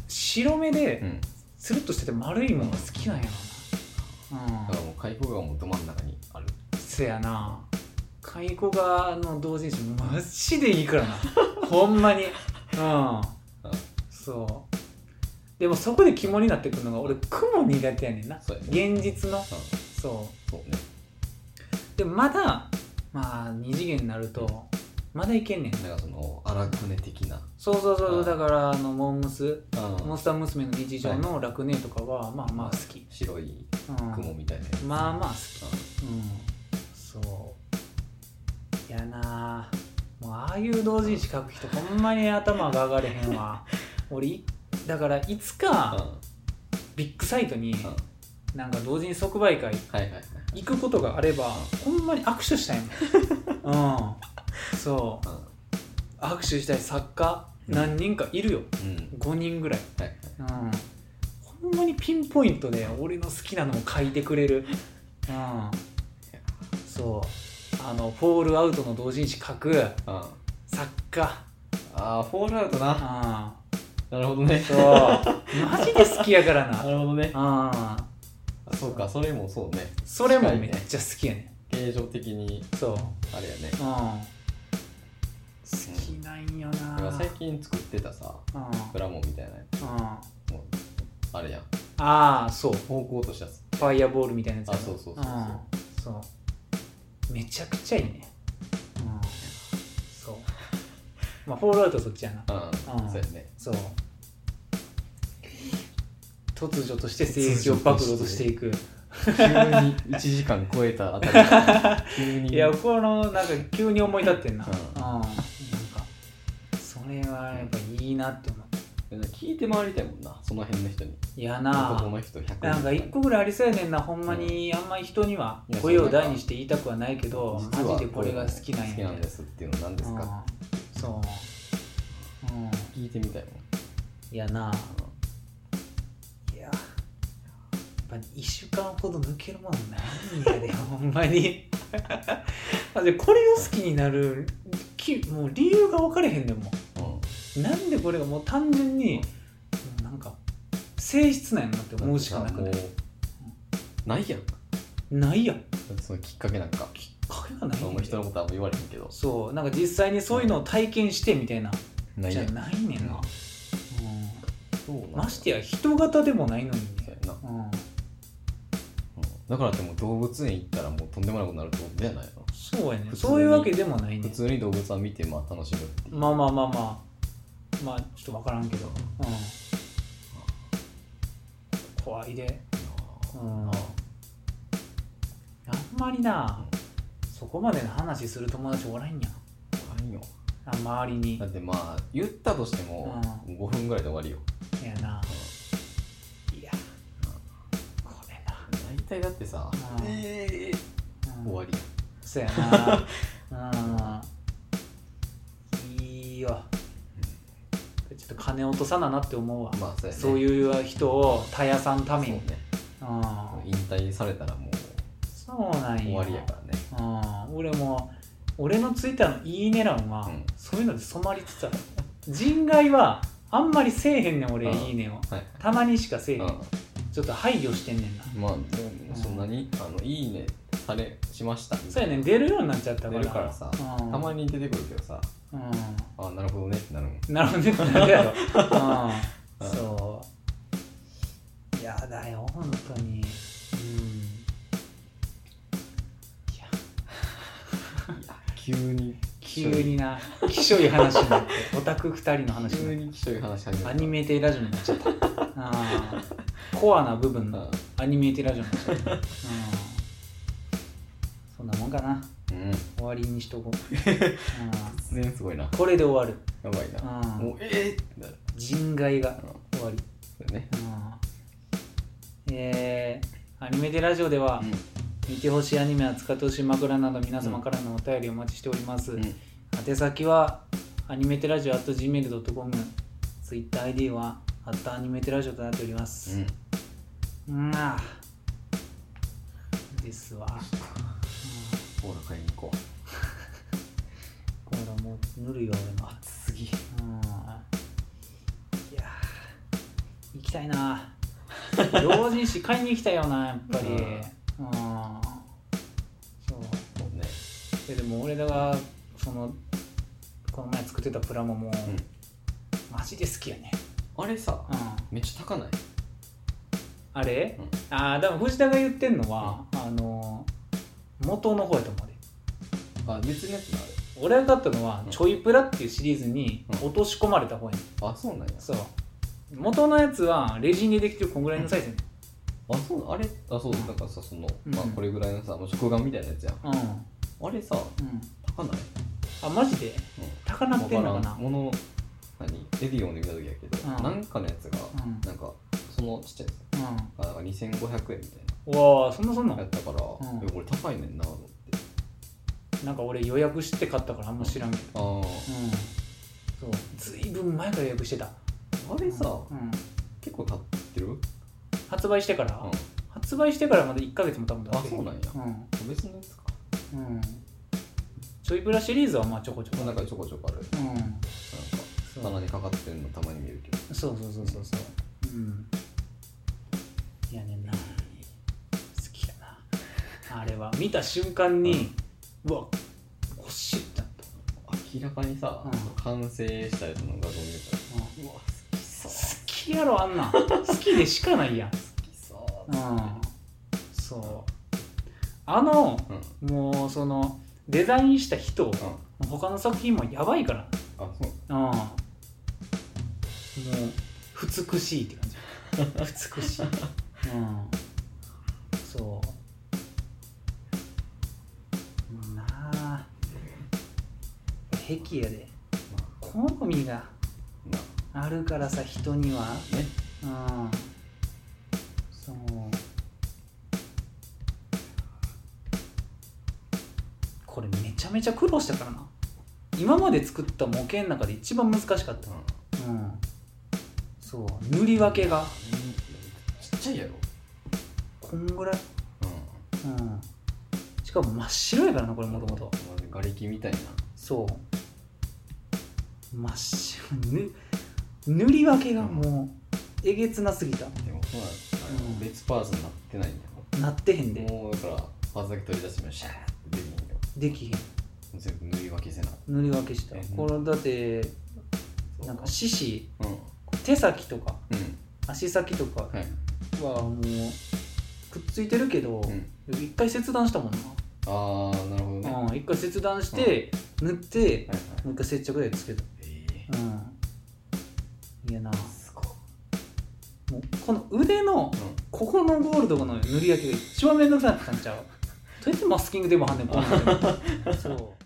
A: 白目で
B: うん
A: つるっとしてて丸いものが好きなんやろな
B: だ
A: う
B: からもう開放がもうど真ん中にある
A: んせやな介護側の同人誌マジでいいからな ほんまにうんそうでもそこで肝になってくるのが俺雲苦手やねんな
B: そうやね
A: 現実の
B: うん
A: そう
B: そうね
A: でもまだまあ二次元になるとまだいけんねん
B: なんかその荒金的な
A: そうそうそううんだからあのモンムスモ
B: う
A: ン
B: ん
A: スター娘の日常の楽ねとかはまあまあ好き、
B: 白い
A: うん
B: 雲みたいなやつ
A: まあまあ好
B: う
A: き、うん、そうやなあもうああいう同人誌書く人ほんまに頭が上がれへん わ俺いだからいつ
B: んうん
A: かビッグサイトに
B: うんは
A: なんか同人即売会
B: いはいはい
A: 行くことがあればほんまに握手したいも んうんそう握手したい作家何人かいるよ
B: うんうん
A: 5人ぐらい
B: はいはい
A: うん、ほんまにピンポイントで俺の好きなのを書いてくれる、うん、そうあのフォールアウトの同人誌書く
B: うんあ
A: 作家、
B: あーフォールアウトな
A: う
B: なるほどね
A: ん、そう マジで好きやから
B: なるほどね
A: な、うん、
B: あそうかそれもそうね
A: それもめっちゃ好きやね
B: 形状的に
A: そう、うん、
B: あれやね
A: 好きなんよ
B: だから
A: な、
B: 最近作ってたさ
A: うんうん、
B: プラモみたいなや
A: あ
B: つもうあれやん
A: あそう
B: 方向としては
A: ファイアボールみたいなやつやな
B: あそうそうそうそうん
A: そうめちゃくちゃいいねうんそうまあフォールアウトはそっちやな
B: うん、
A: うん
B: そうやね
A: そう突如として性域を暴露としていく
B: 急に1時間超えたあたり から急に
A: いやこのなんか急に思い立ってんな
B: う
A: うんん、なんかそれはやっぱいいなって思った
B: 聞いて回りたいもんなその辺の人に
A: いや
B: 男
A: な
B: の人100人
A: なんか一個ぐらいありそうやねんなほんまにあんまり人にはい
B: や
A: 声を大にして言いたくはないけど
B: 実は
A: マジでこれが好きなんや
B: 好き
A: みた
B: ないん
A: な
B: ですっていうの何ですか
A: うんそう、うん、
B: 聞いてみたいもん
A: いやないややっぱ1週間ほど抜けるもんないんやでほんまに あでこれを好きになるきもう理由が分かれへんねんも
B: う
A: ん
B: ん
A: なんでこれがもう単純に、もうなんか性質なんやなって思うしかなくな
B: だ
A: い
B: ってさもうないやんだ
A: ないやん
B: ってそのきっかけなんか
A: きっかけがない
B: そ
A: ねん
B: の人のことはあんま言われへんけど
A: そうなんか実際にそういうのを体験してみたいな
B: な
A: じゃ
B: ん
A: ないねんな、
B: うん
A: うん
B: そうなんだ
A: ましてや人型でもないのに
B: そう
A: ね
B: や、な
A: うん、
B: うんだからってもう動物園行ったらもうとんでもないことになるってことじゃないの
A: そうやね
B: 普通に
A: そういうわけでもない
B: 普
A: ね
B: 通に動物は見てまあ楽しむっていう
A: まあまあまあまあまあちょっと分からんけど、うん、怖いで、うん、あんまりなそこまでの話する友達おらんや
B: ないよ
A: あ周りに
B: だってまあ言ったとしても
A: う
B: 5分ぐらいで終わりよ
A: いやないやこれな
B: 大体だってさ
A: うん
B: えー
A: うん
B: 終わりや
A: そうやなうんいいよちょっと金落とさななって思うわ、
B: まあそうやね
A: そう
B: う
A: いう人を絶やさんた
B: そう
A: めに
B: ね
A: うん
B: 引退されたらもう
A: そうなんや
B: 終わりやからね
A: うん、俺も俺のツイッターの「いいね」欄は、
B: うん
A: そういうので染まりつつある人外はあんまりせえへんねん俺「
B: うん
A: いいねを」
B: はい
A: たまにしかせえへん、
B: うん
A: ちょっと配慮してんねんな
B: まあでもそんなに、あのいいねされしましたみたいな
A: そうやねん出るようになっちゃったから
B: 出るからさ、
A: うん、
B: たまに出てくるけどさ
A: う
B: あなるほどねってなるもん
A: んなるほど ねなんでやろう
B: うんん
A: そういやだよ本当にうん
B: 急に
A: 急になきしょい話になってオタク2人の話
B: 急
A: になっ
B: にきしょい話始め
A: て
B: た
A: アニメーテラジオになっちゃったあーコアな部分
B: うん
A: のアニメーテラジオになっちゃったうんそんなもんかな
B: うん
A: 終わりにしとこううん
B: 突然すごいな
A: これで終わ
B: やばい
A: る
B: な
A: うん
B: もうえーってなる
A: 人外が
B: うん
A: 終わり
B: そうだね
A: うんえーアニメテラジオでは、見てほしいアニメ扱ってほしい枕など皆様からのお便りをお待ちしております、
B: うんうん
A: 宛先はアニメテラジオ at gmail.com ツイッター ID はアットアニメテラジオとなっております
B: うん
A: うんあですわ、
B: コーラ買いに行こう
A: うん、今度もうぬるいわ俺も
B: 暑すぎ
A: うんいやー行きたい な同人誌買いに行きたいよなやっぱり
B: う
A: うん
B: ん
A: そう
B: そうね
A: ででも俺らがそのこの前作ってたプラモも、マジで好きやね、
B: あれさ
A: うん、
B: めっちゃ高ない
A: あれ、
B: うん
A: ああでも藤田が言ってんのは、あの元の方やと思うで
B: あ別のやつな
A: 俺が買ったのは、
B: うん
A: ちょいプラっていうシリーズに
B: うん
A: 落とし込まれた方やね、
B: あれあそうなんや
A: そう元のやつはレジンでできてるこんぐらいのサイズやね
B: あそうあれあそうなんかさその
A: うん
B: まあこれぐらいのさもう食玩みたいなやつやん
A: うん、
B: あれさ
A: うん、
B: 高ない
A: あマジで
B: うん
A: 高なってんのか
B: わ
A: な
B: らんもの何エディオンで見た時やけど
A: うん
B: なんかのやつが
A: うん
B: なんかそのちっちゃいやつ
A: う
B: がなんか2500円みたい
A: んうわあそんなそんな
B: なやったから
A: ん
B: えこれ高いねんなと思って
A: なんか俺予約して買ったからあんま知らんけど
B: あー
A: うんそうずいぶん前から予約してた
B: あれさ
A: うん、
B: 結構経ってるうん
A: 発売してから、
B: あ
A: 発売してからまだ1ヶ月も多分経ってる
B: そうなんや
A: うん
B: 別のやつか
A: うんちょいプラシリーズはまあちょこちょこ
B: なんかちょこちょこあるなんか
A: うんそう
B: 棚にかかってるのたまに見るけど
A: そうそうそうそうそううんいやねんな好きやなあれは見た瞬間に、うわ欲しいってなった
B: 明らかにさ、
A: うん
B: 完成したやつの画像見るから
A: うん
B: うわ好き
A: 好
B: そ
A: きやろあんなん好きでしかないやん
B: 好きそう
A: うんそうあの
B: うん、うん、
A: もうそのデザインした人
B: あ
A: 他の作品もやばいから
B: そう
A: うんもう美しいって感じ美しいうんそうもうなあ癖やで
B: まあ
A: 好みが
B: ま
A: あるからさ人には
B: あね
A: うんそうこれめちゃめちゃ苦労したからな今まで作った模型の中で一番難しかった
B: う
A: うんそう塗り分けが
B: んちっちゃいやろ
A: こんぐらい
B: うん
A: うんしかも真っ白やからなこれもともと
B: まず瓦礫みたいな
A: そう真っ白ぬ塗り分けがもうえげつなすぎた
B: でもほら、あの
A: うん
B: 別パーツになってないんだ
A: なってへん
B: よ
A: で
B: もうだからパーツだけ取り出してもシャーってできんよ
A: できへん
B: 全部塗り分けせな
A: 塗り分けした
B: え
A: これだって
B: そう
A: なんか獅子
B: うんう
A: 手先とか
B: ん
A: 足先とか
B: はい
A: はもうくっついてるけど
B: うん
A: 一回切断したもんな
B: ああなるほどねはいは
A: うん一回切断して塗って
B: い
A: もう一回接着剤つけた
B: ええ
A: うんいやな
B: すご
A: もうこの腕の
B: いうん
A: ここのゴールドの塗り焼きが一番面倒くさかったんちゃうどうやってマスキングでもはんねんこんなんでも そう